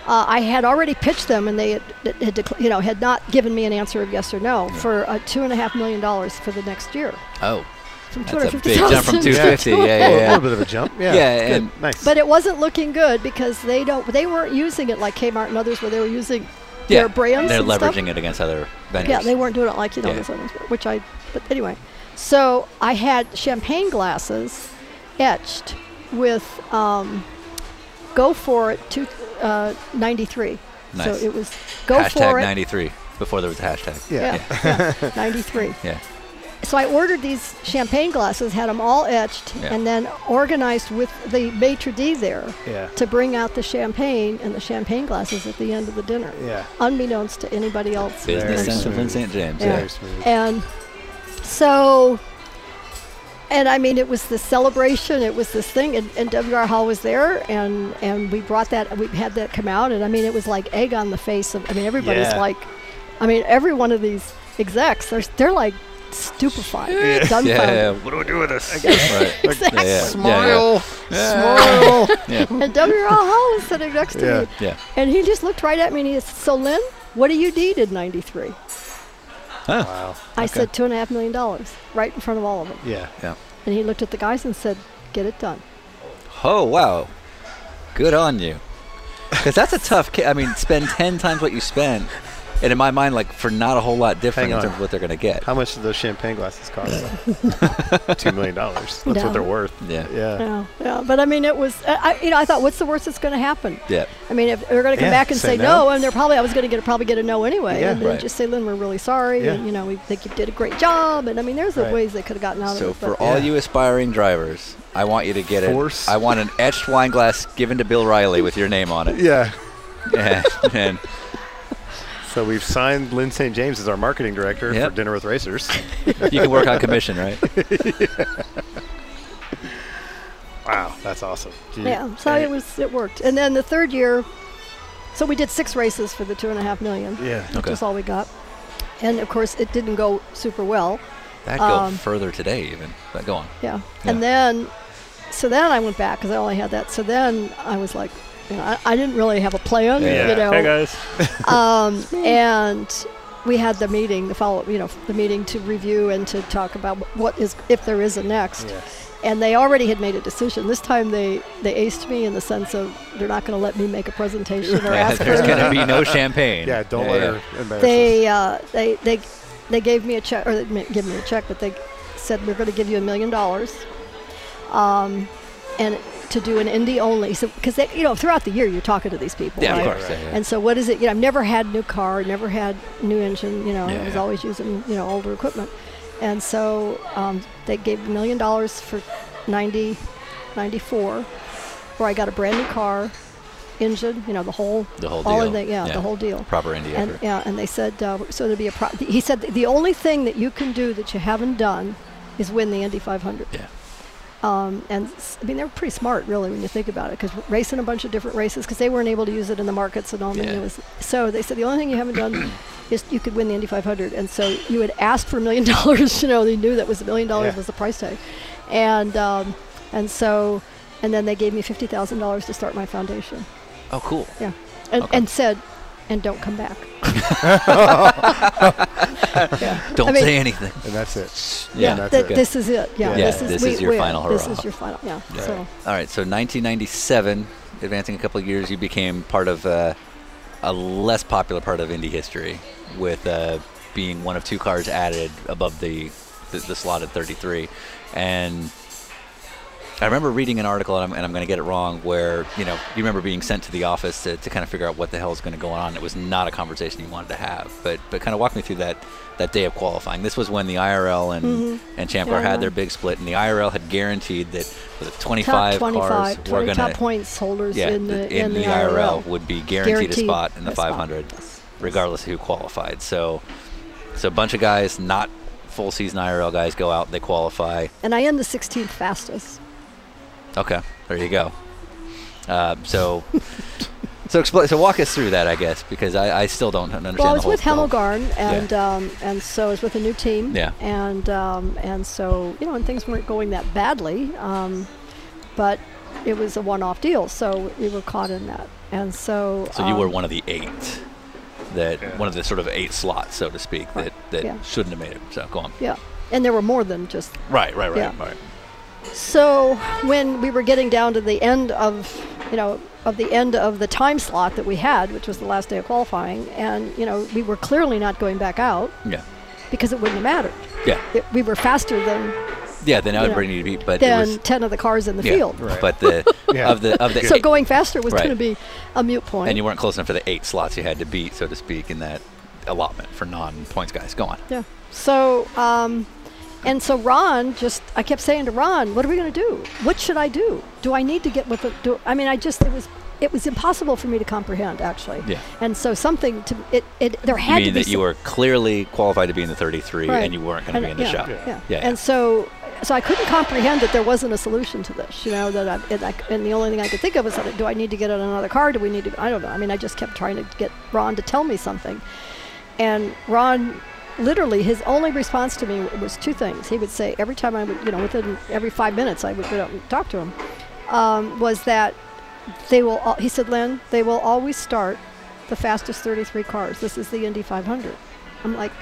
Speaker 3: Uh, I had already pitched them, and they had, had decl- you know had not given me an answer of yes or no for uh, two and a half million dollars for the next year
Speaker 1: Oh.
Speaker 3: from
Speaker 1: That's a
Speaker 3: 250
Speaker 1: big jump from 250. Yeah, yeah,
Speaker 2: A little
Speaker 1: yeah.
Speaker 2: bit of a jump. Yeah.
Speaker 1: Yeah,
Speaker 2: Good.
Speaker 1: and-
Speaker 2: nice.
Speaker 3: But it wasn't looking good because they don't they weren't using it like Kmart and others where they were using their brands
Speaker 1: They're
Speaker 3: and
Speaker 1: leveraging
Speaker 3: stuff.
Speaker 1: it against other vendors.
Speaker 3: Yeah, they weren't doing it like you know
Speaker 1: Yeah.
Speaker 3: those others were, which I but anyway. So I had champagne glasses etched with um, go for it two, uh, 93.
Speaker 1: Nice.
Speaker 3: So it was go
Speaker 1: hashtag
Speaker 3: for it
Speaker 1: 93 before there was a hashtag.
Speaker 2: Yeah.
Speaker 3: yeah, yeah, 93.
Speaker 1: Yeah.
Speaker 3: So I ordered these champagne glasses, had them all etched,
Speaker 1: Yeah.
Speaker 3: and then organized with the maitre d' there
Speaker 2: Yeah.
Speaker 3: to bring out the champagne and the champagne glasses at the end of the dinner,
Speaker 2: Yeah.
Speaker 3: unbeknownst to anybody else.
Speaker 1: Business
Speaker 2: Very
Speaker 1: sense of
Speaker 2: smooth.
Speaker 1: Lynn St. James.
Speaker 3: Yeah.
Speaker 1: Yeah.
Speaker 2: Very smooth.
Speaker 3: And so, and I mean, it was this celebration. It was this thing, and, and W.R. Hall was there, and and we brought that. We had that come out, and I mean, it was like egg on the face of. I mean, everybody's
Speaker 2: Yeah.
Speaker 3: like, I mean, every one of these execs, they're they're like stupefied,
Speaker 1: Yeah.
Speaker 3: dumbfounded.
Speaker 1: What do we do with this? right. Yeah, yeah. Smile.
Speaker 2: Smile.
Speaker 3: And W.R. Hall was sitting next to
Speaker 2: Yeah.
Speaker 3: me,
Speaker 1: Yeah.
Speaker 3: and he just looked right at me, and he said, "So, Lynn, what do you need in '93?"
Speaker 2: wow.
Speaker 3: I said, two and a half million dollars, right in front of all of them.
Speaker 2: Yeah.
Speaker 1: Yeah.
Speaker 3: And he looked at the guys and said, "Get it done."
Speaker 1: Oh wow, good on you. Because that's a tough. Ca- I mean, spend ten times what you spent And in my mind, like for not a whole lot different
Speaker 2: Hang
Speaker 1: in
Speaker 2: on.
Speaker 1: terms of what they're gonna get.
Speaker 2: How much do those champagne glasses cost? Two million dollars. That's
Speaker 3: No.
Speaker 2: what they're worth.
Speaker 1: Yeah.
Speaker 2: Yeah.
Speaker 3: Yeah, yeah. But I mean, it was. I, I- you know, I thought, what's the worst that's going to happen?
Speaker 1: Yeah.
Speaker 3: I mean, if they're going to come
Speaker 2: Yeah,
Speaker 3: back and say,
Speaker 2: say
Speaker 3: no.
Speaker 2: no.
Speaker 3: and they're probably, I was going to get a, probably get a no anyway,
Speaker 2: Yeah.
Speaker 3: and then
Speaker 1: Right.
Speaker 3: just say, Lynn, we're really sorry,
Speaker 2: Yeah.
Speaker 3: and you know, we think you did a great job, and I mean, there's the
Speaker 2: Right.
Speaker 3: ways they could have gotten out
Speaker 1: So
Speaker 3: of it. but-
Speaker 1: for all you aspiring drivers, I want you to get it.
Speaker 2: Force.
Speaker 1: I want an etched wine glass given to Bill Riley with your name on it.
Speaker 2: Yeah.
Speaker 1: and, and
Speaker 2: So we've signed Lynn St. James as our marketing director
Speaker 1: Yep.
Speaker 2: for Dinner with Racers.
Speaker 1: you can work on commission, right?
Speaker 2: wow, that's awesome.
Speaker 1: Mm.
Speaker 2: Gee.
Speaker 3: yeah, so it was it worked, and then the third year, so we did six races for the two and a half million.
Speaker 2: Yeah.
Speaker 3: which
Speaker 1: Okay.
Speaker 3: was all we got, and of course, it didn't go super well.
Speaker 1: That go
Speaker 3: Um,
Speaker 1: further today, even. But go on.
Speaker 3: Yeah.
Speaker 1: Yeah.
Speaker 3: And then, so then I went back because I only had that. So then I was like, you know, I, I didn't really have a plan, you know.
Speaker 2: guys.
Speaker 3: Um, and we had the meeting, the follow, you know, the meeting to review and to talk about wh- what is if there is a next. And they already had made a decision. This time they they aced me in the sense of they're not going to let me make a presentation or ask for
Speaker 1: There's
Speaker 3: any-
Speaker 1: gonna be no champagne.
Speaker 2: Yeah, don't let her embarrass us.
Speaker 3: they uh, they they they gave me a check or they ma- give me a check, but they said we're going to give you a million dollars, um, and to do an indie only. So because you know throughout the year you're talking to these people,
Speaker 1: Yeah,
Speaker 3: right?
Speaker 1: of course. Yeah, yeah.
Speaker 3: And so what is it? You know, I've never had new car, never had new engine. You know,
Speaker 1: Yeah,
Speaker 3: I was
Speaker 1: yeah.
Speaker 3: always using you know older equipment, and so um, they gave a million dollars for 90, 94, where I got a brand new car, engine. You know, the whole
Speaker 1: The whole
Speaker 3: all
Speaker 1: deal.
Speaker 3: of the yeah, the whole deal.
Speaker 1: Proper indie
Speaker 3: And
Speaker 1: effort.
Speaker 3: yeah, and they said uh, so there'd be a. Pro- he said the only thing that you can do that you haven't done is win the Indy 500.
Speaker 1: Yeah.
Speaker 3: Um, and s- I mean they're pretty smart really when you think about it because racing a bunch of different races because they weren't able to use it in the markets and all that.
Speaker 1: Yeah.
Speaker 3: It was so they said the only thing you haven't done is you could win the Indy 500. And so you had asked for a million dollars. You know they knew that was a million dollars
Speaker 2: Yeah.
Speaker 3: was the price tag, and um, and so and then they gave me fifty thousand dollars to start my foundation.
Speaker 1: Oh, cool.
Speaker 3: Yeah, and,
Speaker 1: Okay.
Speaker 3: and said, and don't come back. yeah.
Speaker 1: Don't
Speaker 3: I mean,
Speaker 1: say anything.
Speaker 2: And that's it.
Speaker 3: Yeah,
Speaker 2: that's
Speaker 3: th-
Speaker 2: it.
Speaker 3: this is it. Yeah,
Speaker 1: Yeah,
Speaker 3: this is,
Speaker 1: this
Speaker 3: we-
Speaker 1: is your
Speaker 3: we-
Speaker 1: final
Speaker 3: This
Speaker 1: hurrah.
Speaker 3: is your final. Yeah. So
Speaker 1: All right, so 1997, advancing a couple of years, you became part of uh, a less popular part of indie history, with uh, being one of two cars added above the the, the slotted 33. And I remember reading an article, and I'm, and I'm going to get it wrong, where you know you remember being sent to the office to, to kind of figure out what the hell is going to go on. It was not a conversation you wanted to have, but but kind of walk me through that that day of qualifying. This was when the IRL and and Champ Car
Speaker 3: Mm-hmm. Yeah.
Speaker 1: had their big split, and the IRL had guaranteed that was it 20
Speaker 3: top
Speaker 1: 25 cars
Speaker 3: 25,
Speaker 1: were
Speaker 3: 20
Speaker 1: going
Speaker 3: top
Speaker 1: to
Speaker 3: points holders
Speaker 1: yeah,
Speaker 3: in the in, the
Speaker 1: IRL would be guaranteed, a
Speaker 3: Guaranteed
Speaker 1: spot in the
Speaker 3: a spot.
Speaker 1: 500
Speaker 3: Yes.
Speaker 1: regardless of who qualified so so a bunch of guys not full season IRL guys go out they qualify
Speaker 3: And I am the 16th fastest.
Speaker 1: okay there you go uh, so so explain so walk us through that I guess because I, I still don't understand
Speaker 3: Well, I
Speaker 1: the
Speaker 3: was
Speaker 1: whole-
Speaker 3: with
Speaker 1: the whole-
Speaker 3: Hemmelgarn, and um, and so I was with a new team.
Speaker 1: Yeah.
Speaker 3: And um, and so you know, and things weren't going that badly, um, but it was a one-off deal, so we were caught in that. And so.
Speaker 1: so you were
Speaker 3: um,
Speaker 1: one of the eight that one of the sort of eight slots so to speak that that
Speaker 3: yeah.
Speaker 1: shouldn't have made it so go on
Speaker 3: Yeah, and there were more than just
Speaker 1: right right right
Speaker 3: Yeah.
Speaker 1: right
Speaker 3: So when we were getting down to the end of, you know, of the end of the time slot that we had, which was the last day of qualifying, and you know we were clearly not going back out
Speaker 1: yeah
Speaker 3: because it wouldn't have mattered.
Speaker 1: yeah
Speaker 3: It, we were faster than
Speaker 1: yeah then I would
Speaker 3: Yeah.
Speaker 1: bring you to be but it
Speaker 3: than
Speaker 1: was
Speaker 3: ten of the cars in the
Speaker 1: Yeah,
Speaker 3: field.
Speaker 1: But the
Speaker 2: Yeah.
Speaker 1: of the of the
Speaker 3: So
Speaker 1: eight-
Speaker 3: going faster was
Speaker 1: Right.
Speaker 3: going to be a mute point.
Speaker 1: and you weren't close enough for the eight slots you had to beat, so to speak, in that allotment for non points guys. Go on.
Speaker 3: yeah. So um, and so Ron just I kept saying to Ron, "What are we going to do? What should I do? Do I need to get with the? Do, I mean, I just it was." It was impossible for me to comprehend, actually.
Speaker 1: Yeah.
Speaker 3: And so something to it, it there
Speaker 1: You
Speaker 3: had to
Speaker 1: mean
Speaker 3: be
Speaker 1: that you
Speaker 3: some-
Speaker 1: were clearly qualified to be in the 33
Speaker 3: Right.
Speaker 1: and you weren't going to be in the
Speaker 3: yeah,
Speaker 1: shop.
Speaker 3: Yeah.
Speaker 1: Yeah, yeah.
Speaker 3: And so, so I couldn't comprehend that there wasn't a solution to this. You know that I and, I and the only thing I could think of was that do I need to get in another car? Do we need to? I don't know. I mean, I just kept trying to get Ron to tell me something, and Ron. Literally, his only response to me was two things. He would say every time I would, you know, within every five minutes, I would go out and talk to him. Um, was that they will? Al- he said, "Lynn, they will always start the fastest 33 cars. This is the Indy 500." I'm like,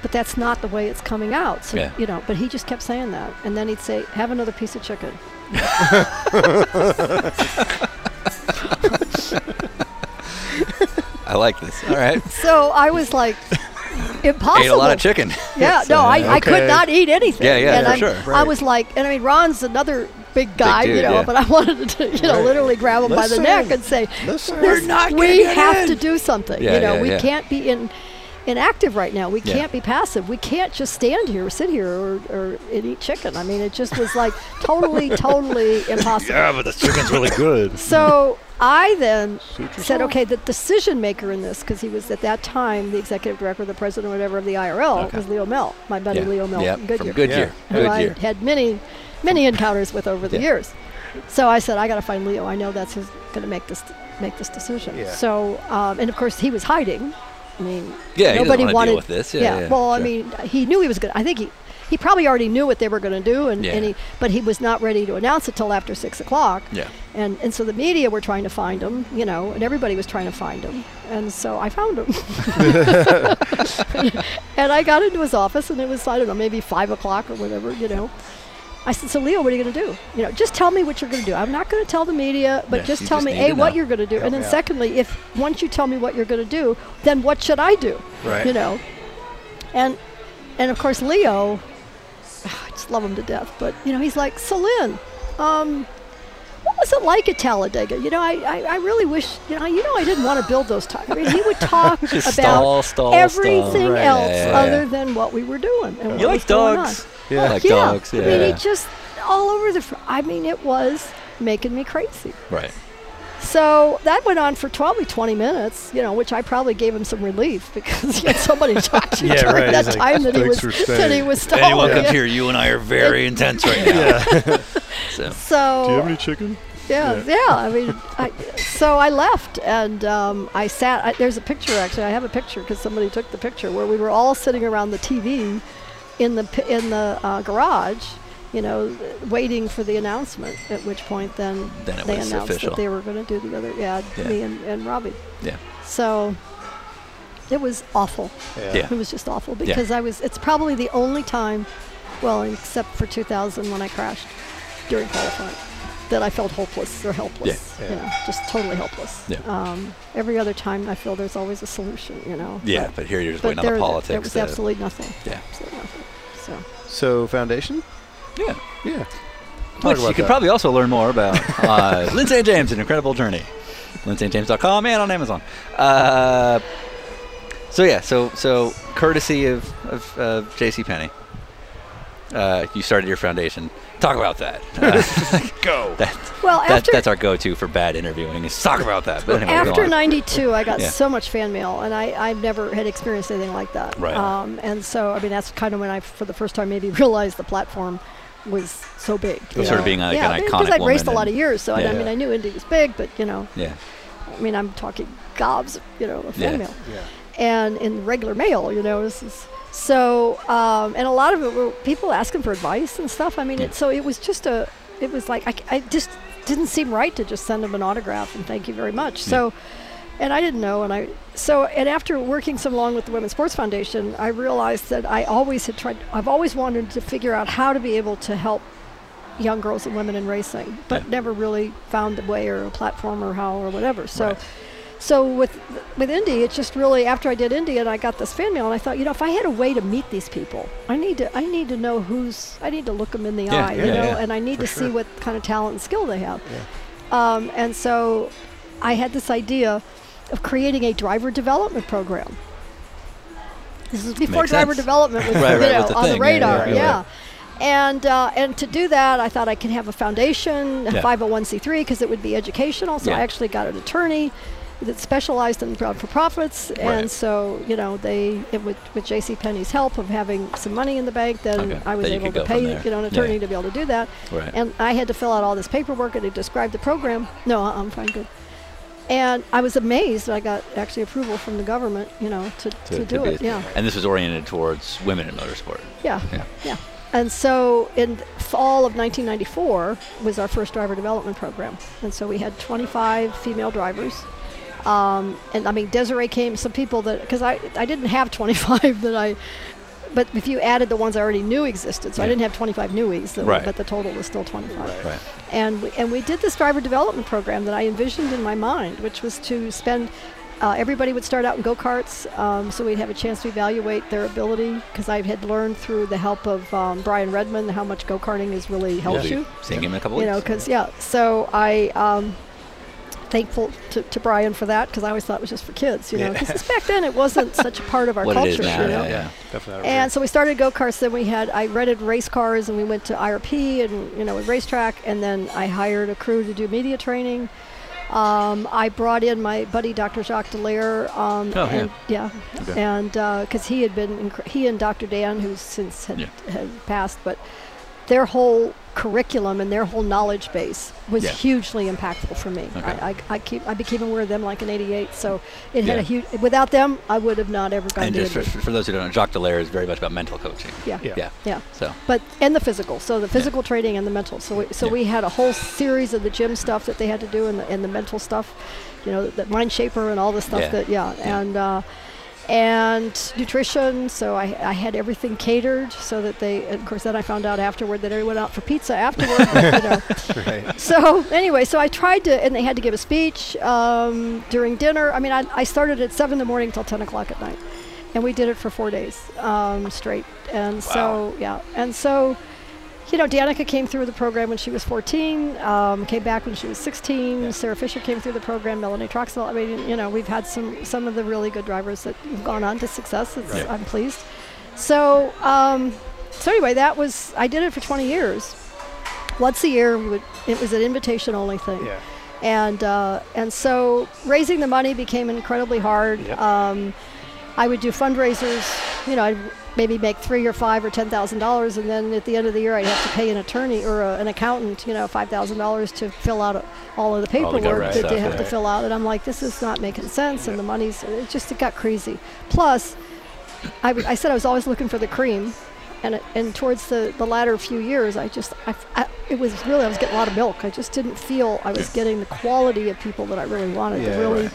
Speaker 3: but that's not the way it's coming out. So
Speaker 1: Yeah.
Speaker 3: you know, but he just kept saying that, and then he'd say, "Have another piece of chicken."
Speaker 1: I I like this. All right.
Speaker 3: So I was like, impossible.
Speaker 1: Ate a lot of chicken.
Speaker 3: Yeah, no, I, I
Speaker 2: okay.
Speaker 3: could not eat anything.
Speaker 1: Yeah, yeah,
Speaker 3: and
Speaker 1: for
Speaker 3: I'm-
Speaker 1: sure.
Speaker 3: I was like, and I mean, Ron's another big guy,
Speaker 1: dude,
Speaker 3: you know,
Speaker 1: yeah.
Speaker 3: but I wanted to, you know, literally grab him by the
Speaker 2: Listen.
Speaker 3: neck and say,
Speaker 2: Listen.
Speaker 3: "This-
Speaker 2: We're not
Speaker 3: we
Speaker 2: getting
Speaker 3: have
Speaker 2: in."
Speaker 3: to do something.
Speaker 1: Yeah,
Speaker 3: you know,
Speaker 1: yeah,
Speaker 3: we
Speaker 1: yeah.
Speaker 3: can't be in inactive right now. We
Speaker 1: Yeah.
Speaker 3: can't be passive. We can't just stand here, sit here, or, or and eat chicken. I mean, it just was like totally, totally impossible.
Speaker 2: but the chicken's really good.
Speaker 3: So I then said, okay, the decision maker in this, because he was at that time the executive director, the president, or whatever of the IRL, was Leo Mel, my buddy
Speaker 1: Yeah.
Speaker 3: Leo Mel
Speaker 1: Yep,
Speaker 3: from Goodyear,
Speaker 1: from Goodyear.
Speaker 3: who I
Speaker 1: Goodyear.
Speaker 3: had many, many encounters with over the
Speaker 1: Yeah.
Speaker 3: years. So I said, I got to find Leo. I know that's who's going to make this make this decision.
Speaker 10: Yeah.
Speaker 3: So, um, and of course, he was hiding. I mean,
Speaker 1: Yeah, he doesn't
Speaker 3: nobody
Speaker 1: wanna deal
Speaker 3: wanted
Speaker 1: with this. Yeah, yeah,
Speaker 3: well, I
Speaker 1: sure.
Speaker 3: mean, he knew he was going. to I think he. He probably already knew what they were going to do, and, and
Speaker 1: Yeah.
Speaker 3: he, but he was not ready to announce it till after six o'clock.
Speaker 1: Yeah.
Speaker 3: And and so the media were trying to find him, you know, and everybody was trying to find him. And so I found him. and I got into his office and it was I don't know, maybe five o'clock or whatever, you know. I said, So Leo, what are you gonna do? You know, just tell me what you're gonna do. I'm not gonna tell the media, but
Speaker 1: Yeah,
Speaker 3: just
Speaker 1: you
Speaker 3: tell
Speaker 1: just
Speaker 3: me
Speaker 1: need
Speaker 3: A
Speaker 1: to
Speaker 3: what
Speaker 1: know.
Speaker 3: you're gonna do. and then
Speaker 10: yeah.
Speaker 3: secondly, if once you tell me what you're gonna do, then what should I do?
Speaker 1: Right.
Speaker 3: You know. And and of course Leo I just love him to death. But you know, he's like, Celine, um, what was it like at Talladega? You know, I, I, I really wish you know you know I didn't want to build those tires. I mean, he would talk about
Speaker 1: stall, stall,
Speaker 3: everything
Speaker 1: stall. Right.
Speaker 3: else
Speaker 1: Yeah, yeah,
Speaker 3: other
Speaker 1: yeah.
Speaker 3: than what we were doing. And
Speaker 1: You
Speaker 3: what
Speaker 1: like
Speaker 3: was going on.
Speaker 1: dogs? Yeah. I like
Speaker 3: yeah.
Speaker 1: dogs.
Speaker 3: I mean, he
Speaker 1: Yeah.
Speaker 3: just all over the. Fr- I mean, it was making me crazy.
Speaker 1: Right.
Speaker 3: So that went on for probably 20 minutes, you know, which I probably gave him some relief because he had somebody talk to
Speaker 2: Yeah,
Speaker 3: during
Speaker 2: right.
Speaker 3: that
Speaker 2: He's like,
Speaker 3: time that he, was,
Speaker 2: "Thanks for
Speaker 3: that he
Speaker 2: staying."
Speaker 3: was stalling.
Speaker 1: Anyone comes
Speaker 3: Oh, Yeah.
Speaker 1: here, you and I are very intense right now.
Speaker 3: So
Speaker 2: chicken?
Speaker 3: Yeah, yeah. I mean, I, so I left and um, I sat. I, there's a picture actually. I have a picture because somebody took the picture where we were all sitting around the TV in the pi- in the uh, garage, you know, waiting for the announcement. At which point, then,
Speaker 1: Then it
Speaker 3: they
Speaker 1: was
Speaker 3: announced
Speaker 1: official.
Speaker 3: that they were going to do the other. Yeah,
Speaker 1: Yeah.
Speaker 3: me and, and Robbie.
Speaker 1: Yeah.
Speaker 3: So it was awful.
Speaker 1: Yeah.
Speaker 3: It was just awful because I was. It's probably the only time, well, except for 2000 when I crashed during qualifying, that I felt hopeless or helpless.
Speaker 10: Yeah.
Speaker 3: You know, just totally helpless.
Speaker 1: Yeah.
Speaker 3: Um, every other time, I feel there's always a solution. You know.
Speaker 1: Yeah, but here you're just
Speaker 3: but
Speaker 1: waiting on
Speaker 3: there,
Speaker 1: the politics.
Speaker 3: there was
Speaker 1: to-
Speaker 3: absolutely nothing.
Speaker 1: Yeah.
Speaker 3: Absolutely nothing. So.
Speaker 2: So foundation?
Speaker 1: Yeah.
Speaker 2: Yeah.
Speaker 1: Which you
Speaker 2: about
Speaker 1: could
Speaker 2: that.
Speaker 1: probably also learn more about uh, Lynn St. James, an incredible journey. LynnSt.James.com and on Amazon. Uh, so yeah, so so courtesy of of uh, J.C. Penney, uh, you started your foundation. Talk about that. Uh,
Speaker 4: Go.
Speaker 1: that,
Speaker 3: Well,
Speaker 1: that
Speaker 3: after
Speaker 1: that's our go-to for bad interviewing. Is talk about that. But anyway, go
Speaker 3: after
Speaker 1: on.
Speaker 3: 92 i got
Speaker 1: Yeah.
Speaker 3: so much fan mail and I, i've never had experienced anything like that
Speaker 1: Right.
Speaker 3: um, and so i mean that's kind of when i for the first time maybe realized the platform was so big you
Speaker 1: Sort
Speaker 3: know?
Speaker 1: of being like
Speaker 3: yeah,
Speaker 1: an
Speaker 3: because
Speaker 1: iconic
Speaker 3: i'd raced a
Speaker 1: woman
Speaker 3: lot of
Speaker 1: and-
Speaker 3: years so I-
Speaker 1: Yeah.
Speaker 3: i mean i knew indy was big but you know
Speaker 1: yeah,
Speaker 3: i mean i'm talking gobs you know of fan
Speaker 1: Yeah.
Speaker 3: mail and in regular mail you know this is so um, and a lot of it were people asking for advice and stuff i mean it so it was just a it was like I, c- I just didn't seem right to just send them an autograph and thank you very much so and I didn't know. And I so and after working so long with the Women's Sports Foundation, I realized that I always had tried. I've always wanted to figure out how to be able to help young girls and women in racing, but
Speaker 1: Yeah.
Speaker 3: never really found the way or a platform or how or whatever. So.
Speaker 1: Right.
Speaker 3: So with with Indy, it just really after I did Indy and I got this fan mail and I thought, you know, if I had a way to meet these people, I need to I need to know who's I need to look them in the
Speaker 1: Yeah,
Speaker 3: eye,
Speaker 1: yeah,
Speaker 3: you know,
Speaker 1: yeah.
Speaker 3: and I need to see what kind of talent and skill they have. Um, and so I had this idea of creating a driver development program. This is before
Speaker 1: Makes
Speaker 3: driver
Speaker 1: sense.
Speaker 3: development was
Speaker 1: Right,
Speaker 3: you
Speaker 1: right,
Speaker 3: know,
Speaker 1: was the
Speaker 3: on the
Speaker 1: thing, yeah, yeah,
Speaker 3: radar,
Speaker 1: right,
Speaker 3: yeah. And uh, and to do that, I thought I could have a foundation, a
Speaker 1: Yeah.
Speaker 3: 501c3, because it would be educational. So I
Speaker 1: Yeah.
Speaker 3: actually got an attorney that specialized in for profits, and
Speaker 1: Right.
Speaker 3: so you know they it with with J.C. Penney's help of having some money in the bank, then
Speaker 1: Okay,
Speaker 3: I was
Speaker 1: then you
Speaker 3: able
Speaker 1: could
Speaker 3: to
Speaker 1: go from
Speaker 3: pay
Speaker 1: there.
Speaker 3: you know an
Speaker 1: Yeah.
Speaker 3: attorney to be able to do that.
Speaker 1: Right.
Speaker 3: And I had to fill out all this paperwork, and it described the program. No, uh-uh, I'm fine, good. And I was amazed that I got actually approval from the government, you know, to, to, do
Speaker 1: be
Speaker 3: it.
Speaker 1: a-
Speaker 3: Yeah,
Speaker 1: And this was oriented towards women in motorsport.
Speaker 3: yeah,
Speaker 1: Yeah.
Speaker 3: yeah. And so in fall of 1994 was our first driver development program. And so we had 25 female drivers. Um, and I mean, Desiree came, some people that, because I, I didn't have 25 that I, but if you added the ones I already knew existed, so I
Speaker 1: Yeah.
Speaker 3: didn't have 25 newies, that were-
Speaker 1: Right.
Speaker 3: but the total was still 25
Speaker 1: Right.
Speaker 3: and we, and we did this driver development program that I envisioned in my mind, which was to spend uh, everybody would start out in go karts, um, so we'd have a chance to evaluate their ability because I had learned through the help of um, Brian Redmond how much go karting has really helped you.
Speaker 1: Seeing him in a couple
Speaker 3: You know,
Speaker 1: weeks.
Speaker 3: because yeah. So I um, thankful to, to Brian for that because I always thought it was just for kids. You know, because back then it wasn't such a part of our
Speaker 1: what
Speaker 3: culture.
Speaker 1: it is now.
Speaker 3: you know?
Speaker 1: Yeah, yeah.
Speaker 2: Definitely.
Speaker 3: And so we started go karts. Then we had I rented race cars, and we went to IRP and you know a racetrack. And then I hired a crew to do media training. Um, I brought in my buddy Dr. Jacques Dallaire. Um,
Speaker 9: Oh, yeah.
Speaker 3: and, yeah.
Speaker 1: Okay.
Speaker 3: And because he had been inc- he and Dr. Dan, who's since had,
Speaker 1: Yeah.
Speaker 3: had passed, but their whole curriculum and their whole knowledge base was
Speaker 1: Yeah.
Speaker 3: hugely impactful for me.
Speaker 1: Okay.
Speaker 3: I, I, I keep I became aware of them like in '88. So it had
Speaker 1: Yeah.
Speaker 3: a huge. Without them, I would have not ever gotten
Speaker 1: And
Speaker 3: to
Speaker 1: just for,
Speaker 3: Italy.
Speaker 1: for those who don't know, Jacques Dallaire is very much about mental coaching.
Speaker 3: Yeah.
Speaker 1: Yeah.
Speaker 3: Yeah.
Speaker 1: So,
Speaker 3: but and the physical so the physical training and the mental so we, so
Speaker 1: Yeah.
Speaker 3: we had a whole series of the gym stuff that they had to do and the, and the mental stuff you know the mind shaper and all the stuff
Speaker 1: Yeah.
Speaker 3: that yeah,
Speaker 1: Yeah.
Speaker 3: and uh, and nutrition so I, I had everything catered so that they and of course then i found out afterward that everyone went out for pizza afterward but, you know so anyway, so I tried to, and they had to give a speech um, during dinner. I mean, I, I started at seven in the morning till ten o'clock at night, and we did it for four days um, straight. And so yeah, and so you know, Danica came through the program when she was 14, um, came back when she was 16. Sarah Fisher came through the program. Melanie Troxell. I mean, you know, we've had some some of the really good drivers that have gone on to success. It's,
Speaker 1: Right.
Speaker 3: I'm pleased. So um, so anyway, that was I did it for 20 years. Once a year, we would, it was an invitation only thing.
Speaker 2: Yeah.
Speaker 3: And uh, and so raising the money became incredibly hard.
Speaker 2: Yep.
Speaker 3: Um, I would do fundraisers. You know, I'd maybe make three or five or ten thousand dollars, and then at the end of the year, I'd have to pay an attorney or a, an accountant. You know, five thousand dollars to fill out a, all
Speaker 1: All
Speaker 3: of the
Speaker 1: the
Speaker 3: paperwork
Speaker 1: government
Speaker 3: that
Speaker 1: stuff,
Speaker 3: they have to
Speaker 1: yeah.
Speaker 3: fill out, and I'm like, this is not making sense, and the money's it just it got crazy. Plus, I, w- I said I was always looking for the cream, and it, and towards the, the latter few years, I just I, I- it was really I was getting a lot of milk. I just didn't feel I was getting the quality of people that I really wanted.
Speaker 2: Yeah,
Speaker 3: to really,
Speaker 2: right.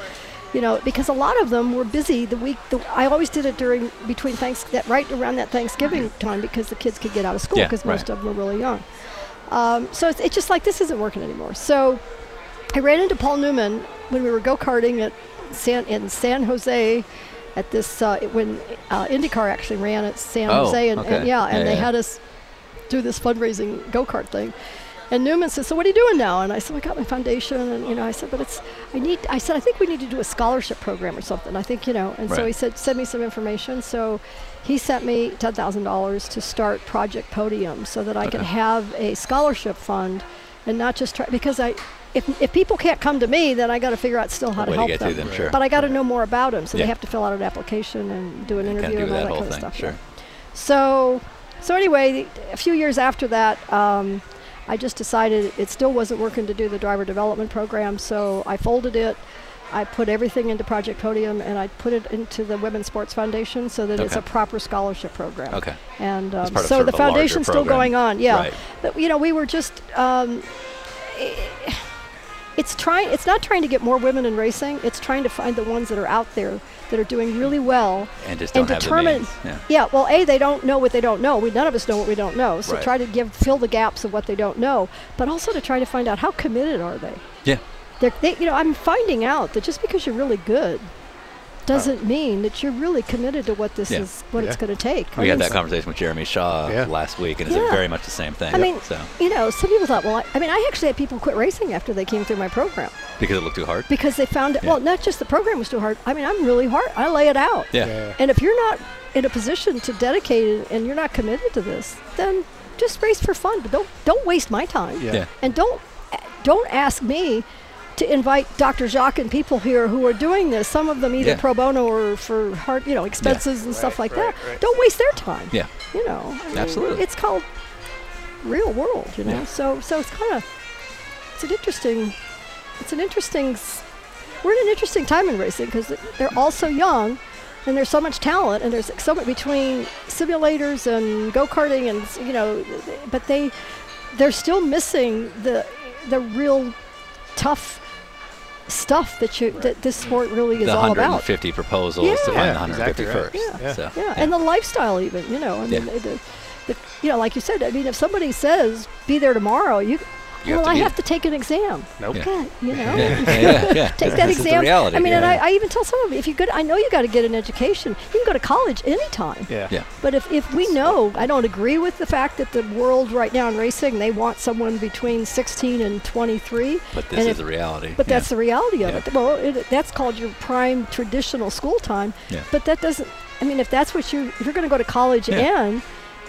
Speaker 3: you know, because a lot of them were busy the week. The, I always did it during between thanks that right around that Thanksgiving time because the kids could get out of school
Speaker 1: Yeah,
Speaker 3: because
Speaker 1: right.
Speaker 3: most of them were really young. Um, so it's, it's just like this isn't working anymore. So I ran into Paul Newman when we were go karting at San in San Jose at this uh, it- when uh, IndyCar actually ran at San
Speaker 1: Oh,
Speaker 3: Jose and,
Speaker 1: okay.
Speaker 3: and yeah,
Speaker 1: Yeah,
Speaker 3: and they
Speaker 1: yeah.
Speaker 3: had us do this fundraising go kart thing. And Newman says, "So what are you doing now?" And I said, "I got my foundation, and you know, I said, but it's, I need, I said, I think we need to do a scholarship program or something. I think you know." And so
Speaker 1: Right.
Speaker 3: he said, "Send me some information." So he sent me ten thousand dollars to start Project Podium, so that I could have a scholarship fund, and not just try because I, if if people can't come to me, then I got to figure out still how to
Speaker 1: way to
Speaker 3: help
Speaker 1: get to
Speaker 3: them.
Speaker 1: them, sure.
Speaker 3: But I got to know more about them, so
Speaker 1: Yeah.
Speaker 3: they have to fill out an application and do an
Speaker 1: and kind
Speaker 3: interview
Speaker 1: of do
Speaker 3: and all
Speaker 1: that whole
Speaker 3: that kind
Speaker 1: thing.
Speaker 3: of stuff. yeah.
Speaker 1: Sure.
Speaker 3: So, so anyway, the- a few years after that, um, I just decided it still wasn't working to do the driver development program, so I folded it. I put everything into Project Podium, and I put it into the Women's Sports Foundation so that it's
Speaker 1: Okay.
Speaker 3: a proper scholarship program.
Speaker 1: Okay.
Speaker 3: And um,
Speaker 1: part of
Speaker 3: so
Speaker 1: sort
Speaker 3: the
Speaker 1: of a larger
Speaker 3: foundation's still
Speaker 1: program.
Speaker 3: going on. Yeah.
Speaker 1: Right.
Speaker 3: But you know, we were just. Um, it's trying it's not trying to get more women in racing it's trying to find the ones that are out there that are doing really well
Speaker 1: And just
Speaker 3: and
Speaker 1: don't have the
Speaker 3: determine
Speaker 1: means, yeah.
Speaker 3: well a they don't know what they don't know we none of us know what we don't know so
Speaker 1: Right.
Speaker 3: try to give fill the gaps of what they don't know but also to try to find out how committed are they
Speaker 1: Yeah.
Speaker 3: They're, they you know i'm finding out that just because you're really good doesn't mean that you're really committed to what this
Speaker 1: Uh, Yeah.
Speaker 3: is what it's
Speaker 2: Yeah.
Speaker 3: going to take
Speaker 1: We
Speaker 3: I
Speaker 1: had
Speaker 3: mean,
Speaker 1: that conversation with Jeremy Shaw
Speaker 2: Yeah.
Speaker 1: last week, and it's
Speaker 3: Yeah.
Speaker 1: very much the same thing.
Speaker 3: I mean,
Speaker 1: so
Speaker 3: you know, some people thought, well, I, I mean, I actually had people quit racing after they came through my program.
Speaker 1: because it looked too hard.
Speaker 3: because they found it. Well, not just the program was too hard. I mean, I'm really hard. I lay it out.
Speaker 1: Yeah.
Speaker 3: And if you're not in a position to dedicate it and you're not committed to this, then just race for fun. But don't don't waste my time.
Speaker 1: Yeah.
Speaker 3: And don't don't ask me to invite Dr. Jacques and people here who are doing this. Some of them either
Speaker 1: Yeah.
Speaker 3: pro bono or for hard, you know, expenses and stuff like that. Don't waste their time.
Speaker 1: Yeah.
Speaker 3: You know. I mean,
Speaker 1: Absolutely.
Speaker 3: It's called real world. You know.
Speaker 1: Yeah.
Speaker 3: So so it's kind of it's an interesting it's an interesting s- we're in an interesting time in racing because they're all so young and there's so much talent and there's so much between simulators and go-karting and you know but they they're still missing the the real tough stuff that you that this sport really is
Speaker 1: the
Speaker 3: all about
Speaker 1: 150 proposals
Speaker 3: Yeah.
Speaker 1: to find
Speaker 2: Yeah,
Speaker 1: the 150
Speaker 2: exactly right.
Speaker 1: first.
Speaker 2: Yeah.
Speaker 1: So,
Speaker 3: yeah, and the lifestyle even you know i mean
Speaker 1: Yeah.
Speaker 3: the, the, you know like you said i mean if somebody says be there tomorrow you
Speaker 1: You have
Speaker 3: well,
Speaker 1: to
Speaker 3: I
Speaker 1: be-
Speaker 3: have to take an exam.
Speaker 2: Nope.
Speaker 1: Yeah.
Speaker 3: God, you know.
Speaker 1: Yeah, yeah, yeah.
Speaker 3: Take
Speaker 1: This
Speaker 3: that
Speaker 1: is the
Speaker 3: exam.
Speaker 1: reality,
Speaker 3: I mean, and
Speaker 1: yeah.
Speaker 3: I, I even tell some of you, if you could, I know you got to get an education. You can go to college anytime.
Speaker 2: Yeah.
Speaker 1: Yeah.
Speaker 3: But if, if we know, I don't agree with the fact that the world right now in racing, they want someone between 16 and 23.
Speaker 1: But this
Speaker 3: And
Speaker 1: is
Speaker 3: if-
Speaker 1: the reality.
Speaker 3: But that's the reality of
Speaker 1: Yeah.
Speaker 3: it. Well, it, that's called your prime traditional school time.
Speaker 1: Yeah.
Speaker 3: But that doesn't, I mean, if that's what you, if you're going to go to college
Speaker 1: Yeah.
Speaker 3: and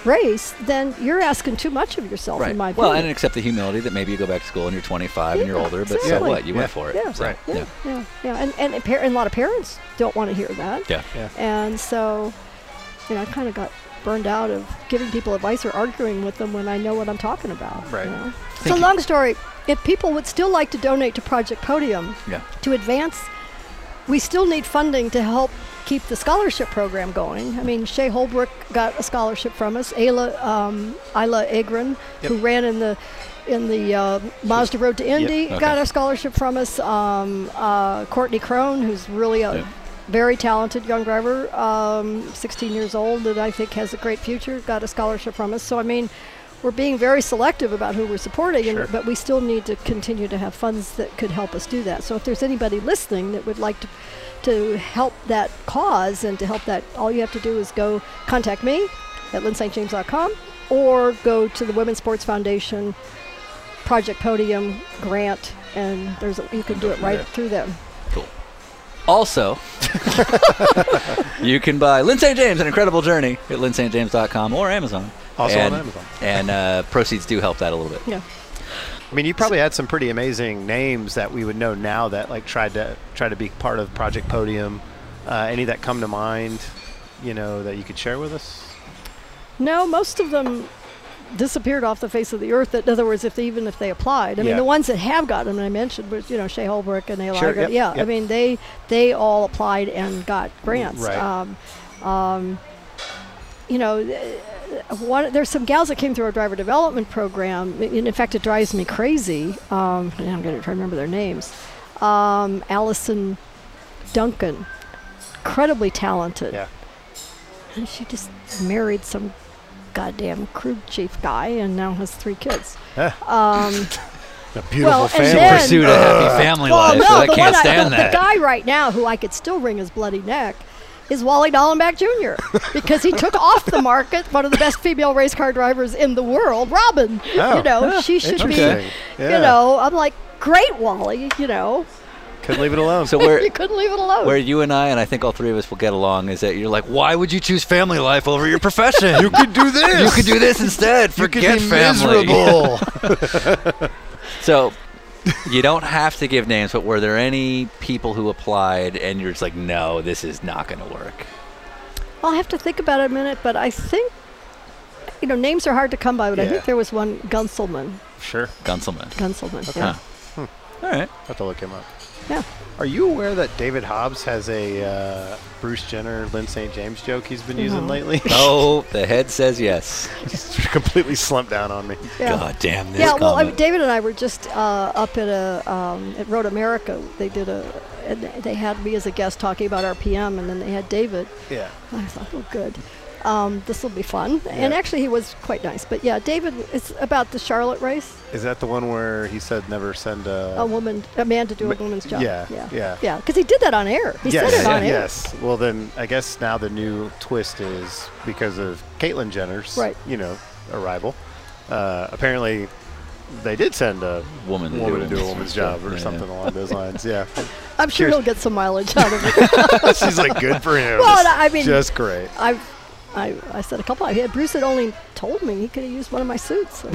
Speaker 3: race, then you're asking too much of yourself,
Speaker 1: right.
Speaker 3: in my
Speaker 1: well,
Speaker 3: opinion.
Speaker 1: and accept the humility that maybe you go back to school and you're 25 and you're
Speaker 3: Yeah,
Speaker 1: older, but so
Speaker 3: exactly.
Speaker 1: what? You went
Speaker 2: Yeah.
Speaker 1: for it.
Speaker 3: Yeah.
Speaker 1: So,
Speaker 2: Right.
Speaker 1: Yeah.
Speaker 3: yeah, yeah, yeah. And, and, a par- and a lot of parents don't want to hear that.
Speaker 1: Yeah.
Speaker 3: And so, you know, I kind of got burned out of giving people advice or arguing with them when I know what I'm talking about.
Speaker 2: Right.
Speaker 3: You know? So,
Speaker 1: Thank you.
Speaker 3: long story, if people would still like to donate to Project Podium
Speaker 1: Yeah.
Speaker 3: to advance, we still need funding to help keep the scholarship program going. I mean, Shay Holbrook got a scholarship from us. Ayla, um, Isla Agron, who ran in the in the uh, Mazda Road to Indy,
Speaker 1: Okay.
Speaker 3: got a scholarship from us. Um, uh, Courtney Crone, who's really a
Speaker 1: Yeah.
Speaker 3: very talented young driver, um, 16 years old, that I think has a great future, got a scholarship from us. So I mean. We're being very selective about who we're supporting, and, but we still need to continue to have funds that could help us do that. So, if there's anybody listening that would like to to help that cause and to help that, all you have to do is go contact me at lynnstjames.com or go to the Women's Sports Foundation Project Podium grant, and there's a, you can do it right through them.
Speaker 1: Cool. Also, you can buy Lynn St. James, An Incredible Journey at lynnstjames.com or Amazon.
Speaker 2: Also on
Speaker 1: and,
Speaker 2: Amazon.
Speaker 1: And uh, proceeds do help that a little bit.
Speaker 3: Yeah.
Speaker 2: I mean, you probably had some pretty amazing names that we would know now that like tried to try to be part of Project Podium. Uh, any that come to mind, you know, that you could share with us?
Speaker 3: No, most of them disappeared off the face of the earth. In other words, if they, even if they applied, I mean,
Speaker 2: Yeah.
Speaker 3: the ones that have gotten, them, I mentioned, was you know Shea Holbrook and Ayla.
Speaker 2: Sure,
Speaker 3: Haggard.
Speaker 2: yep,
Speaker 3: yeah, I
Speaker 2: yep.
Speaker 3: mean they they all applied and got grants.
Speaker 2: right.
Speaker 3: Um, um, you know, th- one, there's some gals that came through our driver development program, and in fact, it drives me crazy. Um, and I'm going to try to remember their names. Um, Allison Duncan, incredibly talented.
Speaker 2: Yeah.
Speaker 3: And she just married some goddamn crew chief guy and now has three kids.
Speaker 2: A beautiful
Speaker 3: Well, and family. then-
Speaker 1: Pursued a happy family life, so I
Speaker 3: the,
Speaker 1: can't
Speaker 3: one I,
Speaker 1: stand
Speaker 3: the,
Speaker 1: that.
Speaker 3: the guy right now who I could still wring his bloody neck is Wally Dallenbach Jr. because he took off the market one of the best female race car drivers in the world, Robin.
Speaker 2: Oh,
Speaker 3: you know, she should be,
Speaker 2: interesting. Yeah.
Speaker 3: you know, I'm like, great, Wally, you know,
Speaker 2: Couldn't leave it alone.
Speaker 1: So where
Speaker 3: you couldn't leave it alone.
Speaker 1: where you and I and I think all three of us will get along is that you're like, why would you choose family life over your profession? you could do this. You could do this instead. Forget family.
Speaker 2: miserable.
Speaker 1: So you don't have to give names, but were there any people who applied and you're just like, no, this is not going to work?
Speaker 3: I'll have to think about it a minute, but I think, you know, names are hard to come by, but I
Speaker 2: Yeah.
Speaker 3: think there was one Gunselman.
Speaker 2: sure,
Speaker 1: Gunselman.
Speaker 3: Gunselman. Yeah.
Speaker 1: All right.
Speaker 2: I'll have to look him up.
Speaker 3: yeah.
Speaker 2: Are you aware that David Hobbs has a uh, Bruce Jenner, Lynn St. James joke he's been using lately?
Speaker 1: Oh, the head says yes.
Speaker 2: It's completely slumped down on me.
Speaker 3: Yeah.
Speaker 1: God damn this
Speaker 3: Yeah, well, I,
Speaker 1: comment.
Speaker 3: David and I were just uh, up at a um, at Road America. They did a, and they had me as a guest talking about RPM, and then they had David.
Speaker 2: Yeah.
Speaker 3: I thought, oh, good, um, this will be fun. And actually, he was quite nice. But yeah, David, it's about the Charlotte race.
Speaker 2: Is that the one where he said never send a?
Speaker 1: Oh.
Speaker 3: A woman, a man to do a
Speaker 2: Ma-
Speaker 3: woman's job.
Speaker 2: yeah,
Speaker 3: yeah,
Speaker 2: yeah.
Speaker 3: Because he did that on air. He
Speaker 2: yes,
Speaker 3: said it on air.
Speaker 2: yes. Well, then I guess now the new twist is because of Caitlyn Jenner's,
Speaker 3: Right.
Speaker 2: you know, arrival. Uh, apparently, they did send a
Speaker 1: Woman to do
Speaker 2: woman
Speaker 1: a
Speaker 2: to do a
Speaker 1: woman's
Speaker 2: woman's
Speaker 1: job.
Speaker 2: job or
Speaker 1: Yeah,
Speaker 2: something
Speaker 1: yeah.
Speaker 2: along those lines. Yeah,
Speaker 3: I'm sure
Speaker 2: Cheers.
Speaker 3: he'll get some mileage out of it.
Speaker 2: she's like good for him.
Speaker 3: Well, I mean-
Speaker 2: just great.
Speaker 3: I've. I, I said a couple. I had Bruce had only told me he could have used one of my suits.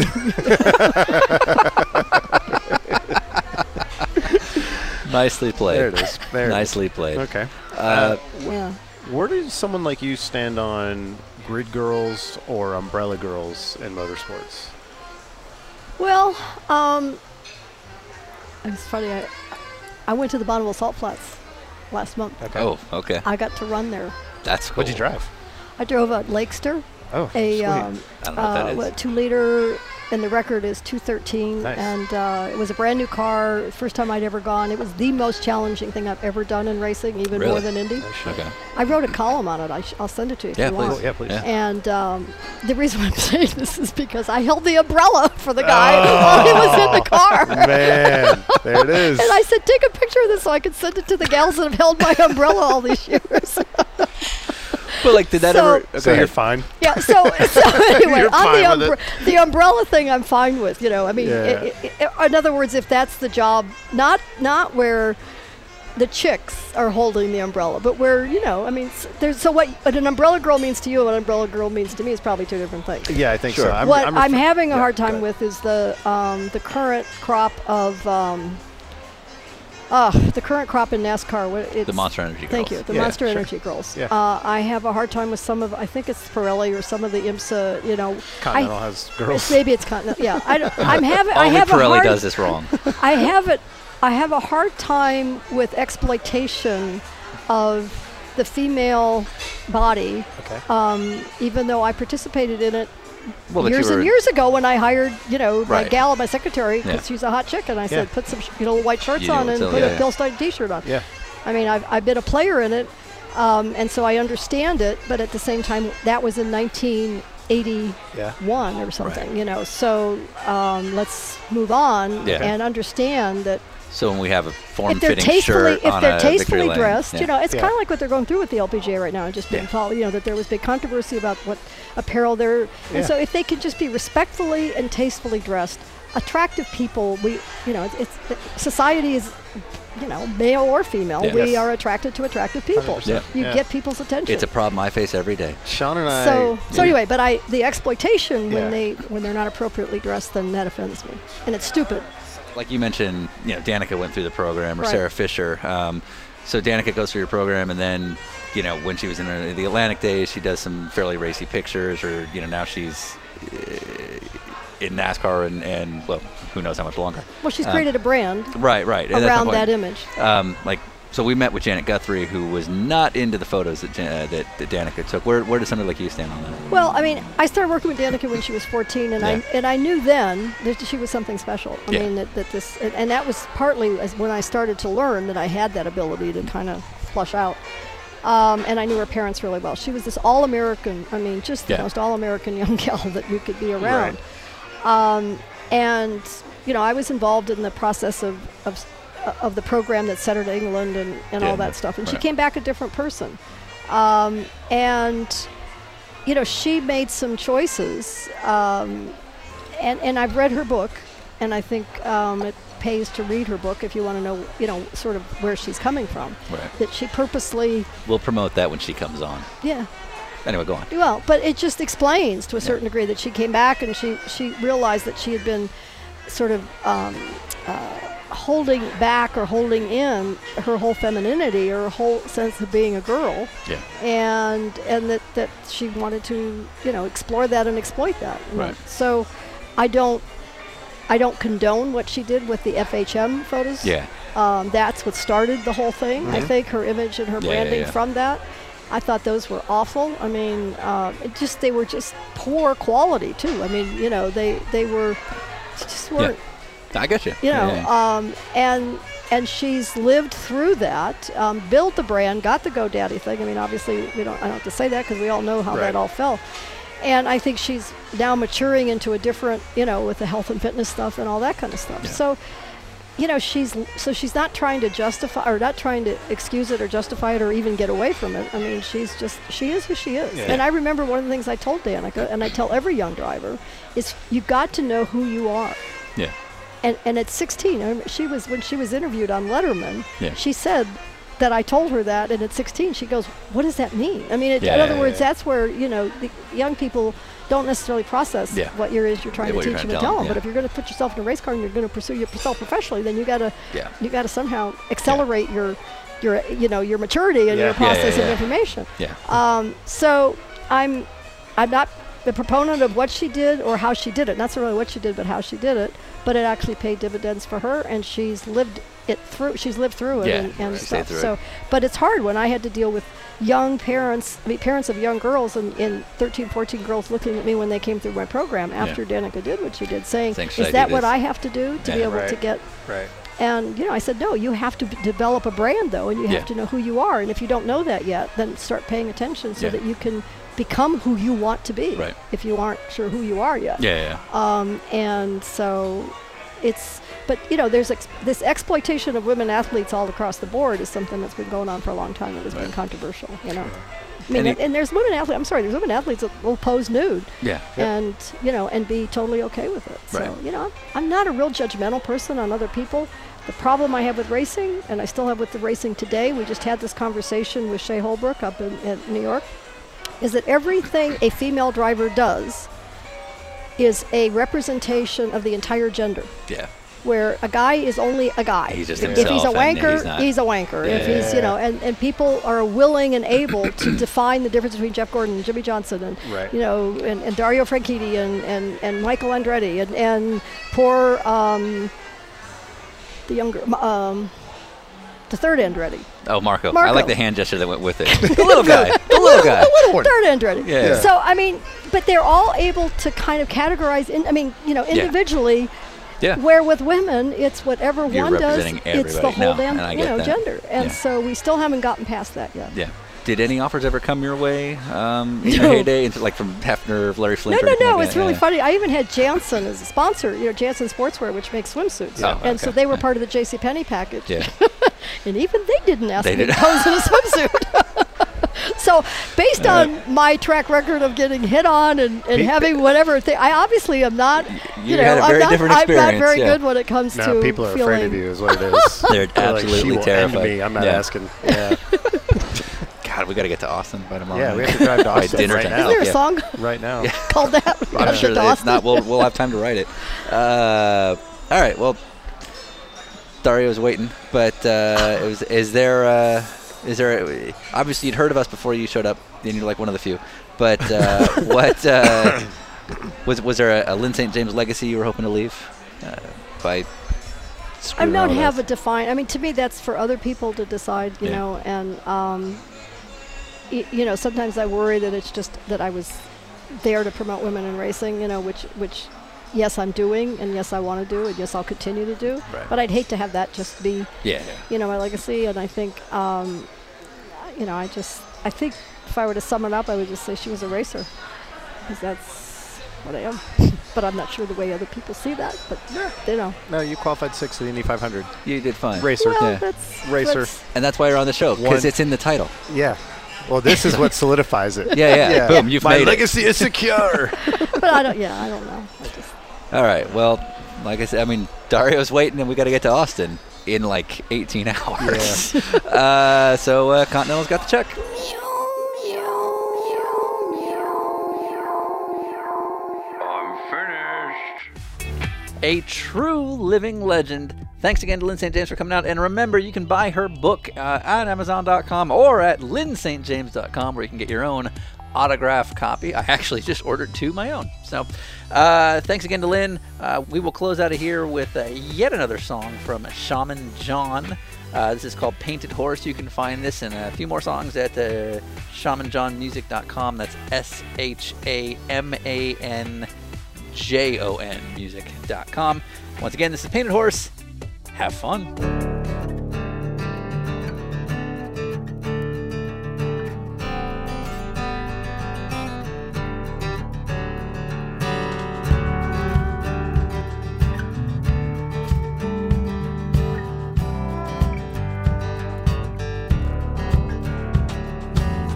Speaker 1: Nicely played.
Speaker 2: There it is. There. it is.
Speaker 1: Nicely played.
Speaker 2: Okay.
Speaker 1: Uh,
Speaker 3: yeah.
Speaker 2: Where does someone like you stand on grid girls or umbrella girls in motorsports?
Speaker 3: Well, um, it's funny. I, I went to the Bonneville Salt Flats last month.
Speaker 1: oh, okay.
Speaker 3: I got to run there.
Speaker 1: That's cool.
Speaker 2: What'd you drive?
Speaker 3: I drove a Lakester,
Speaker 2: Oh,
Speaker 3: a
Speaker 2: sweet.
Speaker 3: um,
Speaker 1: I don't know what that
Speaker 3: uh,
Speaker 1: is.
Speaker 3: what, two liter and the record is 213.
Speaker 2: Nice.
Speaker 3: And uh, it was a brand new car, first time I'd ever gone. It was the most challenging thing I've ever done in racing, even more
Speaker 1: Really?
Speaker 3: than Indy.
Speaker 1: Okay.
Speaker 3: I wrote a column on it. I sh- I'll send it to you if
Speaker 1: Yeah,
Speaker 3: you
Speaker 1: please.
Speaker 3: want.
Speaker 2: Yeah, please.
Speaker 1: Yeah.
Speaker 3: And um, the reason why I'm saying this is because I held the umbrella for the guy
Speaker 1: Oh.
Speaker 3: while he was in the car.
Speaker 2: Man, there it is.
Speaker 3: And I said, take a picture of this so I can send it to the gals that have held my umbrella all these years.
Speaker 1: But like, did that
Speaker 3: So-
Speaker 1: ever? Okay.
Speaker 2: so you're fine.
Speaker 3: Yeah. So, so anyway,
Speaker 2: You're
Speaker 3: on the,
Speaker 2: fine with
Speaker 3: umbre- the umbrella thing, I'm fine with. You know, I mean, i i i in other words, if that's the job, not not where the chicks are holding the umbrella, but where you know, I mean, s- there's so what, what an umbrella girl means to you and what an umbrella girl means to me is probably two different things.
Speaker 2: Yeah, I think so. I'm,
Speaker 3: what I'm,
Speaker 2: I'm refer-
Speaker 3: having a
Speaker 2: yeah,
Speaker 3: hard
Speaker 2: go
Speaker 3: time
Speaker 2: ahead.
Speaker 3: with is the um, the current crop of um, uh, the current crop in NASCAR. What it's,
Speaker 1: The Monster Energy
Speaker 3: Thank
Speaker 1: Girls.
Speaker 3: you. The
Speaker 2: Yeah,
Speaker 3: Monster
Speaker 2: sure.
Speaker 3: Energy Girls.
Speaker 2: Yeah.
Speaker 3: Uh, I have a hard time with some of I think it's Pirelli or some of the IMSA. You know,
Speaker 2: Continental
Speaker 3: I,
Speaker 2: has girls.
Speaker 3: it's- maybe it's Continental. Yeah, I, don't- I'm having. I
Speaker 1: Only
Speaker 3: have a
Speaker 1: Oh, Pirelli
Speaker 3: hard,
Speaker 1: does this wrong.
Speaker 3: I have it. I have a hard time with exploitation of the female body,
Speaker 2: Okay.
Speaker 3: um, even though I participated in it
Speaker 1: Well, but you
Speaker 3: years
Speaker 1: were-
Speaker 3: and years ago when I hired, you know, my
Speaker 1: Right.
Speaker 3: gal, my secretary, because
Speaker 1: Yeah.
Speaker 3: she's a hot chick, and I said,
Speaker 2: Yeah.
Speaker 3: put some, sh- you know, white shirts
Speaker 1: You do
Speaker 3: on
Speaker 1: what's
Speaker 3: and
Speaker 1: up,
Speaker 3: put
Speaker 1: yeah.
Speaker 3: a Bill Stein T-shirt on.
Speaker 2: Yeah.
Speaker 3: I mean, I've, I've been a player in it, um, and so I understand it, but at the same time, that was in 1981 or something, you know. So um, let's move on
Speaker 1: Yeah.
Speaker 3: and understand that
Speaker 1: So when we have a
Speaker 3: if they're
Speaker 1: form-fitting
Speaker 3: tastefully
Speaker 1: shirt
Speaker 3: if
Speaker 1: on
Speaker 3: they're
Speaker 1: a victory
Speaker 3: tastefully
Speaker 1: lane,
Speaker 3: dressed,
Speaker 1: yeah.
Speaker 3: you know, it's
Speaker 2: Yeah.
Speaker 3: kind of like what they're going through with the LPGA right now, and just being
Speaker 1: Yeah.
Speaker 3: followed. You know, that there was big controversy about what apparel they're, and so if they could just be respectfully and tastefully dressed, attractive people, we, you know, it's, it's society is, you know, male or female,
Speaker 1: Yeah.
Speaker 3: we
Speaker 2: Yes.
Speaker 3: are attracted to attractive people.
Speaker 2: 100%.
Speaker 3: You
Speaker 2: Yeah.
Speaker 3: get people's attention.
Speaker 1: It's a problem I face every day.
Speaker 2: Sean and I.
Speaker 3: so, so anyway, but I the exploitation
Speaker 2: Yeah.
Speaker 3: when they when they're not appropriately dressed, then that offends me, and it's stupid.
Speaker 1: Like you mentioned, you know, Danica went through the program, or
Speaker 3: Right.
Speaker 1: Sarah Fisher. Um, so Danica goes through your program, and then, you know, when she was in uh, the Atlantic days, she does some fairly racy pictures, or you know, now she's uh, in NASCAR, and and well, who knows how much longer.
Speaker 3: Well, she's
Speaker 1: Um,
Speaker 3: created a brand
Speaker 1: Right, right. and that's my
Speaker 3: around
Speaker 1: point.
Speaker 3: that image.
Speaker 1: um, like so we met with Janet Guthrie, who was not into the photos that Jan- uh, that, that Danica took. Where where does somebody like you stand on that?
Speaker 3: Well, I mean, I started working with Danica when she was 14, and
Speaker 1: Yeah.
Speaker 3: I and I knew then that she was something special. I
Speaker 1: Yeah.
Speaker 3: mean, that, that this and, and that was partly as when I started to learn that I had that ability to kind of flush out. Um, and I knew her parents really well. She was this all-American. I mean, just the
Speaker 1: Yeah.
Speaker 3: most all-American young gal that you could be around.
Speaker 2: Right.
Speaker 3: Um, and you know, I was involved in the process of of, of the program that set her to England and, and
Speaker 1: Yeah.
Speaker 3: all that stuff. And she
Speaker 1: Right.
Speaker 3: came back a different person. Um, and you know, she made some choices. Um, and, and I've read her book, and I think um, it pays to read her book if you want to know, you know, sort of where she's coming from.
Speaker 1: Right.
Speaker 3: That she purposely,
Speaker 1: We'll promote that when she comes on.
Speaker 3: yeah,
Speaker 1: Anyway, go on.
Speaker 3: well, but it just explains to a certain degree that she came back and she she realized that she had been sort of um, uh, holding back or holding in her whole femininity or her whole sense of being a girl,
Speaker 1: Yeah.
Speaker 3: and and that that she wanted to you know explore that and exploit that. And
Speaker 1: Right.
Speaker 3: So, I don't. I don't condone what she did with the FHM photos.
Speaker 1: Yeah. Mm-hmm.
Speaker 3: Um, that's what started the whole thing. I think her image and her
Speaker 1: Yeah, yeah,
Speaker 3: branding
Speaker 1: yeah.
Speaker 3: from that. I thought those were awful. I mean, uh, it just they were just poor quality too. I mean, you know, they they were just weren't
Speaker 1: I get you.
Speaker 3: you know,
Speaker 1: Yeah, yeah.
Speaker 3: um, and and she's lived through that, um, built the brand, got the GoDaddy thing. I mean, obviously, we don't. I don't have to say that because we all know how
Speaker 2: Right.
Speaker 3: that all fell. And I think she's now maturing into a different, you know, with the health and fitness stuff and all that kind of stuff. So, you know, she's so she's not trying to justify or not trying to excuse it or justify it or even get away from it. I mean, she's just she is who she is. And I remember one of the things I told Danica, and I tell every young driver, is you've got to know who you are
Speaker 1: yeah.
Speaker 3: and, and at 16, I remember she was when she was interviewed on Letterman.
Speaker 1: Yeah.
Speaker 3: She said that I told her that, and at 16, she goes, "What does that mean?" I mean, it,
Speaker 1: Yeah,
Speaker 3: in
Speaker 1: yeah,
Speaker 3: other
Speaker 1: yeah,
Speaker 3: words, that's where you know the young people don't necessarily process
Speaker 1: Yeah.
Speaker 3: what you're is you're trying
Speaker 1: Yeah, what
Speaker 3: to
Speaker 1: you're
Speaker 3: teach
Speaker 1: trying
Speaker 3: them and
Speaker 1: to
Speaker 3: tell
Speaker 1: tell
Speaker 3: them.
Speaker 1: 'em,
Speaker 3: But
Speaker 1: yeah.
Speaker 3: if you're going to put yourself in a race car and you're going to pursue yourself professionally, then you got to
Speaker 1: Yeah.
Speaker 3: you got to somehow accelerate your your you know your maturity
Speaker 2: Yeah. Yeah,
Speaker 3: and
Speaker 2: yeah,
Speaker 3: your process
Speaker 1: yeah.
Speaker 3: of information.
Speaker 1: Yeah.
Speaker 3: Um, so I'm, I'm not the proponent of what she did or how she did it. Not so really what she did, but how she did it. but it actually paid dividends for her, and she's lived it through. She's lived through it
Speaker 1: Yeah,
Speaker 3: and, and
Speaker 1: she stayed
Speaker 3: stuff.
Speaker 1: through it.
Speaker 3: So, but it's hard when I had to deal with young parents, I mean, parents of young girls, and, and 13, 14 girls looking at me when they came through my program after Danica did what she did, saying,
Speaker 1: Think, should I
Speaker 3: "Is
Speaker 1: do
Speaker 3: that what
Speaker 1: this?"
Speaker 3: I have to do to be
Speaker 1: Yeah,
Speaker 3: able to
Speaker 2: right.
Speaker 3: get?"
Speaker 2: Right.
Speaker 3: And you know, I said, "No, you have to b- develop a brand, though, and you
Speaker 1: Yeah.
Speaker 3: have to know who you are. And if you don't know that yet, then start paying attention so
Speaker 1: Yeah.
Speaker 3: that you can." Become who you want to be.
Speaker 1: Right.
Speaker 3: If you aren't sure who you are yet,
Speaker 1: Yeah, yeah.
Speaker 3: um, and so it's but you know there's ex- this exploitation of women athletes all across the board is something that's been going on for a long time that has been controversial you know I mean,
Speaker 1: And
Speaker 3: and,
Speaker 1: it-
Speaker 3: there's women athletes. I'm sorry, there's women athletes that will pose nude,
Speaker 1: Yeah.
Speaker 3: and you know, and be totally okay with it. So
Speaker 1: Right.
Speaker 3: you know, I'm, I'm not a real judgmental person on other people. The problem I have with racing, and I still have with the racing today, we just had this conversation with Shay Holbrook up in, in New York, is that everything a female driver does is a representation of the entire gender.
Speaker 1: Yeah.
Speaker 3: Where a guy is only a guy.
Speaker 1: He's just
Speaker 3: if he's a
Speaker 1: himself and he's
Speaker 3: wanker,
Speaker 1: not-
Speaker 3: a wanker. if
Speaker 1: Yeah.
Speaker 3: he's, you know, and, and people are willing and able to define the difference between Jeff Gordon and Jimmy Johnson and,
Speaker 2: Right.
Speaker 3: you know, and, and Dario Franchitti and, and, and Michael Andretti and, and poor, um, the younger, um, the third Andretti.
Speaker 1: Oh, Marco. I
Speaker 3: Marco.
Speaker 1: like the hand gesture that went with it. The little guy. The little guy.
Speaker 3: Third Andretti.
Speaker 1: Yeah. Yeah.
Speaker 3: So I mean, but they're all able to kind of categorize. In, I mean, you know, individually.
Speaker 1: Yeah.
Speaker 3: Where with women, it's whatever
Speaker 1: You're
Speaker 3: one does.
Speaker 1: representing
Speaker 3: It's the
Speaker 1: everybody.
Speaker 3: whole
Speaker 1: No,
Speaker 3: damn
Speaker 1: and I
Speaker 3: you
Speaker 1: get
Speaker 3: know
Speaker 1: that.
Speaker 3: gender, and
Speaker 1: Yeah.
Speaker 3: so we still haven't gotten past that yet.
Speaker 1: Yeah. Did any offers ever come your way um, in
Speaker 3: No.
Speaker 1: your heyday, Into- like from Hefner, Larry Flint? or
Speaker 3: no,
Speaker 1: anything
Speaker 3: no, no.
Speaker 1: like
Speaker 3: It's
Speaker 1: that?
Speaker 3: really
Speaker 1: Yeah.
Speaker 3: funny. I even had Janssen as a sponsor. You know, Janssen Sportswear, which makes swimsuits,
Speaker 1: Yeah. Oh,
Speaker 3: and so
Speaker 1: okay.
Speaker 3: they were
Speaker 1: Yeah.
Speaker 3: part of the J.C. Penney package.
Speaker 1: Yeah.
Speaker 3: and even they didn't ask
Speaker 1: They
Speaker 3: me to
Speaker 1: didn't.
Speaker 3: pose in a swimsuit. so,
Speaker 1: Uh,
Speaker 3: based on my track record of getting hit on and, and
Speaker 1: Be-
Speaker 3: having whatever thing, I obviously am not. You,
Speaker 1: you
Speaker 3: know,
Speaker 1: had a very
Speaker 3: I'm, not,
Speaker 1: different
Speaker 3: I'm not
Speaker 1: experience,
Speaker 3: very
Speaker 1: yeah.
Speaker 3: good when it comes
Speaker 2: No,
Speaker 3: to
Speaker 2: people are
Speaker 3: feeling.
Speaker 2: afraid of you, is what it is.
Speaker 1: They're
Speaker 2: like, she
Speaker 1: absolutely
Speaker 2: will
Speaker 1: terrified.
Speaker 2: End me. I'm not
Speaker 1: Yeah.
Speaker 2: asking. Yeah,
Speaker 1: God, we got to get to Austin by tomorrow.
Speaker 2: yeah. We
Speaker 1: night.
Speaker 2: have to drive to
Speaker 1: By
Speaker 2: Austin
Speaker 1: dinner
Speaker 2: right
Speaker 1: time.
Speaker 2: now.
Speaker 3: Isn't there a
Speaker 1: Yeah.
Speaker 3: song
Speaker 2: Right now.
Speaker 3: called that?
Speaker 1: I'm sure that it's
Speaker 3: Dawson?
Speaker 1: not. We'll, we'll have time to write it. Uh, all right. Well, Dario's waiting, but uh, it was, is there? Uh, is there? Obviously, you'd heard of us before you showed up, and you're like one of the few. But uh, what uh, was was there a, a Lynn St. James legacy you were hoping to leave uh, by?
Speaker 3: I
Speaker 1: screwing
Speaker 3: don't
Speaker 1: around with
Speaker 3: have
Speaker 1: us?
Speaker 3: a defined. I mean, to me, that's for other people to decide. You
Speaker 1: Yeah.
Speaker 3: know, and um, y- you know, sometimes I worry that it's just that I was there to promote women in racing. You know, which which, yes, I'm doing, and yes, I want to do, and yes, I'll continue to do.
Speaker 1: Right.
Speaker 3: But I'd hate to have that just be
Speaker 1: Yeah, yeah.
Speaker 3: you know my legacy. And I think um, you know, I just I think if I were to sum it up, I would just say she was a racer, because that's what I am. but I'm not sure the way other people see that. But you know,
Speaker 2: No, you qualified sixth at the Indy 500.
Speaker 1: You did fine.
Speaker 2: Racer.
Speaker 3: well,
Speaker 1: yeah.
Speaker 3: that's
Speaker 2: Racer.
Speaker 3: that's-
Speaker 1: And that's why you're on the show because
Speaker 2: One.
Speaker 1: it's in the title.
Speaker 2: Yeah. Well, this is what solidifies it.
Speaker 1: Yeah, yeah. Boom, you've
Speaker 2: My
Speaker 1: made it.
Speaker 2: legacy is secure.
Speaker 3: but I don't. Yeah, I don't know. I just,
Speaker 1: All right. Well, like I said, I mean Dario's waiting, and we got to get to Austin in like 18 hours. uh, so uh, Continental's got the check.
Speaker 5: I'm finished.
Speaker 9: a true living legend. Thanks again to Lynn St. James for coming out. And remember, you can buy her book uh, at Amazon.com or at lynnstjames.com where you can get your own autograph copy. I actually just ordered two of my own. So uh, thanks again to Lynn. Uh, we will close out of here with uh, yet another song from Shaman John. Uh, this is called Painted Horse. You can find this and a few more songs at uh, shamanjohnmusic.com. That's S H A M A N. J-O-N music.com. Once again, this is Painted Horse. Have fun.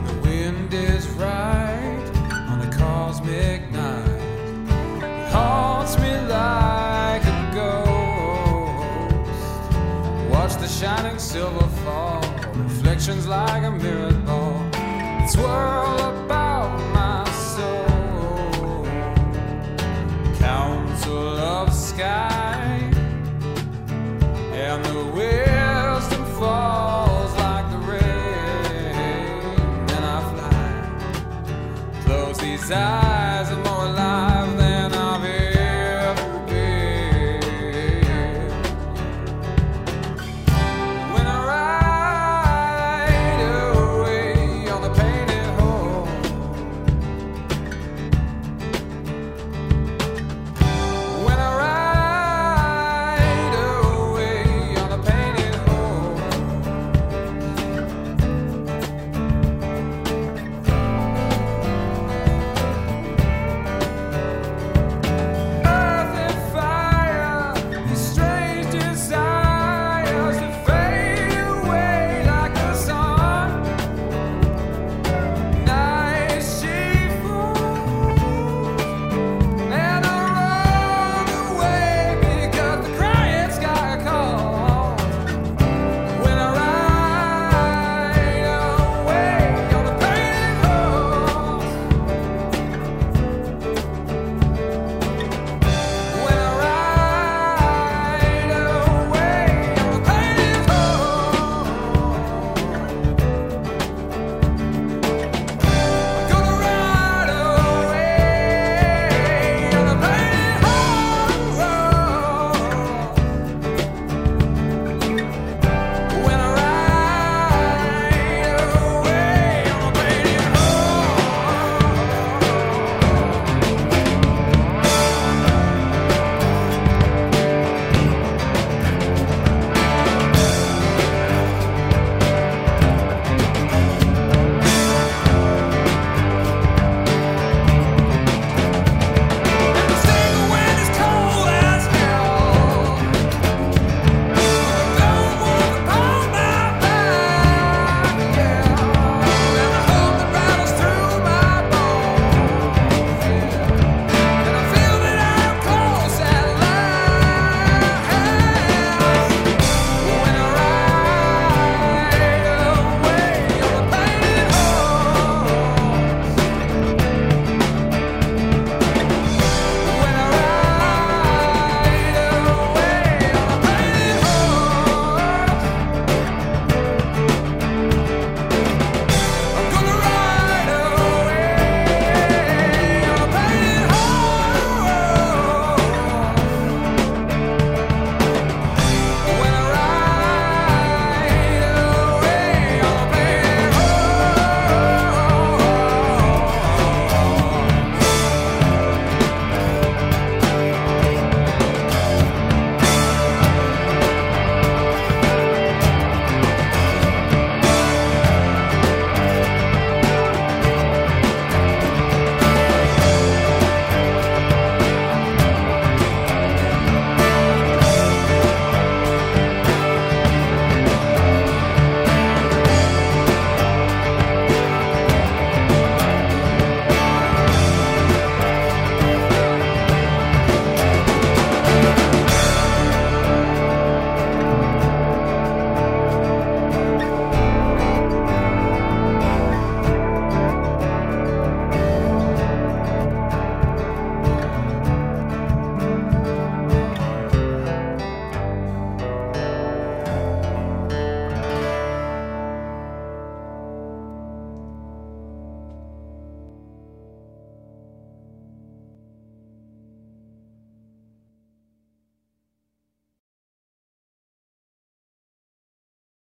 Speaker 12: The wind is right on a cosmic night. It haunts me like a ghost. Watch the shining silver fall, reflections like a mirrored ball. that Swirl about. Oh,